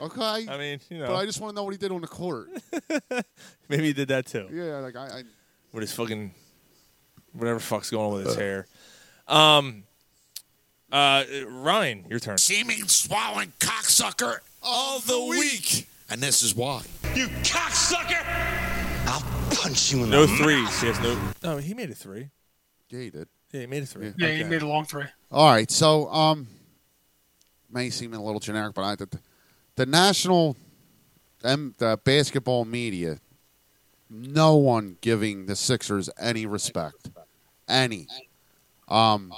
Speaker 1: okay.
Speaker 6: I mean, you know,
Speaker 1: But I just want to know what he did on the court.
Speaker 6: maybe he did that too.
Speaker 1: yeah, like I, I
Speaker 6: With his fucking whatever fuck's going on with
Speaker 1: Uh.
Speaker 6: his hair. Um, uh, Ryan, your turn.
Speaker 12: Seeming swallowing cocksucker of the week. And this is why. You cocksucker! I'll punch you in
Speaker 6: No
Speaker 12: the
Speaker 6: threes. He has no. No, he made a three.
Speaker 1: Yeah, he did.
Speaker 6: Yeah, he made a three.
Speaker 2: Yeah, he made a long three.
Speaker 1: All right, so um, may seem a little generic, but I the, the national um, the basketball media, no one giving the Sixers any respect, any. Um,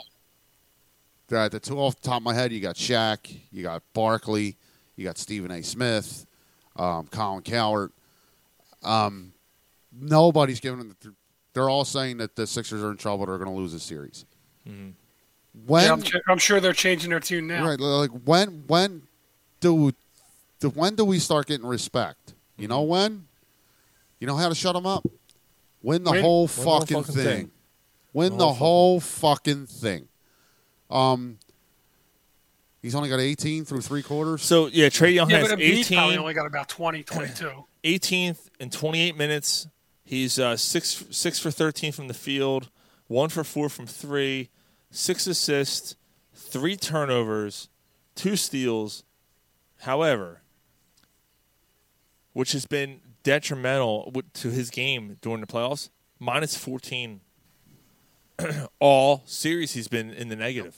Speaker 1: the, the two off the top of my head, you got Shaq, you got Barkley, you got Stephen A. Smith, um, Colin Coward. Um, nobody's giving them. The, they're all saying that the Sixers are in trouble. They're going to lose the series.
Speaker 6: Mhm.
Speaker 1: When
Speaker 2: Yeah, I'm, ch- I'm sure they're changing their tune now.
Speaker 1: Right, like when when do, do when do we start getting respect? You know when? You know how to shut them up? Win the
Speaker 6: Win-
Speaker 1: whole
Speaker 6: win the whole
Speaker 1: fucking
Speaker 6: fucking
Speaker 1: thing.
Speaker 6: thing.
Speaker 1: Win the,
Speaker 6: The
Speaker 1: whole, fucking thing. Um, he's only got eighteen through three quarters.
Speaker 6: So yeah, Trey Young
Speaker 2: Yeah,
Speaker 6: has
Speaker 2: but Embiid probably
Speaker 6: 18,
Speaker 2: only got about 20, 22.
Speaker 6: 18th in 28 minutes. He's uh, six six for 13 from the field, one for four from three, six assists, three turnovers, two steals. However, which has been detrimental w- to his game during the playoffs, minus 14. All series he's been in the negative.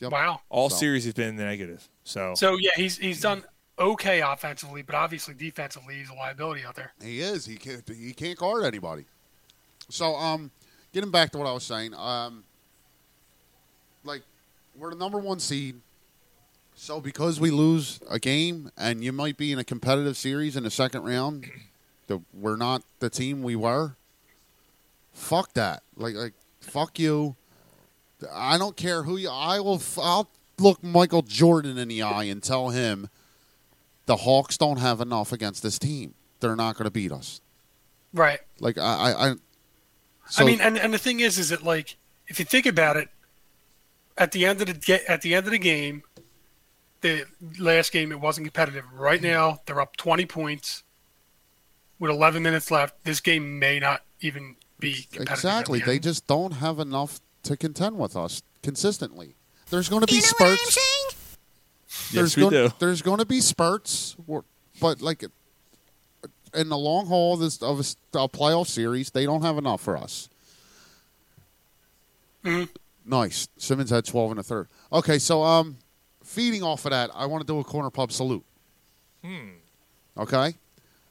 Speaker 2: Wow.
Speaker 6: All
Speaker 2: So-
Speaker 6: series he's been in the negative. So
Speaker 2: So yeah, he's he's done okay offensively, but obviously defensively he's a liability out there.
Speaker 1: He is. He can't. He can't guard anybody. So, um, getting back to what I was saying, um, like we're the number one seed. So because we lose a game and you might be in a competitive series in the second round, that we're not the team we were. Fuck that. Like like fuck you. I don't care who you. I will. f- I'll look Michael Jordan in the eye and tell him the Hawks don't have enough against this team. They're not going to beat us.
Speaker 2: Right.
Speaker 1: Like I. I, I so,
Speaker 2: I mean, and, and the thing is, is that like if you think about it, at the end of the ga- at the end of the game, the last game it wasn't competitive. Right
Speaker 1: Mm-hmm.
Speaker 2: now they're up twenty points with eleven minutes left. This game may not even be competitive.
Speaker 1: exactly. They just don't have enough to contend with us consistently. There's going to be spurts. there's
Speaker 6: Yes, we
Speaker 1: gonna-
Speaker 6: do.
Speaker 1: There's going to be spurts, where- but like in the long haul of this of a, s- a playoff series, they don't have enough for us.
Speaker 6: Mm-hmm.
Speaker 1: Nice. Simmons had 12 and a third. Okay, so um, feeding off of that, I want to do a corner pub salute.
Speaker 6: Hmm.
Speaker 1: Okay.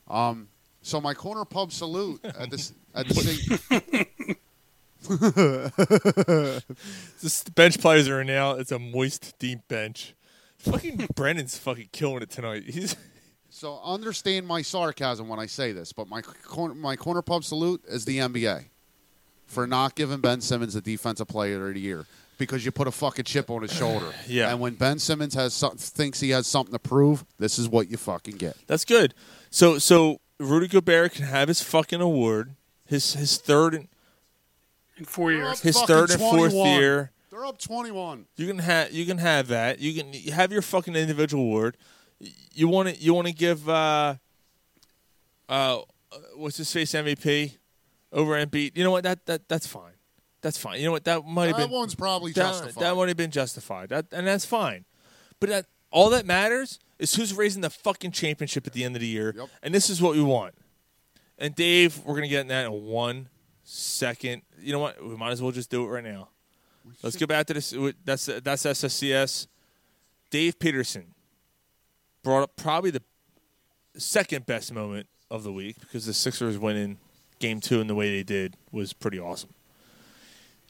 Speaker 1: Um, so my corner pub salute at this at the same.
Speaker 6: This bench players are now. It's a moist, deep bench. Fucking Brennan's fucking killing it tonight. He's
Speaker 1: so understand my sarcasm when I say this, but my corner my corner pub salute is the NBA for not giving Ben Simmons the defensive player of the year because you put a fucking chip on his shoulder.
Speaker 6: Yeah.
Speaker 1: And when Ben Simmons has some, thinks he has something to prove, this is what you fucking get.
Speaker 6: that's good. So so Rudy Gobert can have his fucking award. His his third and
Speaker 2: in four years.
Speaker 6: his third and fourth year.
Speaker 1: They're up 21.
Speaker 6: You can have you can have that. You can you have your fucking individual award. Y- You want to you want to give uh uh what's his face MVP over Embiid. You know what that that that's fine. That's fine. You know what that might have
Speaker 1: That
Speaker 6: been
Speaker 1: one's probably
Speaker 6: that,
Speaker 1: justified.
Speaker 6: That might have been justified. That and that's fine. But that all that matters is who's raising the fucking championship at the end of the year. And this is what we want. And Dave, we're gonna get in that in one second. You know what? We might as well just do it right now. Let's get back to this. That's that's SSCS. Dave Peterson brought up probably the second best moment of the week because the Sixers winning game two in the way they did was pretty awesome.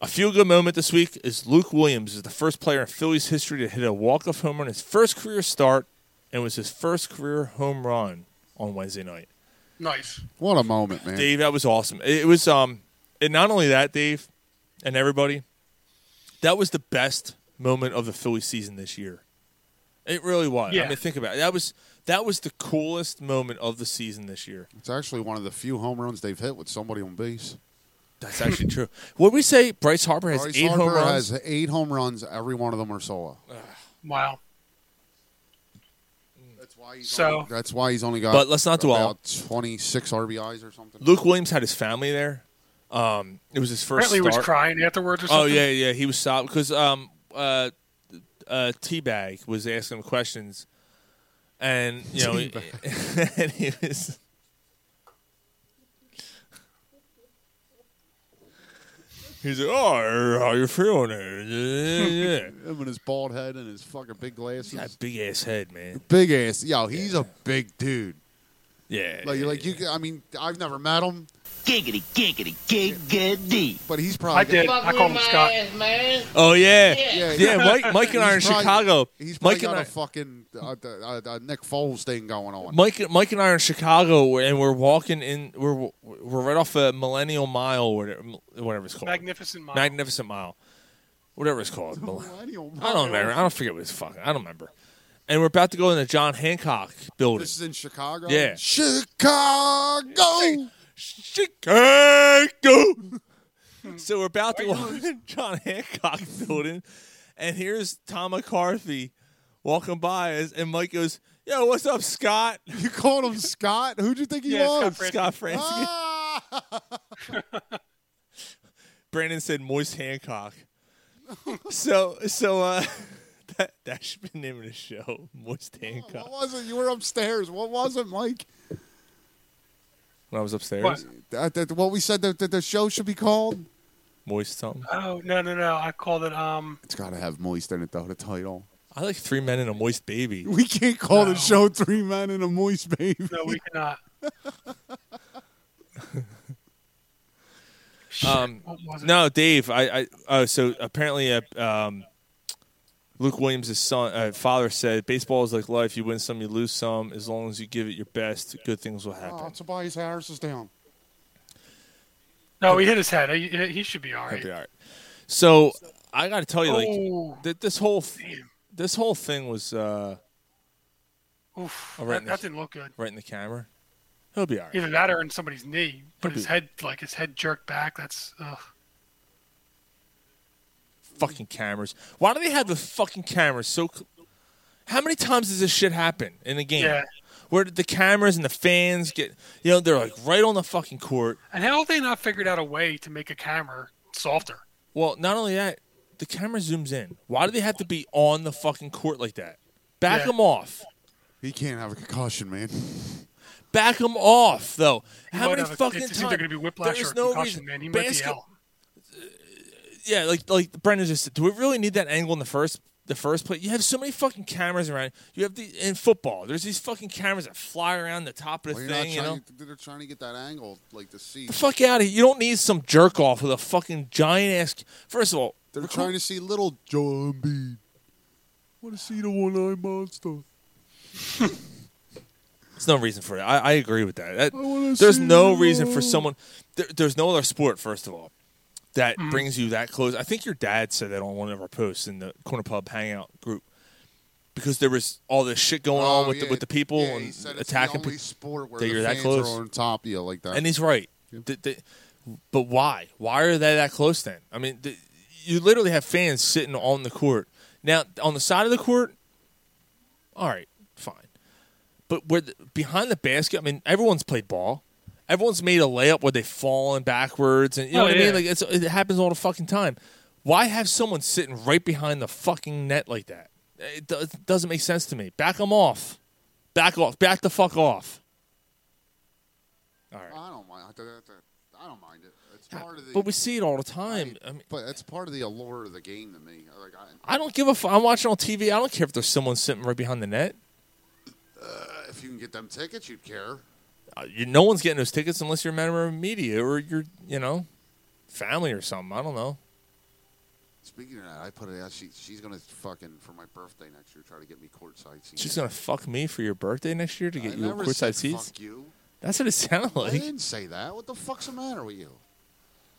Speaker 6: A feel good moment this week is Luke Williams is the first player in Phillies history to hit a walk off homer in his first career start and was his first career home run on Wednesday night.
Speaker 2: Nice.
Speaker 1: What a moment, man.
Speaker 6: Dave, that was awesome. It it was um and not only that, Dave and everybody, that was the best moment of the Philly season this year. It really was. I
Speaker 2: Yeah.
Speaker 6: mean, think about it. That was that was the coolest moment of the season this year.
Speaker 1: It's actually one of the few home runs they've hit with somebody on base.
Speaker 6: That's actually true. What we say Bryce Harper has
Speaker 1: Bryce
Speaker 6: eight
Speaker 1: Harper
Speaker 6: home runs.
Speaker 1: has eight home runs. Every one of them are solo.
Speaker 2: Wow.
Speaker 1: That's why he's
Speaker 2: so.
Speaker 1: That's why he's only got.
Speaker 6: But let's not dwell.
Speaker 1: about Twenty six RBIs or something.
Speaker 6: Luke Williams had his family there. Um, it was his first.
Speaker 2: Apparently, he was
Speaker 6: start.
Speaker 2: crying afterwards or
Speaker 6: Oh
Speaker 2: something.
Speaker 6: yeah, yeah, he was sobbing because um uh uh Teabag was asking him questions, and you know, he- and he was. He's like, oh, how you feeling? there?" Yeah, yeah, yeah.
Speaker 1: Him and his bald head and his fucking big glasses.
Speaker 6: That big ass head, man.
Speaker 1: Big ass. Yo, he's a big dude.
Speaker 6: Yeah.
Speaker 1: Like, like you. I mean, I've never met him.
Speaker 8: Giggity, giggity, giggity.
Speaker 1: But he's probably.
Speaker 2: I did. I called him Scott.
Speaker 6: Oh yeah,
Speaker 1: Yeah,
Speaker 6: yeah. Mike, Mike and I are in
Speaker 1: He's probably-
Speaker 6: Chicago.
Speaker 1: He's probably
Speaker 6: Mike and
Speaker 1: got a
Speaker 6: I,
Speaker 1: fucking uh, uh, uh, Nick Foles thing going on.
Speaker 6: Mike, Mike and I are in Chicago, and we're walking in. We're we're right off a Millennial Mile, or whatever, whatever it's called.
Speaker 2: Magnificent Mile.
Speaker 6: Magnificent Mile, whatever it's called.
Speaker 1: Millennial
Speaker 6: I don't remember. I don't forget what it's fucking. I don't remember. And we're about to go in the John Hancock building.
Speaker 1: This is in Chicago.
Speaker 6: Yeah.
Speaker 1: Chicago.
Speaker 6: Chicago. so we're about to walk in John Hancock building, and here's Tom McCarthy walking by, as, and Mike goes, "Yo, what's up, Scott?"
Speaker 1: You called him Scott. Who'd you think he
Speaker 6: Yeah,
Speaker 1: was?
Speaker 6: Scott Fransky.
Speaker 1: Ah!
Speaker 6: Brandon said moist Hancock. so so uh that that should be the name of the show. Moist
Speaker 1: What
Speaker 6: Hancock.
Speaker 1: was it? You were upstairs. What was it, Mike?
Speaker 6: When I was upstairs.
Speaker 2: What?
Speaker 1: That, that, what we said that, that the show should be called?
Speaker 6: Moist something.
Speaker 2: Oh no no no! I called it. Um.
Speaker 1: It's got to have moist in it, though, the title.
Speaker 6: I like three men and a moist baby.
Speaker 1: We can't call the show Three Men and a Moist Baby.
Speaker 2: No, we cannot.
Speaker 6: Um
Speaker 2: What was it?
Speaker 6: no, Dave, I I oh so apparently uh, um Luke Williams' son, uh, father said, "Baseball is like life. You win some, you lose some. As long as you give it your best, good things will happen."
Speaker 1: Oh, Tobias Harris is down.
Speaker 2: No, he hit his head. He, he should be all right.
Speaker 6: That'd be all right. So I got to tell you, like
Speaker 2: Oh.
Speaker 6: that this whole f- this whole thing was uh,
Speaker 2: Oof,
Speaker 6: Oh,
Speaker 2: that,
Speaker 6: right in the-
Speaker 2: that didn't look good.
Speaker 6: right in the camera. He'll be all right.
Speaker 2: Either that or in somebody's knee. But
Speaker 6: He'll
Speaker 2: his
Speaker 6: be-
Speaker 2: head, like his head jerked back. That's ugh.
Speaker 6: Fucking cameras. Why do they have the fucking cameras so? cl- How many times does this shit happen in the game?
Speaker 2: Yeah.
Speaker 6: Where did the cameras and the fans get? You know, they're like right on the fucking court.
Speaker 2: And how have they not figured out a way to make a camera softer?
Speaker 6: Well, not only that, the camera zooms in. Why do they have to be on the fucking court like that? Back
Speaker 2: Yeah.
Speaker 6: them off.
Speaker 1: He can't have a concussion, man.
Speaker 6: Back them off, though.
Speaker 2: He
Speaker 6: How
Speaker 2: might
Speaker 6: many
Speaker 2: have a-
Speaker 6: fucking
Speaker 2: it's
Speaker 6: times?
Speaker 2: either gonna be whiplash
Speaker 6: there is
Speaker 2: or a
Speaker 6: no
Speaker 2: concussion,
Speaker 6: reason.
Speaker 2: man. He might be
Speaker 6: Basket-
Speaker 2: out.
Speaker 6: Yeah, like like Brendan just said. Do we really need that angle in the first the first play? You have so many fucking cameras around. You have the in football. There's these fucking cameras that fly around the top of the
Speaker 1: Well, you're not
Speaker 6: thing. You know,
Speaker 1: trying, they're trying to get that angle, like to see.
Speaker 6: the fuck out of here. You don't need some jerk off with a fucking giant ass. First of all,
Speaker 1: They're trying to see little John B. Want to see the one-eyed monster?
Speaker 6: There's no reason for that. I, I agree with that. That-
Speaker 1: I wanna
Speaker 6: there's
Speaker 1: see
Speaker 6: no
Speaker 1: you
Speaker 6: reason for
Speaker 1: all.
Speaker 6: someone. There, there's no other sport, first of all, that
Speaker 1: Mm-hmm.
Speaker 2: Mhm.
Speaker 6: brings you that close. I think your dad said that on one of our posts in the corner pub hangout group because there was all this shit going on
Speaker 1: Oh,
Speaker 6: with
Speaker 1: yeah.
Speaker 6: the, with the people
Speaker 1: Yeah, he
Speaker 6: and
Speaker 1: said it's
Speaker 6: attacking
Speaker 1: the only
Speaker 6: people.
Speaker 1: sport where
Speaker 6: that
Speaker 1: the
Speaker 6: you're that
Speaker 1: fans
Speaker 6: close.
Speaker 1: are on top of you like that.
Speaker 6: And he's right. Th- th- but why? Why are they that close then? I mean, th- you literally have fans sitting on the court. Now, on the side of the court, all right, fine. But where the, behind the basket, I mean, everyone's played ball. Everyone's made a layup where they've fallen backwards, and you know
Speaker 2: Oh,
Speaker 6: what I
Speaker 2: yeah.
Speaker 6: mean. Like it's, it happens all the fucking time. Why have someone sitting right behind the fucking net like that? It, do- it doesn't make sense to me. Back them off. Back off. Back the fuck off. All right.
Speaker 1: I don't mind. I don't- I don't mind it. It's part of the.
Speaker 6: But we see it all the time. I, mean,
Speaker 1: but it's part of the allure of the game to me. Like I,
Speaker 6: I don't give a fuck. I'm watching on TV. I don't care if there's someone sitting right behind the net.
Speaker 1: if you can get them tickets, you'd care.
Speaker 6: Uh, you- no one's getting those tickets unless you're a member of media or your, you know, family or something. I don't know.
Speaker 1: Speaking of that, I put it out. She, she's gonna fucking for my birthday next year try to get me courtside seats.
Speaker 6: She's gonna fuck me for your birthday next year to get
Speaker 1: I
Speaker 6: you
Speaker 1: never
Speaker 6: courtside
Speaker 1: said
Speaker 6: seats.
Speaker 1: Fuck you.
Speaker 6: That's what it sounded
Speaker 1: I
Speaker 6: like.
Speaker 1: didn't say that. What the fuck's the matter with you?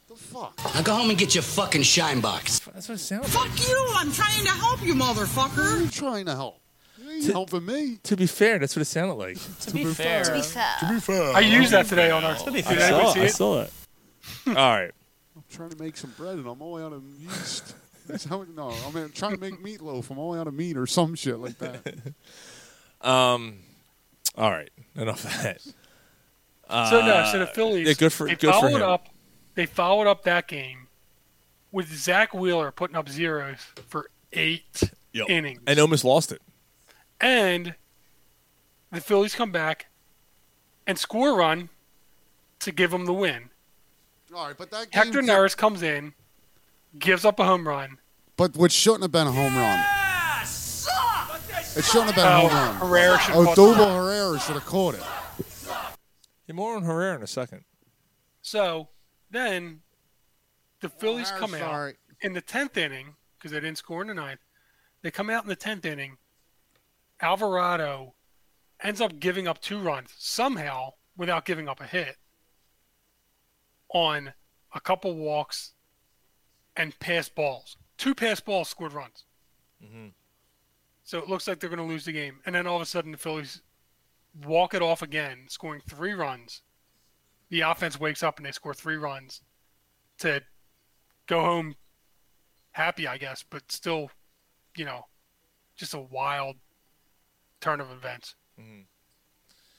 Speaker 1: The fuck.
Speaker 9: Now go home and get your fucking shine box.
Speaker 6: That's what it sounded.
Speaker 13: Fuck you! I'm trying to help you, motherfucker.
Speaker 1: I'm trying to help. You ain't helping me.
Speaker 6: To be fair, that's what it sounded like.
Speaker 14: To be fair. To be fair.
Speaker 1: To be fair.
Speaker 2: I used that today on our. Did
Speaker 6: I
Speaker 2: anybody
Speaker 6: saw,
Speaker 2: see
Speaker 6: it. I
Speaker 2: it?
Speaker 6: saw it. All right.
Speaker 1: I'm trying to make some bread and I'm all out of yeast. That's how, no, I mean, I'm trying to make meatloaf. I'm all out of meat or some shit like that.
Speaker 6: Um. All right. Enough of that.
Speaker 2: So no,
Speaker 6: Uh,
Speaker 2: so the Phillies.
Speaker 6: Yeah, good for
Speaker 2: they
Speaker 6: good for
Speaker 2: followed
Speaker 6: him.
Speaker 2: up. They followed up that game with Zach Wheeler putting up zeros for eight
Speaker 6: Yep.
Speaker 2: innings,
Speaker 6: And almost lost it.
Speaker 2: and the Phillies come back and score a run to give them the win.
Speaker 1: All right, but that
Speaker 2: Hector
Speaker 1: game-
Speaker 2: Neris comes in, gives up a home run.
Speaker 1: But which shouldn't have been a home run. It shouldn't have been
Speaker 2: Oh,
Speaker 1: a home run.
Speaker 2: Herrera should have
Speaker 1: oh,
Speaker 2: caught
Speaker 1: Double
Speaker 2: that.
Speaker 1: Herrera should have caught it.
Speaker 6: Yeah, more on Herrera in a second.
Speaker 2: So then the Phillies come out
Speaker 1: sorry.
Speaker 2: in the tenth inning because they didn't score in the ninth. They come out in the tenth inning. Alvarado ends up giving up two runs somehow without giving up a hit on a couple walks and pass balls. Two pass balls scored runs. So it looks like they're going to lose the game. And then all of a sudden, the Phillies walk it off again, scoring three runs. The offense wakes up and they score three runs to go home happy, I guess, but still, you know, just a wild turn of events.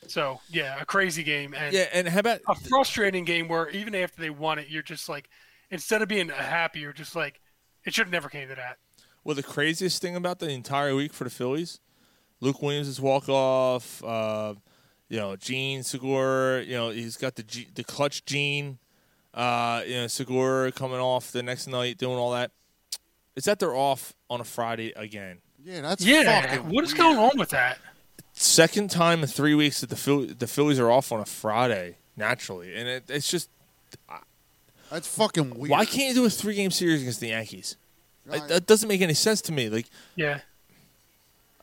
Speaker 2: So, yeah, a crazy game. And
Speaker 6: Yeah, and how about
Speaker 2: a frustrating game where even after they won it, you're just like, instead of being happy, you're just like, it should have never came to that.
Speaker 6: Well, the craziest thing about the entire week for the Phillies, Luke Williams' walk off. Uh, you know, Gene Segura. You know, he's got the G- the clutch Gene. Uh, you know, Segura coming off the next night, doing all that. It's that they're off on a Friday again.
Speaker 1: Yeah, that's
Speaker 2: yeah,
Speaker 1: fucking
Speaker 2: what is going on with that?
Speaker 6: Second time in three weeks that the Phil- the Phillies are off on a Friday naturally, and it, it's just
Speaker 1: That's fucking weird.
Speaker 6: why can't you do a three game series against the Yankees? I, that doesn't make any sense to me. Like,
Speaker 2: yeah,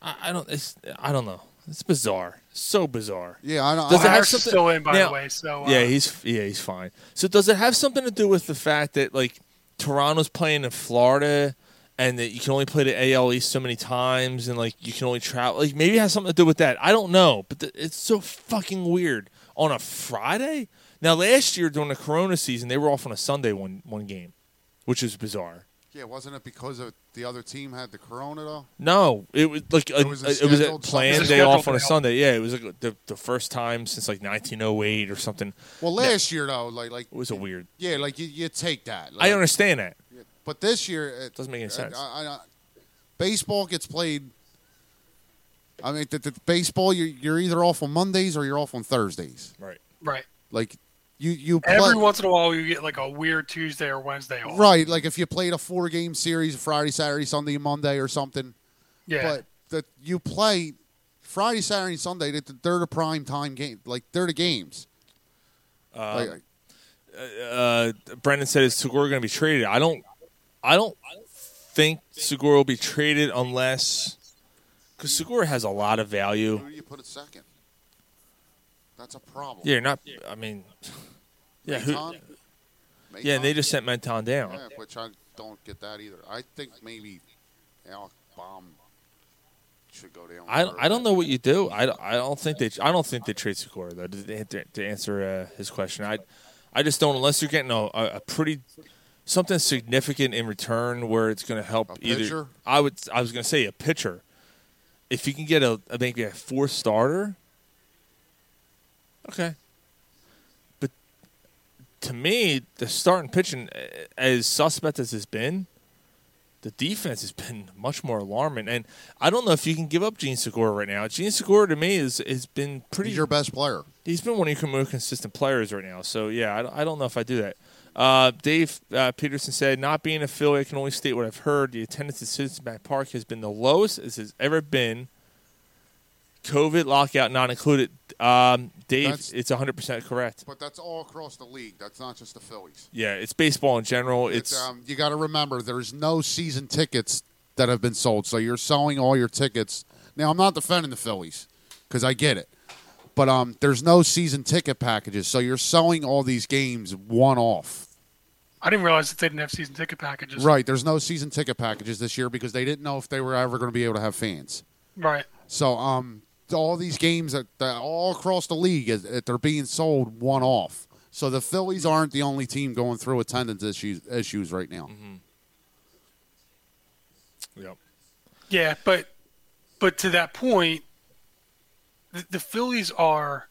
Speaker 6: I, I don't. It's, I don't know. It's bizarre. So bizarre.
Speaker 1: Yeah, I don't.
Speaker 6: Does
Speaker 1: I,
Speaker 6: it have
Speaker 2: Harris is
Speaker 6: something?
Speaker 2: still in, by
Speaker 6: now-
Speaker 2: the way. So uh,
Speaker 6: yeah, he's yeah, he's fine. So does it have something to do with the fact that like Toronto's playing in Florida and that you can only play the AL East so many times and like you can only travel? Like maybe it has something to do with that. I don't know, but th- it's so fucking weird on a Friday. Now last year during the Corona season, they were off on a Sunday one one game, which is bizarre.
Speaker 1: yeah, wasn't it because of the other team had the corona though?
Speaker 6: No, it was like a,
Speaker 1: It was a
Speaker 6: it was a
Speaker 1: scheduled-
Speaker 6: planned
Speaker 1: It's a
Speaker 6: day off
Speaker 1: scheduled
Speaker 6: on a
Speaker 1: day off.
Speaker 6: Sunday. Yeah, it was like the, the first time since like 1908 or something.
Speaker 1: Well, last year though, like like
Speaker 6: It was a weird.
Speaker 1: yeah, like you, you take that.
Speaker 6: I
Speaker 1: Like,
Speaker 6: understand that.
Speaker 1: But this year, it
Speaker 6: Doesn't make any
Speaker 1: I-
Speaker 6: sense.
Speaker 1: I, I- baseball gets played. I mean, the, the baseball you're, you're either off on Mondays or you're off on Thursdays.
Speaker 6: Right.
Speaker 2: right.
Speaker 1: Like you you play,
Speaker 2: Every once in a while, you get like a weird Tuesday or Wednesday off.
Speaker 1: right. Like if you played a four game series Friday, Saturday, Sunday, Monday, or something.
Speaker 2: Yeah.
Speaker 1: But that you play Friday, Saturday, and Sunday. They're the, they're the prime time game. Like they're the games.
Speaker 6: Uh,
Speaker 1: Like-
Speaker 6: uh, Brendan said, "Is Segura going to be traded?" I don't. I don't think Segura will be traded unless because Segura has a lot of value.
Speaker 1: Who do you put at second? That's a problem.
Speaker 6: Yeah, you're not. I mean, yeah, who,
Speaker 1: Maton?
Speaker 6: yeah. And they
Speaker 1: Maton?
Speaker 6: just sent Menton down.
Speaker 1: Yeah, which I don't get that either. I think maybe Alec Baum should go down.
Speaker 6: I,
Speaker 1: first.
Speaker 6: I don't know what you do. I, don't- I don't think they I don't think they trade Segura though. To, to- to answer uh, his question, I I just don't unless you're getting a, a, a pretty something significant in return where it's going to help either.
Speaker 1: pitcher?
Speaker 6: I would I was going to say a pitcher. If you can get a a- maybe a four starter, okay. But to me, the starting pitching, eh, as suspect as it's been, the defense has been much more alarming. And I don't know if you can give up Gene Segura right now. Gene Segura to me is has been pretty.
Speaker 1: He's your best player.
Speaker 6: he's been one of your more consistent players right now. So yeah, I, don't- I don't know if I do that. Uh, Dave uh, Peterson said, "Not being affiliate, I can only state what I've heard. The attendance at Citizens Bank Park has been the lowest as it's ever been. COVID lockout not included." Um, Dave,
Speaker 1: That's-
Speaker 6: it's 100 percent correct.
Speaker 1: But that's all across the league. That's not just the Phillies.
Speaker 6: Yeah, it's baseball in general. It's,
Speaker 1: It's, um, you got to remember there's no season tickets that have been sold, so you're selling all your tickets. Now I'm not defending the Phillies because I get it, but um, there's no season ticket packages, so you're selling all these games one off.
Speaker 2: I didn't realize that they didn't have season ticket packages.
Speaker 1: Right? There's no season ticket packages this year because they didn't know if they were ever going to be able to have fans.
Speaker 2: Right.
Speaker 1: So um, all these games that, that all across the league is that they're being sold one off. So the Phillies aren't the only team going through attendance issues issues right now.
Speaker 6: yep.
Speaker 2: Yeah, but but to that point, the, the Phillies are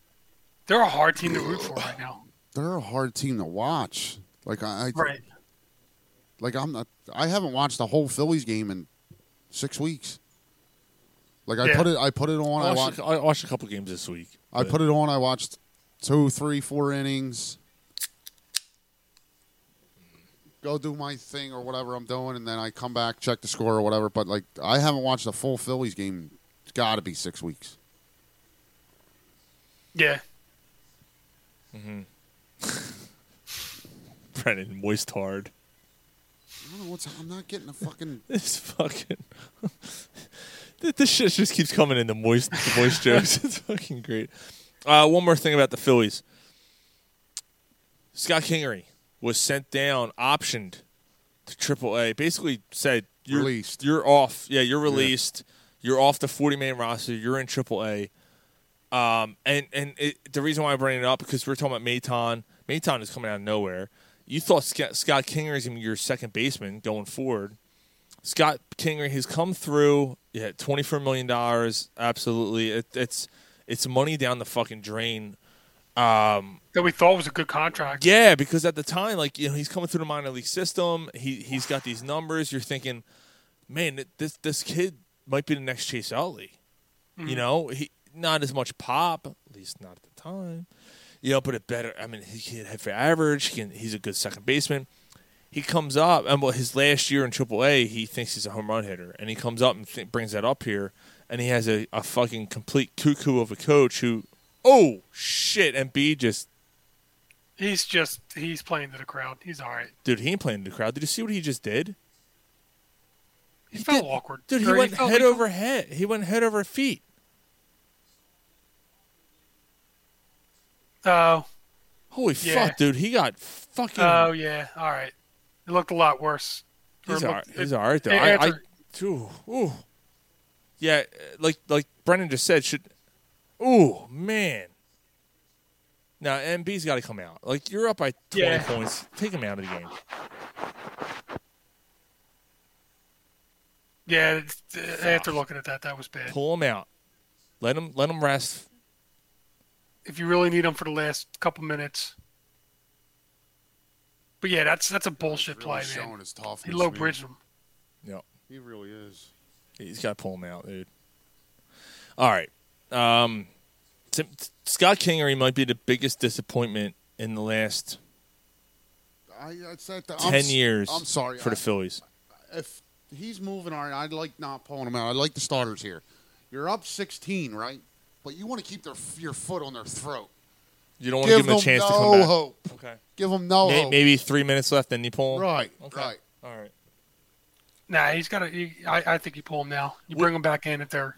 Speaker 2: they're a hard team to root for right now.
Speaker 1: They're a hard team to watch. Like I, I
Speaker 2: Right.
Speaker 1: like I'm not. I haven't watched the whole Phillies game in six weeks. Like I
Speaker 6: Yeah.
Speaker 1: put it, I put it on. I
Speaker 6: I
Speaker 1: watched.
Speaker 6: watched, I watched a couple games this week.
Speaker 1: I
Speaker 6: but-
Speaker 1: put it on. I watched two, three, four innings. Go do my thing or whatever I'm doing, and then I come back, check the score or whatever. But like, I haven't watched a full Phillies game. It's got to be six weeks.
Speaker 2: Yeah.
Speaker 6: Brennan moist hard.
Speaker 1: I don't know what's. I'm not getting a fucking.
Speaker 6: This fucking Th- this shit just keeps coming in the moist the moist jokes. It's fucking great. Uh, one more thing about the Phillies. Scott Kingery was sent down, optioned to AAA. Basically said you're
Speaker 1: Released.
Speaker 6: You're off. Yeah, you're released. You're off the 40 man roster. You're in AAA. Um, and and it, the reason why I bring it up because we're talking about Maton. Maton is coming out of nowhere. You thought Scott, Scott Kingery is going to be your second baseman going forward. Scott Kingery has come through. Yeah, twenty four million dollars. Absolutely, it, it's it's money down the fucking drain. Um,
Speaker 2: That we thought was a good contract.
Speaker 6: yeah, because at the time, like you know, he's coming through the minor league system. He he's got these numbers. You're thinking, man, th- this this kid might be the next Chase Utley. You know, he not as much pop, at least not at the time. You know, but a better. I mean, he can hit for average. He can, he's a good second baseman. He comes up, and well, his last year in AAA, he thinks he's a home run hitter, and he comes up and th- brings that up here, and he has a, a fucking complete cuckoo of a coach who, oh shit, Embiid just
Speaker 2: He's just he's playing to the crowd. He's all right.
Speaker 6: Dude, he ain't playing in the crowd. Did you see what he just did?
Speaker 2: He, felt awkward.
Speaker 6: Dude, he
Speaker 2: Or
Speaker 6: went
Speaker 2: felt
Speaker 6: head
Speaker 2: like-
Speaker 6: over head. He went head over feet.
Speaker 2: Oh.
Speaker 6: Holy
Speaker 2: Yeah.
Speaker 6: fuck, dude. He got fucking.
Speaker 2: Oh yeah. All right. It looked a lot worse. Or
Speaker 6: he's
Speaker 2: it
Speaker 6: all right.
Speaker 2: looked-
Speaker 6: He's
Speaker 2: it-
Speaker 6: all right though.
Speaker 2: it-
Speaker 6: I, I,
Speaker 2: after-
Speaker 6: ooh, ooh. Yeah, uh, like like Brendan just said, should. Ooh man. Now MB's got to come out. Like you're up by 20
Speaker 2: Yeah.
Speaker 6: points. Take him out of the game.
Speaker 2: yeah. it's- uh, After looking at that, that was bad.
Speaker 6: Pull him out. Let him let him rest.
Speaker 2: If you really need him for the last couple minutes. But yeah, that's that's a bullshit
Speaker 1: Really
Speaker 2: play,
Speaker 1: showing
Speaker 2: man.
Speaker 1: his toughness,
Speaker 2: He low
Speaker 1: man.
Speaker 2: bridged him.
Speaker 6: Yep.
Speaker 1: He really is.
Speaker 6: He's got to pull him out, dude. All right. Um, Tim, Scott Kingery might be the biggest disappointment in the last
Speaker 1: I, it's at the,
Speaker 6: 10
Speaker 1: I'm, s-
Speaker 6: years
Speaker 1: I'm sorry.
Speaker 6: for
Speaker 1: I-
Speaker 6: the Phillies.
Speaker 1: if he's moving all right, I'd like not pulling him out. I like the starters here. You're up 16, right? But you want to keep their your foot on their throat.
Speaker 6: You don't want to give him a chance
Speaker 1: no
Speaker 6: to come back.
Speaker 1: hope.
Speaker 6: Okay.
Speaker 1: Give him no
Speaker 6: May-
Speaker 1: hope.
Speaker 6: Maybe three minutes left, then you pull him.
Speaker 1: Right.
Speaker 6: Okay.
Speaker 1: Right.
Speaker 6: All right.
Speaker 2: Nah, he's got to. I, I think you pull him now. You bring him back in if they're.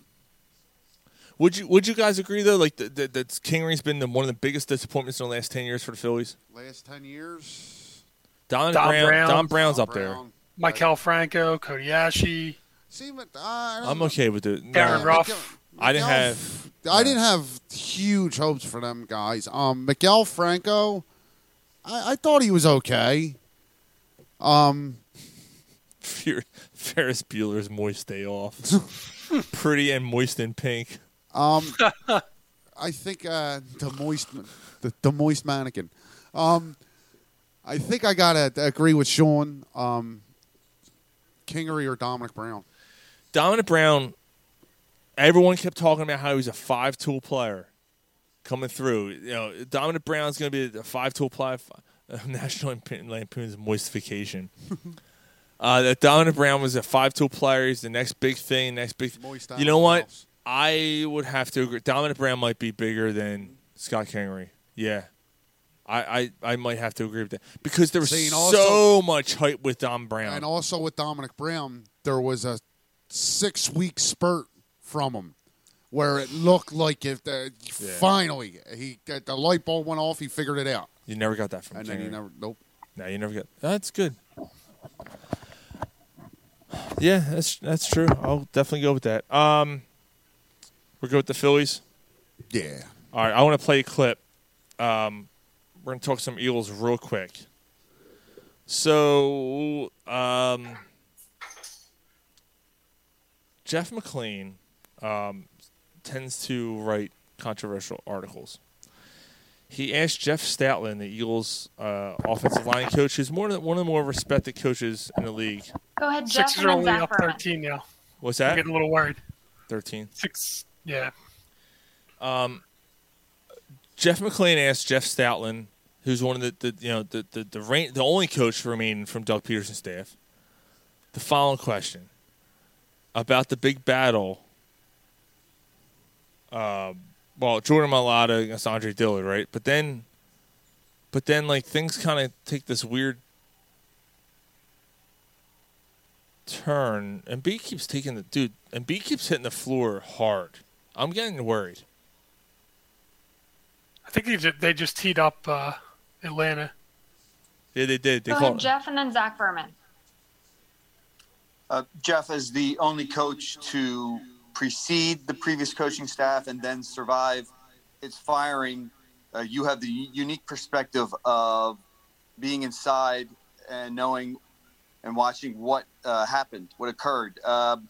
Speaker 6: Would you Would you guys agree though? Like that, that, that Kingery's been the, one of the biggest disappointments in the last ten years for the Phillies.
Speaker 1: Last 10 years.
Speaker 6: Don,
Speaker 2: Don
Speaker 6: Brown,
Speaker 2: Brown.
Speaker 6: Don Brown's
Speaker 1: Don
Speaker 6: up
Speaker 1: Brown.
Speaker 2: Michael Franco, Cody Ashee,
Speaker 1: See, but uh, I
Speaker 6: there.
Speaker 1: don't
Speaker 6: I'm
Speaker 1: know.
Speaker 6: okay with it. No.
Speaker 2: Darren Ruff.
Speaker 6: I didn't
Speaker 1: McElf-
Speaker 6: have.
Speaker 1: I didn't have huge hopes for them guys. Um, Miguel Franco, I, I thought he was okay. Um,
Speaker 6: Fer- Ferris Bueller's moist day off. Pretty and moist and pink.
Speaker 1: um, I think uh, the moist, the, the moist mannequin. Um, I think I gotta agree with Sean. Um, Kingery or Dominic Brown.
Speaker 6: Dominic Brown. Everyone kept talking about how he was a five-tool player coming through. You know, Dominic Brown's going to be a five-tool player. uh, National Lampoon- Lampoon's moistification. uh, that Dominic Brown was a five-tool player. He's the next big thing. Next big.
Speaker 1: Moist
Speaker 6: you know
Speaker 1: out
Speaker 6: what?
Speaker 1: of house.
Speaker 6: I would have to agree. Dominic Brown might be bigger than Scott Kingery. Yeah. I, I, I might have to agree with that because there was
Speaker 1: See, and
Speaker 6: so
Speaker 1: also-
Speaker 6: much hype with Dom Brown.
Speaker 1: And also with Dominic Brown, there was a six week spurt from him where it looked like if the,
Speaker 6: Yeah.
Speaker 1: finally he that the light bulb went off, he figured it out,
Speaker 6: you never got that from
Speaker 1: and then
Speaker 6: Kingery.
Speaker 1: he never. Nope.
Speaker 6: No, you never get. That's good. Yeah, that's that's true. I'll definitely go with that. Um, we're good with the Phillies.
Speaker 1: Yeah.
Speaker 6: All right, I want to play a clip. Um, we're gonna talk some Eagles real quick. So, um, Jeff McLean um, tends to write controversial articles. He asked Jeff Statlin, the Eagles' uh, offensive line coach, who's more than, one of the more respected coaches in the league.
Speaker 14: Go ahead, Uh, Jeff.
Speaker 2: Sixers
Speaker 14: and
Speaker 2: are
Speaker 14: then
Speaker 2: only
Speaker 14: Zach
Speaker 2: up
Speaker 14: Berman.
Speaker 2: thirteen now.
Speaker 6: What's
Speaker 2: I'm
Speaker 6: that?
Speaker 2: getting a little worried.
Speaker 6: Thirteen.
Speaker 2: Six. Yeah.
Speaker 6: Um, Jeff McLean asked Jeff Stoutland, who's one of the, the you know the the the, reign, the only coach remaining from Doug Peterson's staff, the following question about the big battle. Uh, well, Jordan Malata against Andre Dillard, right? But then, but then like things kind of take this weird turn, and B keeps taking the dude, and B keeps hitting the floor hard. I'm getting worried.
Speaker 2: I think they just, they just teed up uh, Atlanta.
Speaker 6: Yeah, they did. They
Speaker 14: Go
Speaker 6: called.
Speaker 14: ahead, Jeff, and then Zach Berman.
Speaker 15: Uh, Jeff is the only coach to precede the previous coaching staff and then survive its firing. Uh, you have the u- unique perspective of being inside and knowing and watching what uh, happened, what occurred. Um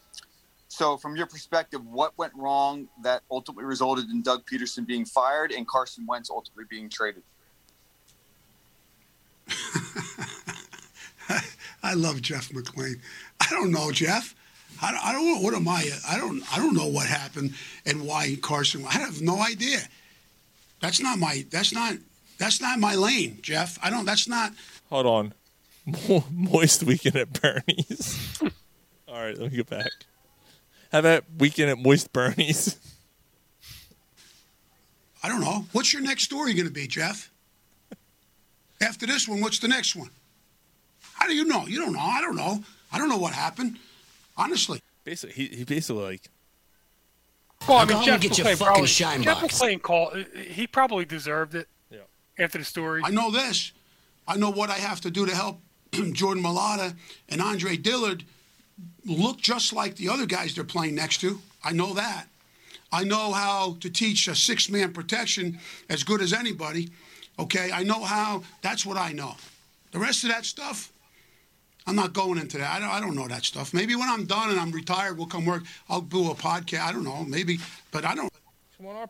Speaker 15: so, from your perspective, what went wrong that ultimately resulted in Doug Peterson being fired and Carson Wentz ultimately being traded?
Speaker 16: I love Jeff McLean. I don't know Jeff. I, I don't. What am I? I don't. I don't know what happened and why Carson. I have no idea. That's not my. That's not. That's not my lane, Jeff. I don't. That's not.
Speaker 6: Hold on. Mo- Moist weekend at Bernie's. All right, let me get back. How about weekend at Moist Bernie's?
Speaker 16: I don't know. What's your next story going to be, Jeff? After this one, what's the next one? How do you know? You don't know. I don't know. I don't know what happened. Honestly.
Speaker 6: Basically, he, he basically like
Speaker 2: Well, I
Speaker 6: Go
Speaker 2: mean,
Speaker 6: home
Speaker 2: Jeff
Speaker 6: and get your
Speaker 2: McClain
Speaker 6: fucking
Speaker 2: probably,
Speaker 6: shine
Speaker 2: Jeff
Speaker 6: box.
Speaker 2: McClain call. He probably deserved it. Yeah. After the story,
Speaker 16: I know this. I know what I have to do to help Jordan Malata and Andre Dillard look just like the other guys they're playing next to. I know that. I know how to teach a six man protection as good as anybody. Okay, I know how. That's what I know. The rest of that stuff, I'm not going into that. I don't, I don't know that stuff. Maybe when I'm done and I'm retired, we'll come work. I'll do a podcast. I don't know. Maybe, but I don't.
Speaker 6: Come on, our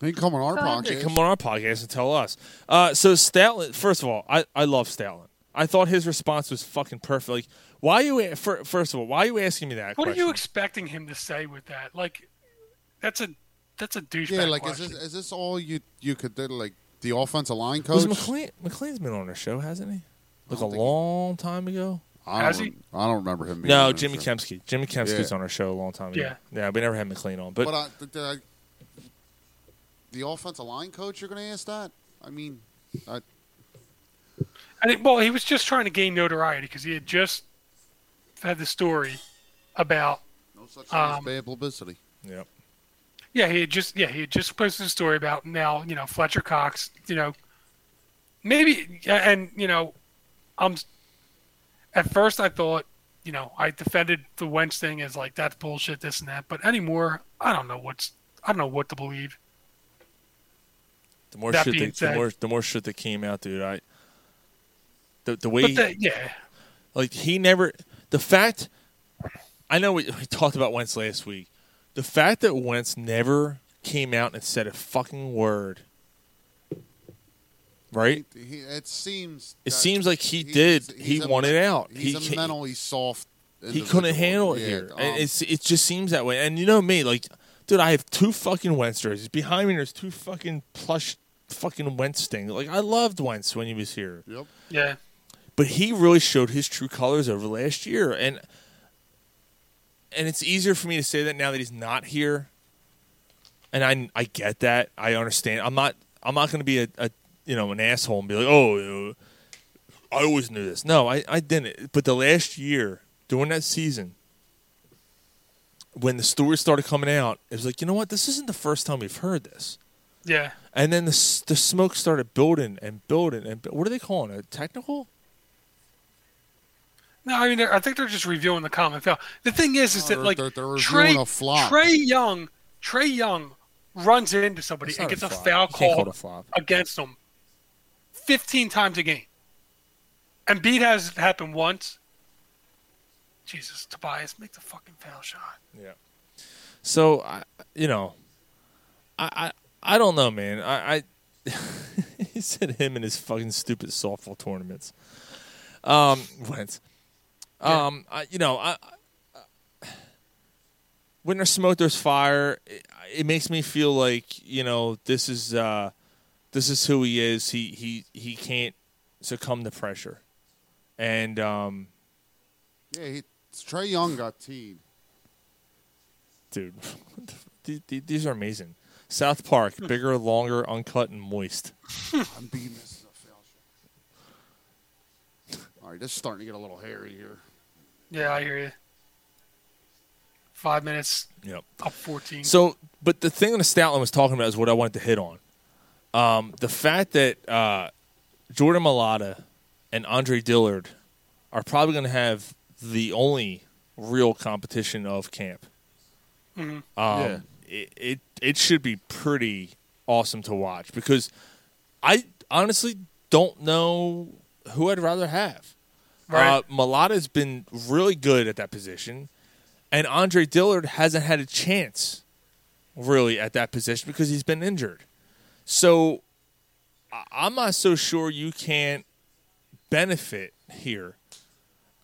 Speaker 1: He can come on our podcast.
Speaker 6: Yeah, come on our podcast and tell us. Uh, so Stoutland, first of all, I, I love Stoutland. I thought his response was fucking perfect. Like, why are you? a- fir- First of all, why are you asking me that
Speaker 2: what
Speaker 6: question?
Speaker 2: are you expecting him to say with that? Like, that's a that's a douchebag.
Speaker 1: Yeah, like is
Speaker 2: question.
Speaker 1: this, is this all you you could do? Like the offensive line coach?
Speaker 6: Was McLean McLean's been on our show, hasn't he? Like a
Speaker 1: don't think
Speaker 6: long time ago.
Speaker 1: I don't, rem- I don't remember him. being on
Speaker 6: No,
Speaker 1: that
Speaker 6: Jimmy
Speaker 1: show.
Speaker 6: Kemsky. Jimmy Kemsky's
Speaker 1: Yeah.
Speaker 6: on our show a long time ago.
Speaker 1: Yeah.
Speaker 6: yeah, we never had McLean on, but,
Speaker 1: But, uh, I, the, the, the offensive line coach, you're going to ask that? I mean, I,
Speaker 2: I think, well, he was just trying to gain notoriety because he had just had the story about.
Speaker 1: no such thing as
Speaker 2: Um,
Speaker 1: bad publicity.
Speaker 6: Yep.
Speaker 2: Yeah, he had just yeah he had just posted a story about now you know Fletcher Cox you know maybe and you know I'm at first I thought you know I defended the Wentz thing as like that's bullshit this and that but anymore I don't know what's I don't know what to believe
Speaker 6: the more
Speaker 2: that
Speaker 6: shit,
Speaker 2: being
Speaker 6: that, the
Speaker 2: said-
Speaker 6: more the more shit that came out, dude. I the the way
Speaker 2: but that, yeah
Speaker 6: Like he never the fact I know we, we talked about Wentz last week. The fact that Wentz never came out and said a fucking word. Right?
Speaker 1: He, he- it seems. that
Speaker 6: It seems like he
Speaker 1: he's-
Speaker 6: did.
Speaker 1: he's
Speaker 6: he
Speaker 1: a-
Speaker 6: wanted out.
Speaker 1: He's
Speaker 6: he
Speaker 1: a
Speaker 6: ca-
Speaker 1: mentally soft. um,
Speaker 6: he couldn't handle it here. And it's it just seems that way. And you know me, like, dude, I have two fucking Wentz jerseys. Behind me, there's two fucking plush fucking Wentz thing. Like, I loved Wentz when he was here.
Speaker 1: Yep.
Speaker 2: yeah
Speaker 6: But he really showed his true colors over last year, and and it's easier for me to say that now that he's not here. And I I get that. I understand. I'm not I'm not going to be a, a you know an asshole and be like, oh, you know, I always knew this. No, I I didn't. But the last year during that season, when the stories started coming out, it was like, you know what? This isn't the first time we've heard this.
Speaker 2: yeah
Speaker 6: And then the s- the smoke started building and building and bu- what are they calling it? Technical?
Speaker 2: no I mean they're- I think they're just reviewing the common file the thing is is
Speaker 1: No,
Speaker 2: that
Speaker 1: they're-
Speaker 2: like
Speaker 1: they're- they're
Speaker 2: Trey
Speaker 1: reviewing a flop.
Speaker 2: Trey Young Trey Young runs into somebody
Speaker 6: It's
Speaker 2: and
Speaker 6: not a
Speaker 2: gets a,
Speaker 6: flop.
Speaker 2: foul
Speaker 6: You can't call
Speaker 2: call
Speaker 6: it a flop.
Speaker 2: against him 15 times a game. And beat has it happened once. Jesus, Tobias, make the fucking foul shot.
Speaker 6: Yeah. So I, you know, I, I, I don't know, man. I, I he said him and his fucking stupid softball tournaments. Um, Wentz. Um, I, you know, I, I- when there's smoke, there's fire. It, it makes me feel like you know this is uh, this is who he is. He he he can't succumb to pressure, and um,
Speaker 1: Yeah, he, Trey Young got teed.
Speaker 6: dude. th- th- These are amazing. South Park, bigger, longer, uncut, and moist.
Speaker 1: I'm beating this as a fail shot. All right, this is starting to get a little hairy here.
Speaker 2: Yeah, I hear you. Five minutes
Speaker 6: Yep.
Speaker 2: up 14.
Speaker 6: So, but the thing that Stoutland was talking about is what I wanted to hit on. Um, the fact that uh, Jordan Malata and Andre Dillard are probably going to have the only real competition of camp.
Speaker 2: Mhm.
Speaker 6: Um,
Speaker 2: Yeah.
Speaker 6: it, it it should be pretty awesome to watch because I honestly don't know who I'd rather have.
Speaker 2: Right.
Speaker 6: Uh, Malata's been really good at that position, and Andre Dillard hasn't had a chance really at that position because he's been injured. So I- I'm not so sure you can't benefit here.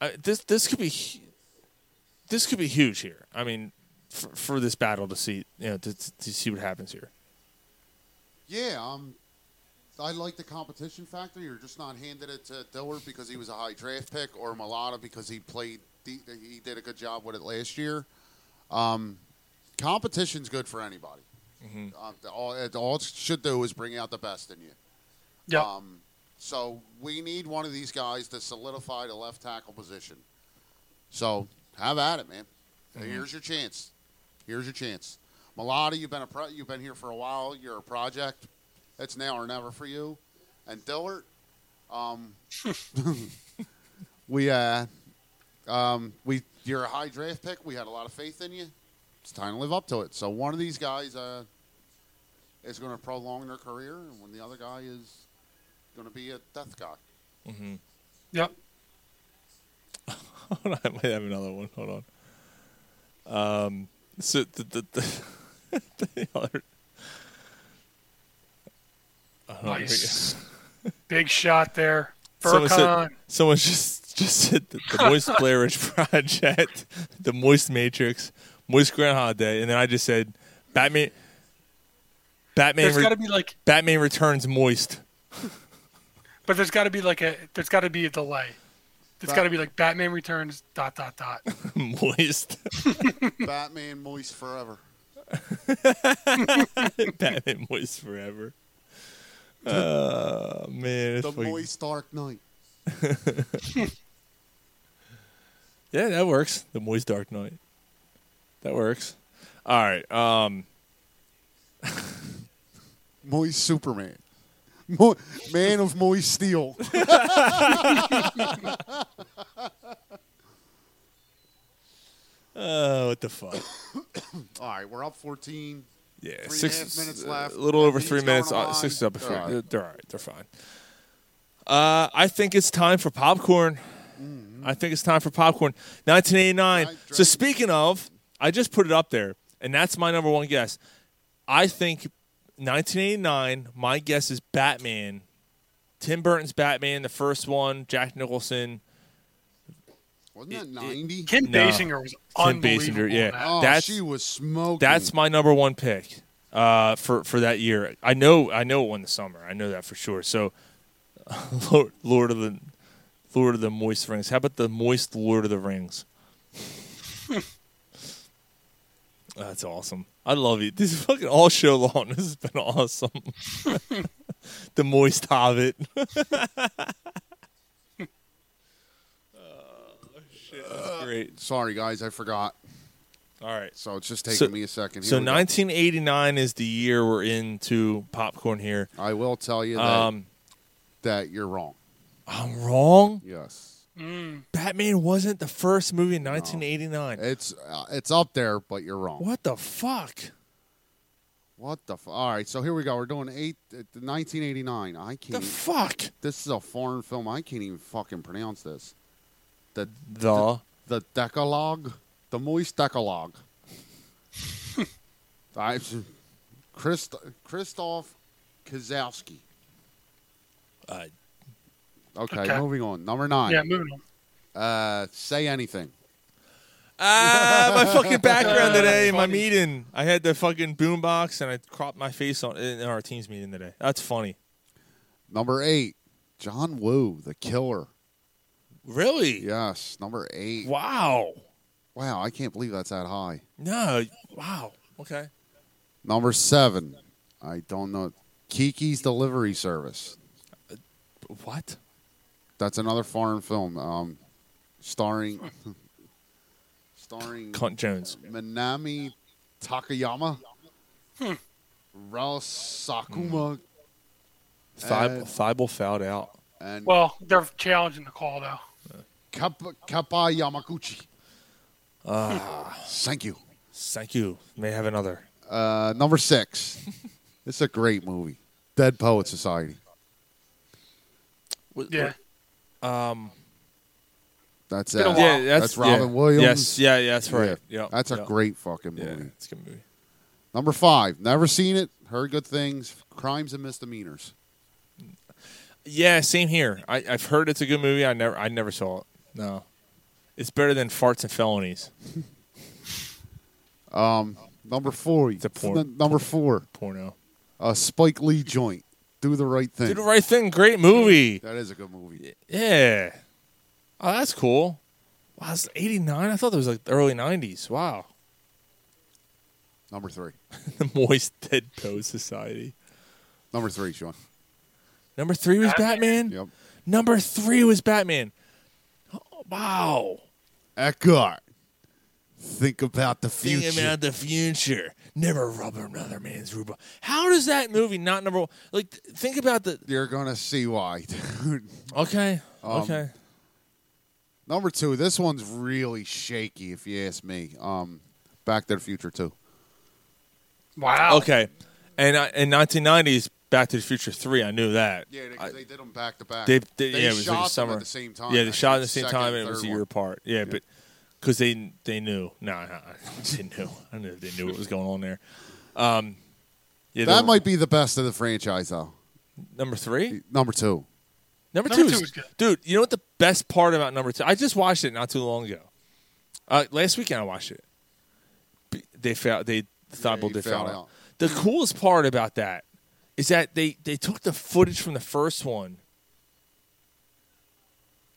Speaker 6: Uh, this this could be hu- this could be huge here. I mean, for, for this battle to see you know to, to see what happens here.
Speaker 1: Yeah, um, I like the competition factor. You're just not handed it to Dillard because he was a high draft pick, or Milata because he played. He, he did a good job with it last year. Um, competition's good for anybody. Um, the- all, it, all it should do is bring out the best in you.
Speaker 2: Yep.
Speaker 1: Um, so we need one of these guys to solidify the left tackle position. So Have at it, man.
Speaker 6: Mhm.
Speaker 1: Here's your chance. Here's your chance. Malotti, you've been a pro- you've been here for a while. You're a project. It's now or never for you. And Dillard, um, we uh, um, we you're a high draft pick. We had a lot of faith in you. It's time to live up to it. So one of these guys uh, is going to prolong their career, and when the other guy is going to be a death guy.
Speaker 6: Mm-hmm.
Speaker 2: Yep.
Speaker 6: Hold on, I might have another one. Hold on. Um, so the the, the, the other. I don't know, Oh, here we
Speaker 2: Nice.
Speaker 6: go.
Speaker 2: Big shot there.
Speaker 6: Someone
Speaker 2: Furkan.
Speaker 6: said, someone just just said the, the Moist Blair Witch Project, the Moist Matrix, Moist Groundhog Day, and then I just said Batman. Batman.
Speaker 2: There's gotta be, like-
Speaker 6: Batman Returns Moist.
Speaker 2: But there's got to be like a there's got to be a delay. There's
Speaker 1: Bat-
Speaker 2: got to be like Batman Returns dot dot dot.
Speaker 6: moist.
Speaker 1: Batman moist forever.
Speaker 6: Batman Moist forever. Oh man,
Speaker 1: the
Speaker 6: if we-
Speaker 1: moist dark night.
Speaker 6: Yeah, that works. The Moist Dark Knight. That works. All right. Um,
Speaker 1: Moist Superman. Mo- man of moist steel.
Speaker 6: oh, what the fuck?
Speaker 1: All right, we're up 14.
Speaker 6: Yeah,
Speaker 1: Three and a
Speaker 6: six
Speaker 1: half minutes
Speaker 6: uh,
Speaker 1: left.
Speaker 6: A little over
Speaker 1: Everything's
Speaker 6: three minutes.
Speaker 1: going
Speaker 6: Uh, six is
Speaker 1: on.
Speaker 6: up. They're,
Speaker 1: They're all right.
Speaker 6: they're all right. They're fine. Uh, I think it's time for popcorn.
Speaker 1: Mm-hmm.
Speaker 6: I think it's time for popcorn. 1989. so speaking of, I just put it up there, and that's my number one guess. I think 1989. My guess is Batman. Tim Burton's Batman, the first one. Jack Nicholson.
Speaker 1: Wasn't that 90?
Speaker 2: Kim
Speaker 6: No.
Speaker 2: Basinger was
Speaker 6: Kim
Speaker 2: unbelievable.
Speaker 6: Basinger, yeah.
Speaker 1: Oh,
Speaker 6: that's
Speaker 1: she was smoking.
Speaker 6: that's my number one pick uh, for for that year. I know I know it won the summer. I know that for sure. So, Lord, Lord of the Lord of the Moist Rings. How about the Moist Lord of the Rings? That's awesome. I love it. This is fucking all show long. This has been awesome. the Moist Hobbit. Uh, Great.
Speaker 1: Sorry, guys, I forgot.
Speaker 6: All right.
Speaker 1: So it's just taking
Speaker 6: So-
Speaker 1: me a second. Here
Speaker 6: So
Speaker 1: we go.
Speaker 6: 1989 is the year we're into popcorn here.
Speaker 1: I will tell you that,
Speaker 6: Um,
Speaker 1: that you're wrong.
Speaker 6: I'm wrong.
Speaker 1: Yes.
Speaker 6: Batman wasn't the first movie in 1989.
Speaker 1: It's uh, it's up there, but you're wrong.
Speaker 6: What the fuck?
Speaker 1: What the f All right, so here we go. We're doing eight, uh, 1989. I can't. The
Speaker 6: fuck?
Speaker 1: This is a foreign film. I can't even fucking pronounce this. The
Speaker 6: The?
Speaker 1: the, Decalogue, the Moist Decalogue. I, Christ, Christoph Kozowski.
Speaker 6: Uh,
Speaker 1: okay,
Speaker 2: Okay.
Speaker 1: moving on. Number nine.
Speaker 2: Yeah, moving on.
Speaker 1: Uh, say anything.
Speaker 6: Ah, my fucking background today. my meeting. I had the fucking boombox and I cropped my face on in our team's meeting today. That's funny.
Speaker 1: Number eight. John Woo, the killer.
Speaker 6: Really?
Speaker 1: Yes. Number eight.
Speaker 6: Wow.
Speaker 1: Wow, I can't believe that's that high.
Speaker 6: No. Wow. Okay.
Speaker 1: Number seven. I don't know. Kiki's Delivery Service.
Speaker 6: What?
Speaker 1: That's another foreign film, um, starring starring
Speaker 6: Cunt Jones.
Speaker 1: Minami Takayama,
Speaker 2: Hmm.
Speaker 1: Rao Sakuma,
Speaker 6: Thib- Thibault fouled out.
Speaker 1: and
Speaker 2: Well, they're challenging the call though.
Speaker 1: Kappa, Kappa Yamaguchi.
Speaker 6: Ah,
Speaker 1: Thank you.
Speaker 6: thank you. May I have another.
Speaker 1: Uh, number six. this is a great movie. Dead Poet Society.
Speaker 6: What-
Speaker 2: Yeah.
Speaker 6: what- Um.
Speaker 1: That's
Speaker 6: Been a
Speaker 1: uh,
Speaker 6: while. Yeah,
Speaker 1: that's,
Speaker 6: that's-
Speaker 1: Robin
Speaker 6: yeah.
Speaker 1: Williams.
Speaker 6: Yes, yeah, yeah, that's right. Yep,
Speaker 1: That's a
Speaker 6: yep.
Speaker 1: great fucking movie.
Speaker 6: Yeah, it's a good movie.
Speaker 1: Number five, never seen it. Heard good things. Crimes and misdemeanors.
Speaker 6: Yeah, same here. I, I've heard it's a good movie. I never, I never saw it. No, it's better than Farts and Felonies.
Speaker 1: Um, number four.
Speaker 6: a porn-
Speaker 1: n- number four.
Speaker 6: Porno.
Speaker 1: A Spike Lee joint. Do the right thing.
Speaker 6: Do the right thing. Great movie.
Speaker 1: That is a good movie.
Speaker 6: Yeah. Oh, that's cool. Wow, it's eighty nine. I thought it was like the early nineties. Wow.
Speaker 1: Number three.
Speaker 6: the Moist Dead Toe Society.
Speaker 1: Number three, Sean.
Speaker 6: Number three was Batman.
Speaker 1: Yep.
Speaker 6: Number three was Batman. Oh, wow.
Speaker 1: Eckhart Think about the future.
Speaker 6: Think about the future. Never rub another man's rhubarb. How does that movie not number one? Like, th- think about the.
Speaker 1: You're gonna see why, dude.
Speaker 6: Okay.
Speaker 1: Um,
Speaker 6: okay.
Speaker 1: Number two, this one's really shaky, if you ask me. Um, Back to the Future Two.
Speaker 2: Wow.
Speaker 6: Okay. And I, in 1990s, Back to the Future Three, I knew that.
Speaker 1: Yeah, they, they did them back to back.
Speaker 6: They, they- yeah, it was
Speaker 1: shot
Speaker 6: like a summer.
Speaker 1: them at the same time.
Speaker 6: Yeah,
Speaker 1: I
Speaker 6: they
Speaker 1: think
Speaker 6: shot at
Speaker 1: the
Speaker 6: the same
Speaker 1: second
Speaker 6: time.
Speaker 1: and
Speaker 6: and It was a
Speaker 1: third
Speaker 6: year
Speaker 1: one.
Speaker 6: apart. Yeah, but because they they knew. Nah, nah, they knew. I knew they knew what was going on there. Um, yeah, they
Speaker 1: that
Speaker 6: were-
Speaker 1: might be the best of the franchise, though.
Speaker 6: number three.
Speaker 1: Number two.
Speaker 6: Number,
Speaker 2: Number
Speaker 6: two,
Speaker 2: two
Speaker 6: is,
Speaker 2: was good.
Speaker 6: dude. You know what the best part about number two? I just watched it not too long ago. Uh, last weekend I watched it. B- They found they thought
Speaker 1: you
Speaker 6: they
Speaker 1: found
Speaker 6: found out.
Speaker 1: out.
Speaker 6: The coolest part about that is that they they took the footage from the first one,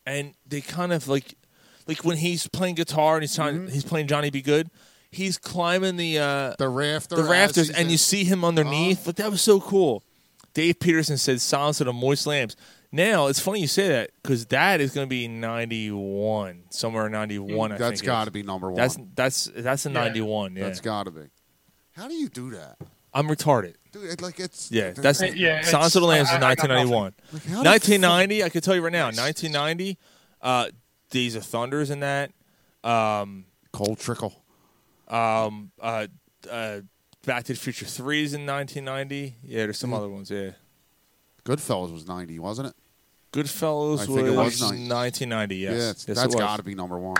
Speaker 6: and they kind of like like when he's playing guitar and he's trying he's playing Johnny Be Good. He's climbing the uh,
Speaker 1: The rafter.
Speaker 6: the
Speaker 1: as
Speaker 6: rafters,
Speaker 1: he's
Speaker 6: and
Speaker 1: in-
Speaker 6: you see him underneath. But that was so cool. Dave Peterson said, "Silence of the Moist Lambs." Now it's funny you say that because that is going to be ninety one, somewhere ninety one. I
Speaker 1: Mm, That's
Speaker 6: think it
Speaker 1: got to
Speaker 6: is.
Speaker 1: be number one.
Speaker 6: That's that's that's a ninety one. Yeah,
Speaker 1: That's got to be. How do you do that,
Speaker 6: I'm retarded.
Speaker 1: dude? It, like it's
Speaker 6: Yeah, that's
Speaker 2: Yeah, it's-
Speaker 6: Silence of the Lambs
Speaker 2: I-
Speaker 6: is
Speaker 2: I got
Speaker 6: nineteen ninety one.
Speaker 1: Like, how the
Speaker 6: Nineteen ninety, I could tell you right now, nineteen ninety, uh, Days of Thunders in that. Um,
Speaker 1: cold trickle.
Speaker 6: um, uh, uh, Back to the Future three is in nineteen ninety. Yeah, there's
Speaker 1: Mm.
Speaker 6: some other ones. Yeah.
Speaker 1: Goodfellas was ninety, wasn't it?
Speaker 6: Goodfellas
Speaker 1: I think it was
Speaker 6: was,
Speaker 1: 90.
Speaker 6: 1990. Yes,
Speaker 1: yeah,
Speaker 6: yes
Speaker 1: that's
Speaker 6: it was.
Speaker 1: got to be number one.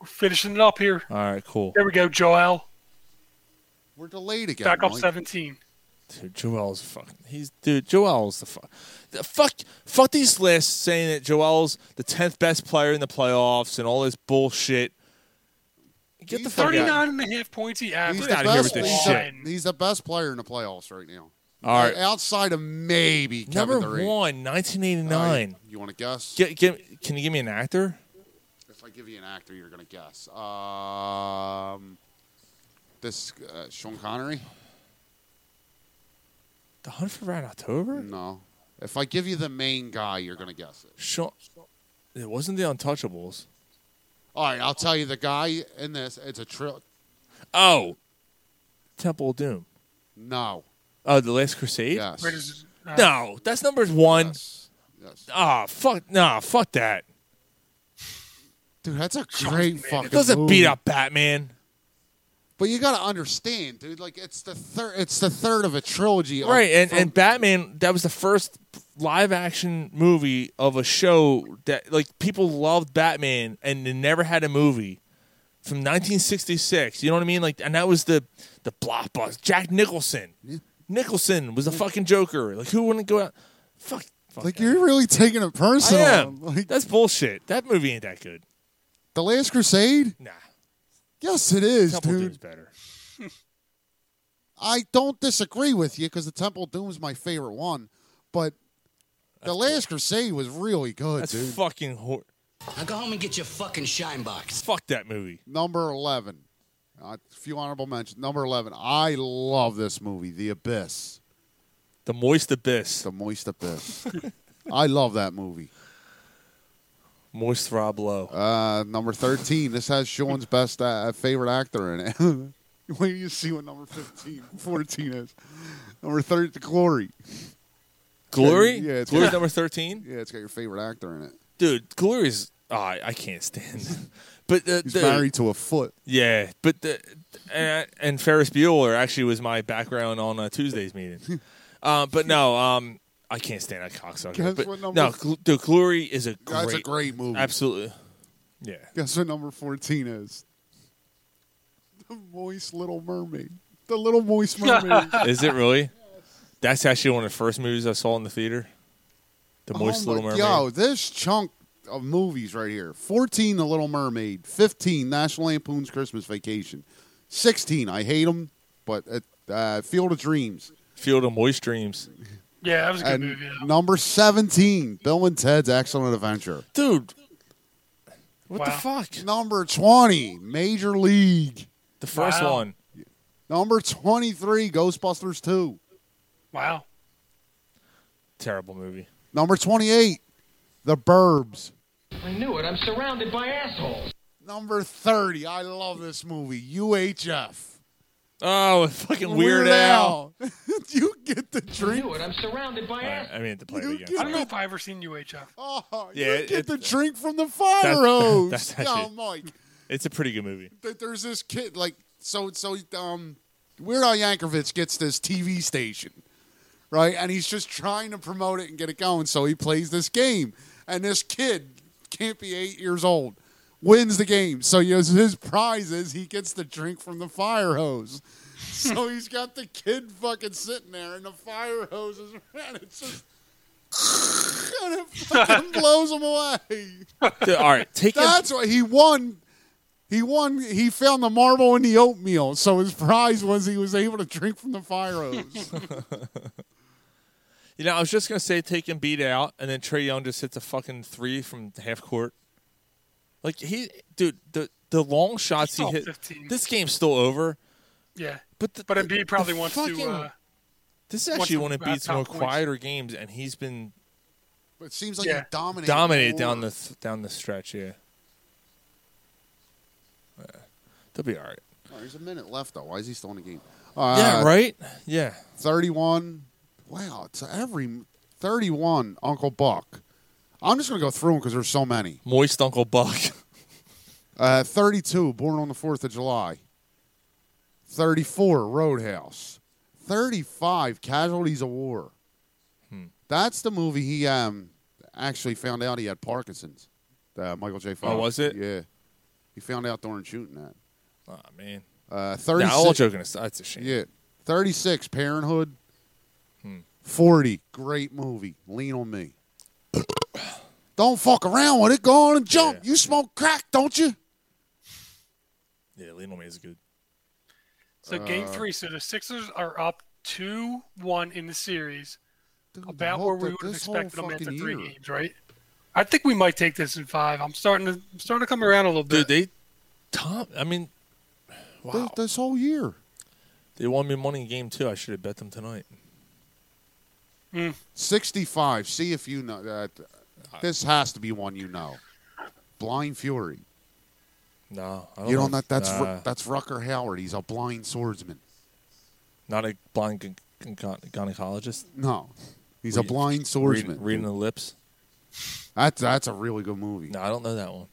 Speaker 2: We're finishing it up here.
Speaker 6: All right, cool.
Speaker 2: There we go, Joel.
Speaker 1: We're delayed again.
Speaker 2: Back up
Speaker 1: Mike.
Speaker 2: 17.
Speaker 6: Dude, Joel's fucking. He's dude. Joel's the fuck. The fuck. Fuck these lists saying that Joel's the tenth best player in the playoffs and all this bullshit. Get the
Speaker 1: He's
Speaker 6: fuck out.
Speaker 2: 39 and a half points he
Speaker 1: He's
Speaker 2: averaged.
Speaker 1: the
Speaker 6: outta here with
Speaker 1: best-
Speaker 6: this
Speaker 1: he's
Speaker 6: shit.
Speaker 1: the- He's the best player in the playoffs right now.
Speaker 6: All right.
Speaker 1: outside of maybe
Speaker 6: Number
Speaker 1: Kevin Durant.
Speaker 6: one, 1989.
Speaker 1: Uh, you want to guess?
Speaker 6: Get, get, can you give me an actor?
Speaker 1: If I give you an actor, you're gonna guess. Um, this uh, Sean Connery?
Speaker 6: The Hunt for Red October.
Speaker 1: No. If I give you the main guy, you're gonna guess it.
Speaker 6: Sean. It wasn't the Untouchables.
Speaker 1: All right, I'll tell you the guy in this. It's a tri-
Speaker 6: Oh, Temple of Doom.
Speaker 1: No.
Speaker 6: Oh, The Last Crusade.
Speaker 1: Yes.
Speaker 2: Raiders- uh,
Speaker 6: No, that's number one.
Speaker 1: Yes. Yes.
Speaker 6: Ah, fuck. Nah, fuck that.
Speaker 1: Dude, that's a great fucking.
Speaker 6: It doesn't
Speaker 1: movie.
Speaker 6: beat up Batman.
Speaker 1: But you gotta understand, dude. Like it's the third. It's the third of a trilogy. of-
Speaker 6: Right, and,
Speaker 1: from-
Speaker 6: and Batman, that was the first live action movie of a show that, like, people loved Batman and they never had a movie from 1966. You know what I mean? Like, and that was the, the blockbuster. Jack Nicholson. Nicholson was the fucking Joker. Like, who wouldn't go out? Fuck. fuck
Speaker 1: like
Speaker 6: that.
Speaker 1: you're really taking it
Speaker 6: I
Speaker 1: personal.
Speaker 6: am.
Speaker 1: Like
Speaker 6: That's bullshit. That movie ain't that good.
Speaker 1: the Last Crusade.
Speaker 6: Nah.
Speaker 1: Yes, it is,
Speaker 6: Temple
Speaker 1: dude.
Speaker 6: Doom's better.
Speaker 1: I don't disagree with you because the Temple of Doom's my favorite one, but the Last Crusade was really good,
Speaker 6: That's
Speaker 1: dude.
Speaker 6: fucking hor-
Speaker 9: Now go home and get your fucking shine box.
Speaker 6: Fuck that movie.
Speaker 1: Number eleven, Uh, a few honorable mentions. Number eleven, I love this movie, The Abyss,
Speaker 6: The Moist Abyss.
Speaker 1: The Moist Abyss. I love that movie.
Speaker 6: Moist Rob Lowe.
Speaker 1: Uh, number thirteen, this has Sean's best uh, favorite actor in it. Wait till you see what number 15, 14 is. Number thirty, The Glory.
Speaker 6: Glory?
Speaker 1: Yeah, it's
Speaker 6: Glory's
Speaker 1: good.
Speaker 6: number 13?
Speaker 1: Yeah, it's got your favorite actor in it.
Speaker 6: Dude, Glory's. Oh, I, I can't stand it. But the,
Speaker 1: He's
Speaker 6: the-
Speaker 1: married to a foot.
Speaker 6: Yeah, but the. And, and Ferris Bueller actually was my background on uh, Tuesday's meeting. uh, but no, um, I can't stand that cocksucker.
Speaker 1: Guess
Speaker 6: But
Speaker 1: what
Speaker 6: no,
Speaker 1: number-
Speaker 6: Gl- dude, Glory is a great.
Speaker 1: That's a great movie.
Speaker 6: Absolutely. Yeah.
Speaker 1: Guess what number 14 is? The Moist Little Mermaid. The Little Moist Mermaid.
Speaker 6: Is it really? That's actually one of the first movies I saw in the theater. The Moist
Speaker 1: Oh
Speaker 6: Little
Speaker 1: my-
Speaker 6: Mermaid.
Speaker 1: Yo, this chunk of movies right here 14, The Little Mermaid. 15, National Lampoon's Christmas Vacation. 16, I hate them, but uh, uh, Field of Dreams.
Speaker 6: Field of Moist Dreams.
Speaker 2: Yeah, that was a good
Speaker 1: And
Speaker 2: movie. though.
Speaker 1: number 17, Bill and Ted's Excellent Adventure.
Speaker 6: Dude. What the
Speaker 2: Wow.
Speaker 6: fuck?
Speaker 1: Number 20, Major League.
Speaker 6: The first
Speaker 2: Wow.
Speaker 6: one.
Speaker 1: Number 23, Ghostbusters 2.
Speaker 2: Wow.
Speaker 6: Terrible movie.
Speaker 1: Number 28, The Burbs.
Speaker 5: I knew it. I'm surrounded by assholes.
Speaker 1: Number 30. I love this movie. UHF.
Speaker 6: Oh, fucking Weird Al.
Speaker 1: you get the drink.
Speaker 2: it. I'm surrounded by
Speaker 6: All right, I mean, to play it
Speaker 2: I
Speaker 6: again.
Speaker 2: don't know if I ever seen UHF.
Speaker 1: Oh,
Speaker 6: Yeah, it-
Speaker 1: get
Speaker 6: it-
Speaker 1: the drink from the fire
Speaker 6: That's-
Speaker 1: hose.
Speaker 6: that's that
Speaker 1: Yo,
Speaker 6: shit.
Speaker 1: Mike.
Speaker 6: It's a pretty good movie.
Speaker 1: that there's this kid like so so um Weird Al Yankovic gets this TV station, right? And he's just trying to promote it and get it going, so he plays this game. And this kid can't be eight years old, wins the game. So you know, his prize is he gets the drink from the fire hose. so he's got the kid fucking sitting there, and the fire hose is and it's just. and it fucking blows him away.
Speaker 6: Dude, all right, take a-
Speaker 1: That's what he won. He won. He found the marble in the oatmeal, so his prize was he was able to drink from the fire hose.
Speaker 6: You know, I was just gonna say take him beat out, and then Trey Young just hits a fucking three from half court. Like he, dude, the the long shots he
Speaker 2: Top
Speaker 6: hit.
Speaker 2: 15.
Speaker 6: This game's still over.
Speaker 2: Yeah,
Speaker 6: but
Speaker 2: but Embiid probably wants
Speaker 6: fucking-
Speaker 2: to. Uh,
Speaker 6: This is
Speaker 2: Wants
Speaker 6: actually
Speaker 2: to
Speaker 6: one of
Speaker 2: grab
Speaker 6: Beat's
Speaker 2: top
Speaker 6: more
Speaker 2: points.
Speaker 6: quieter games, and he's been
Speaker 1: but it seems like
Speaker 2: Yeah.
Speaker 1: you dominate.
Speaker 6: dominated down
Speaker 1: more.
Speaker 6: the th- down the stretch. Yeah, Yeah. they'll be all right.
Speaker 1: Oh, there's a minute left though. Why is he still in the game? Uh,
Speaker 6: Yeah, right? Yeah.
Speaker 1: Thirty-one. Wow, it's every thirty-one. Uncle Buck. I'm just gonna go through them because there's so many.
Speaker 6: Moist Uncle Buck.
Speaker 1: Uh, 32, born on the 4th of July. 34, Roadhouse. 35, Casualties of War.
Speaker 6: Hmm.
Speaker 1: That's the movie he um, actually found out he had Parkinson's. Uh, Michael J. Fox.
Speaker 6: Oh, was it?
Speaker 1: Yeah. He found out during shooting that.
Speaker 6: Oh man.
Speaker 1: Uh, 36,
Speaker 6: Nah, all joking aside, that's a shame.
Speaker 1: Yeah. 36, Parenthood.
Speaker 6: Hmm.
Speaker 1: 40, great movie. Lean on me. Don't fuck around with it. Go on and jump. You smoke crack, don't you?
Speaker 6: Yeah, Lean on Me is good.
Speaker 2: so game
Speaker 1: Uh,
Speaker 2: three. So the Sixers are up two one in the series, about
Speaker 1: whole-
Speaker 2: where we
Speaker 1: th-
Speaker 2: would have
Speaker 1: this whole
Speaker 2: expected them after
Speaker 1: fucking
Speaker 2: three
Speaker 1: year.
Speaker 2: games, right? I think we might take this in five. I'm starting to I'm starting to come around a little bit.
Speaker 6: Dude, they Tom. I mean, wow.
Speaker 1: Th- this whole year.
Speaker 6: They won me money in game two. I should have bet them tonight.
Speaker 1: 65. See if you know. Uh, th- this has to be one you know. Blind Fury.
Speaker 6: No, I don't
Speaker 1: You don't know that's Ru-
Speaker 6: Nah,
Speaker 1: that's Rucker Howard. He's a blind swordsman.
Speaker 6: not a blind gyn- gyn- gyn- gynecologist.
Speaker 1: No, he's a
Speaker 6: Read-
Speaker 1: blind
Speaker 6: Reading-
Speaker 1: swordsman.
Speaker 6: reading the lips.
Speaker 1: That's that's a really good movie.
Speaker 6: No, I don't know that one.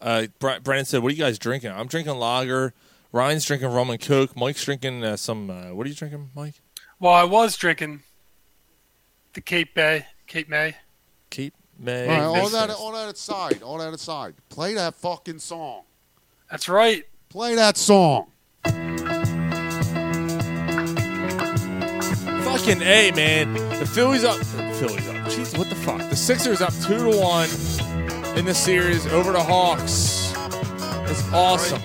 Speaker 6: Uh, Br- Brandon said, "What are you guys drinking?" I'm drinking lager. Ryan's drinking rum and coke. Mike's drinking uh, some. Uh, what are you drinking, Mike?
Speaker 2: Well, I was drinking the Cape Bay, Cape May.
Speaker 6: Keep May.
Speaker 1: All, right, all
Speaker 6: Mixed
Speaker 1: that
Speaker 6: Fest.
Speaker 1: all that aside, all that aside. Play that fucking song.
Speaker 2: That's right.
Speaker 1: Play that song.
Speaker 6: Fucking A, man. The Phillies up. The Phillies up. Jeez, what the fuck? The Sixers up 2 to 1 in the series over the Hawks. It's awesome.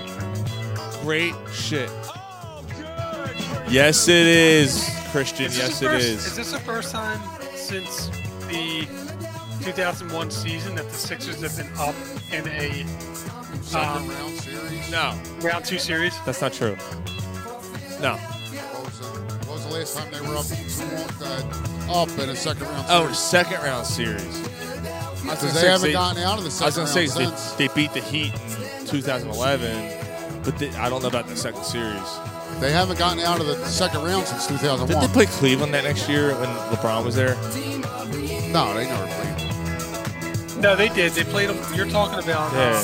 Speaker 6: Great shit. Yes, it is, Christian.
Speaker 2: Is Oh, this
Speaker 6: yes,
Speaker 2: the
Speaker 6: it
Speaker 2: first-
Speaker 6: is.
Speaker 2: this the first time since the 2001 season that the Sixers have been up in a um,
Speaker 1: round series.
Speaker 6: No,
Speaker 2: round two series?
Speaker 6: that's not true. No.
Speaker 1: What was, the, what was the last time they were up two, uh, up in a second round?
Speaker 6: Oh,
Speaker 1: series?
Speaker 6: second round series. I was gonna
Speaker 1: Because
Speaker 6: say,
Speaker 1: they haven't gotten out of the
Speaker 6: I
Speaker 1: second
Speaker 6: was gonna say
Speaker 1: round
Speaker 6: they-
Speaker 1: since.
Speaker 6: they, beat the Heat in 2011, but they, I don't know about the second series.
Speaker 1: They haven't gotten out of the second round since
Speaker 6: Did
Speaker 1: 2001.
Speaker 6: they play Cleveland that next year when LeBron was there?
Speaker 1: No, they never played.
Speaker 2: No, they did. They played them. You're talking about uh,
Speaker 6: Yeah.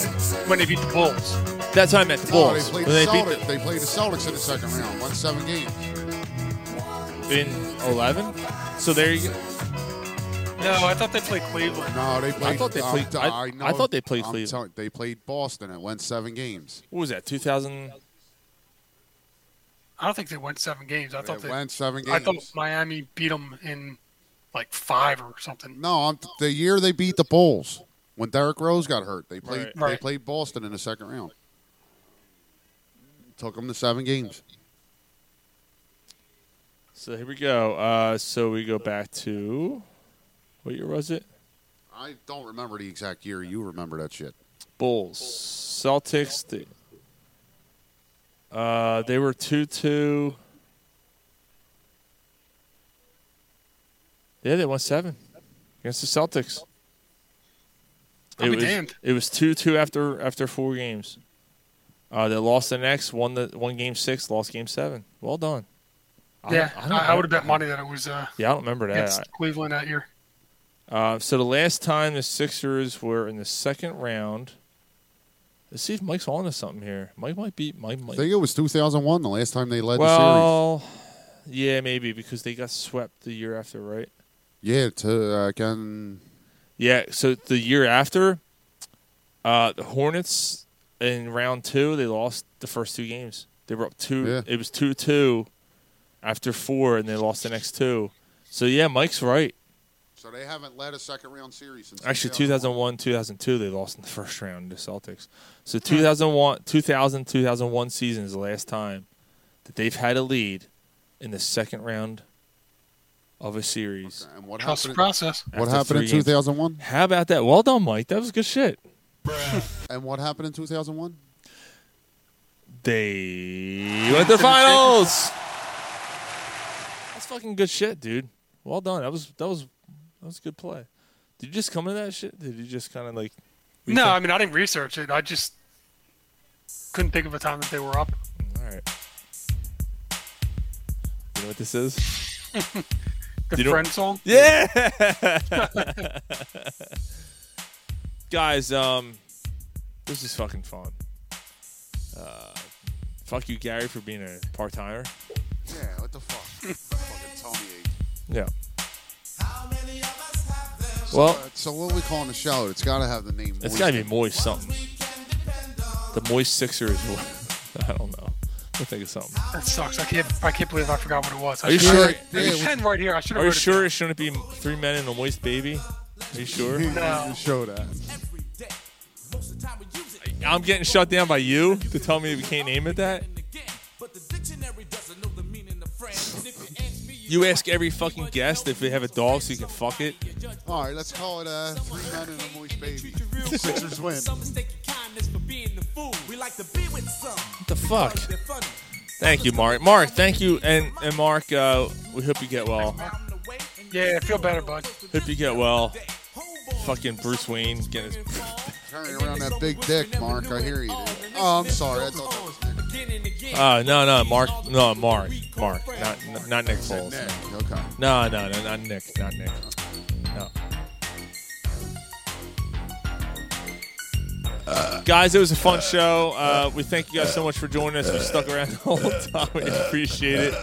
Speaker 2: when they beat the Bulls.
Speaker 6: That's how I met the
Speaker 1: No, they
Speaker 6: Bulls.
Speaker 1: played
Speaker 6: When they
Speaker 1: the
Speaker 6: beat
Speaker 1: Celtics. they played the Celtics in the second round, won seven games.
Speaker 6: the, in 11. So there you go.
Speaker 2: No, I thought they played Cleveland.
Speaker 1: No, they played.
Speaker 6: thought they
Speaker 1: I'm
Speaker 6: played-
Speaker 1: t-
Speaker 6: I-
Speaker 1: I,
Speaker 6: I
Speaker 1: know,
Speaker 6: thought they played
Speaker 1: I'm
Speaker 6: Cleveland.
Speaker 1: telling- they played Boston and won seven games.
Speaker 6: What was that? 2000.
Speaker 2: I don't think they won seven games. I thought
Speaker 1: They
Speaker 2: they,
Speaker 1: won seven
Speaker 2: I thought
Speaker 1: games.
Speaker 2: Miami beat them in like five or something.
Speaker 1: No, I'm, the year they beat the Bulls when Derrick Rose got hurt, they played.
Speaker 2: Right.
Speaker 1: They
Speaker 2: Right.
Speaker 1: played Boston in the second round. Took them to seven games.
Speaker 6: So here we go. Uh, so we go back to. What year was it?
Speaker 1: I don't remember the exact year. You remember that shit.
Speaker 6: Bulls. Celtics. They, uh, they were 2 2. Yeah, they won seven against the Celtics.
Speaker 2: I'll
Speaker 6: it
Speaker 2: be
Speaker 6: was
Speaker 2: damned.
Speaker 6: it was two two after after four games. Uh, they lost the next, won the one game six, lost game seven. Well done. I-
Speaker 2: yeah,
Speaker 6: I don't-
Speaker 2: I, I would have bet money that it was uh,
Speaker 6: Yeah, I don't remember that.
Speaker 2: against Cleveland that year.
Speaker 6: Uh, so the last time the Sixers were in the second round, let's see if Mike's on to something here. Mike might be Mike.
Speaker 1: I
Speaker 6: might
Speaker 1: think it was 2001 the last time they led
Speaker 6: well, yeah, maybe because they got swept the year after, right?
Speaker 1: the series. Yeah, to uh, again.
Speaker 6: Yeah. So the year after, uh, the Hornets in round two, they lost the first two games. They were up two.
Speaker 1: Yeah.
Speaker 6: It was two two after four, and they lost the next two. So yeah, Mike's right.
Speaker 1: So they haven't led a second round series since
Speaker 6: Actually, 2001, 2002, they lost in the first round to Celtics. So 2001, 2000, 2001 season is the last time that they've had a lead in the second round of a series.
Speaker 1: and what
Speaker 2: Trust
Speaker 1: happened?
Speaker 2: the process.
Speaker 1: What happened in 2001?
Speaker 6: How about that? Well done, Mike. That was good shit.
Speaker 1: And what happened in 2001?
Speaker 6: They went to the finals. That's fucking good shit, dude. Well done. That was that was that was good play. Did you just come into that shit? Did you just kind of like?
Speaker 2: No, I mean I didn't research it. I just couldn't think of a time that they were up.
Speaker 6: All right. You know what this is?
Speaker 2: The
Speaker 6: You know-
Speaker 2: friend song.
Speaker 6: Yeah. Guys, um, this is fucking fun. Uh, fuck you, Gary, for being a part timer.
Speaker 1: Yeah, what the fuck? Fucking Tommy.
Speaker 6: Yeah.
Speaker 1: So,
Speaker 6: Well,
Speaker 1: uh, so what are we calling the show? It's got to have the name.
Speaker 6: It's
Speaker 1: Moist.
Speaker 6: got to be moist something. The moist Sixers. I don't know. We'll think of something.
Speaker 2: That sucks. I can't. I can't believe I forgot what it was. I
Speaker 6: Are you
Speaker 2: should've-
Speaker 6: sure?
Speaker 2: There's a pen right here. I should
Speaker 6: Are you
Speaker 2: have.
Speaker 6: sure it shouldn't be three men and a moist baby? Are you sure?
Speaker 2: No.
Speaker 1: Show that.
Speaker 6: I'm getting shut down by you to tell me that we can't name it that. You ask every fucking guest if they have a dog so you can fuck it.
Speaker 1: All right, let's call it uh, Three Men and a Moist Baby. Sixers win.
Speaker 6: What the fuck? Thank you, Mark. Mark, thank you, and and Mark, uh, we hope you get well.
Speaker 2: Yeah, I feel better, bud.
Speaker 6: Hope you get well. Fucking Bruce Wayne getting his
Speaker 1: Turning around that big dick, Mark. I hear you. dude. Oh, I'm sorry. I thought that was Nick.
Speaker 6: Oh, no, no, Mark. No, Mark. Mark. Not n- not Nick Foles. No.
Speaker 1: Okay.
Speaker 6: No, no, no, not Nick. Not Nick. No. guys, it was a fun show. Uh, we thank you guys so much for joining us. We stuck around the whole time. We appreciate it.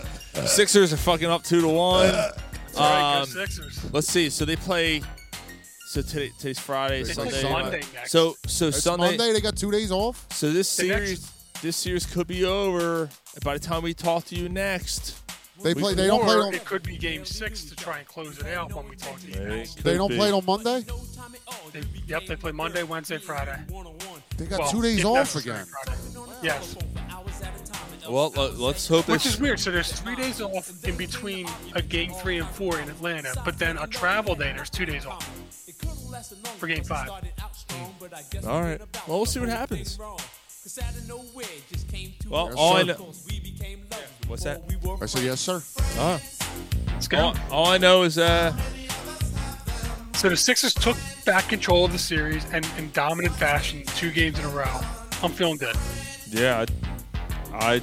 Speaker 6: Sixers are fucking up two to one.
Speaker 2: All right, go
Speaker 6: Um,
Speaker 2: Sixers.
Speaker 6: let's see. So they play. So today, today's Friday.
Speaker 1: They play
Speaker 6: Sunday.
Speaker 1: Sunday
Speaker 2: next.
Speaker 6: So so
Speaker 1: It's
Speaker 6: Sunday.
Speaker 1: Monday. They got two days off.
Speaker 6: So this
Speaker 2: The next-
Speaker 6: series, this series could be over by the time we talk to you next.
Speaker 1: They
Speaker 6: we
Speaker 1: play.
Speaker 6: could-
Speaker 1: They don't play
Speaker 2: Or
Speaker 1: on.
Speaker 2: it could be Game Six to try and close it out when we talk to you.
Speaker 6: It
Speaker 2: guys.
Speaker 6: could
Speaker 1: They don't
Speaker 6: be.
Speaker 1: play it on Monday.
Speaker 2: They, yep, they play Monday, Wednesday, Friday.
Speaker 1: They got
Speaker 2: Well,
Speaker 1: two days
Speaker 2: if
Speaker 1: off
Speaker 2: necessary,
Speaker 1: again.
Speaker 2: Friday. Yes,
Speaker 6: Well, let- let's hope
Speaker 2: which
Speaker 6: it's.
Speaker 2: is weird. So there's three days off in between a game three and four in Atlanta, but then a travel day there's two days off for game five.
Speaker 6: All right. Well, we'll see what happens. Well, all I know. What's that?
Speaker 1: I said yes, sir.
Speaker 6: Ah.
Speaker 2: Let's go.
Speaker 6: all, all I know is uh,
Speaker 2: So the Sixers took back control of the series and in dominant fashion, two games in a row. I'm feeling good.
Speaker 6: yeah, I, I,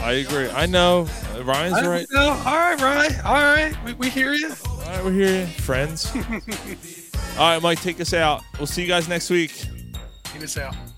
Speaker 6: I agree. I know Uh, Ryan's
Speaker 2: I-
Speaker 6: right.
Speaker 2: no, all right, Ryan. All right, we, we hear you.
Speaker 6: All right, we're here, friends. all right, Mike, take us out. We'll see you guys next week.
Speaker 2: Get us out.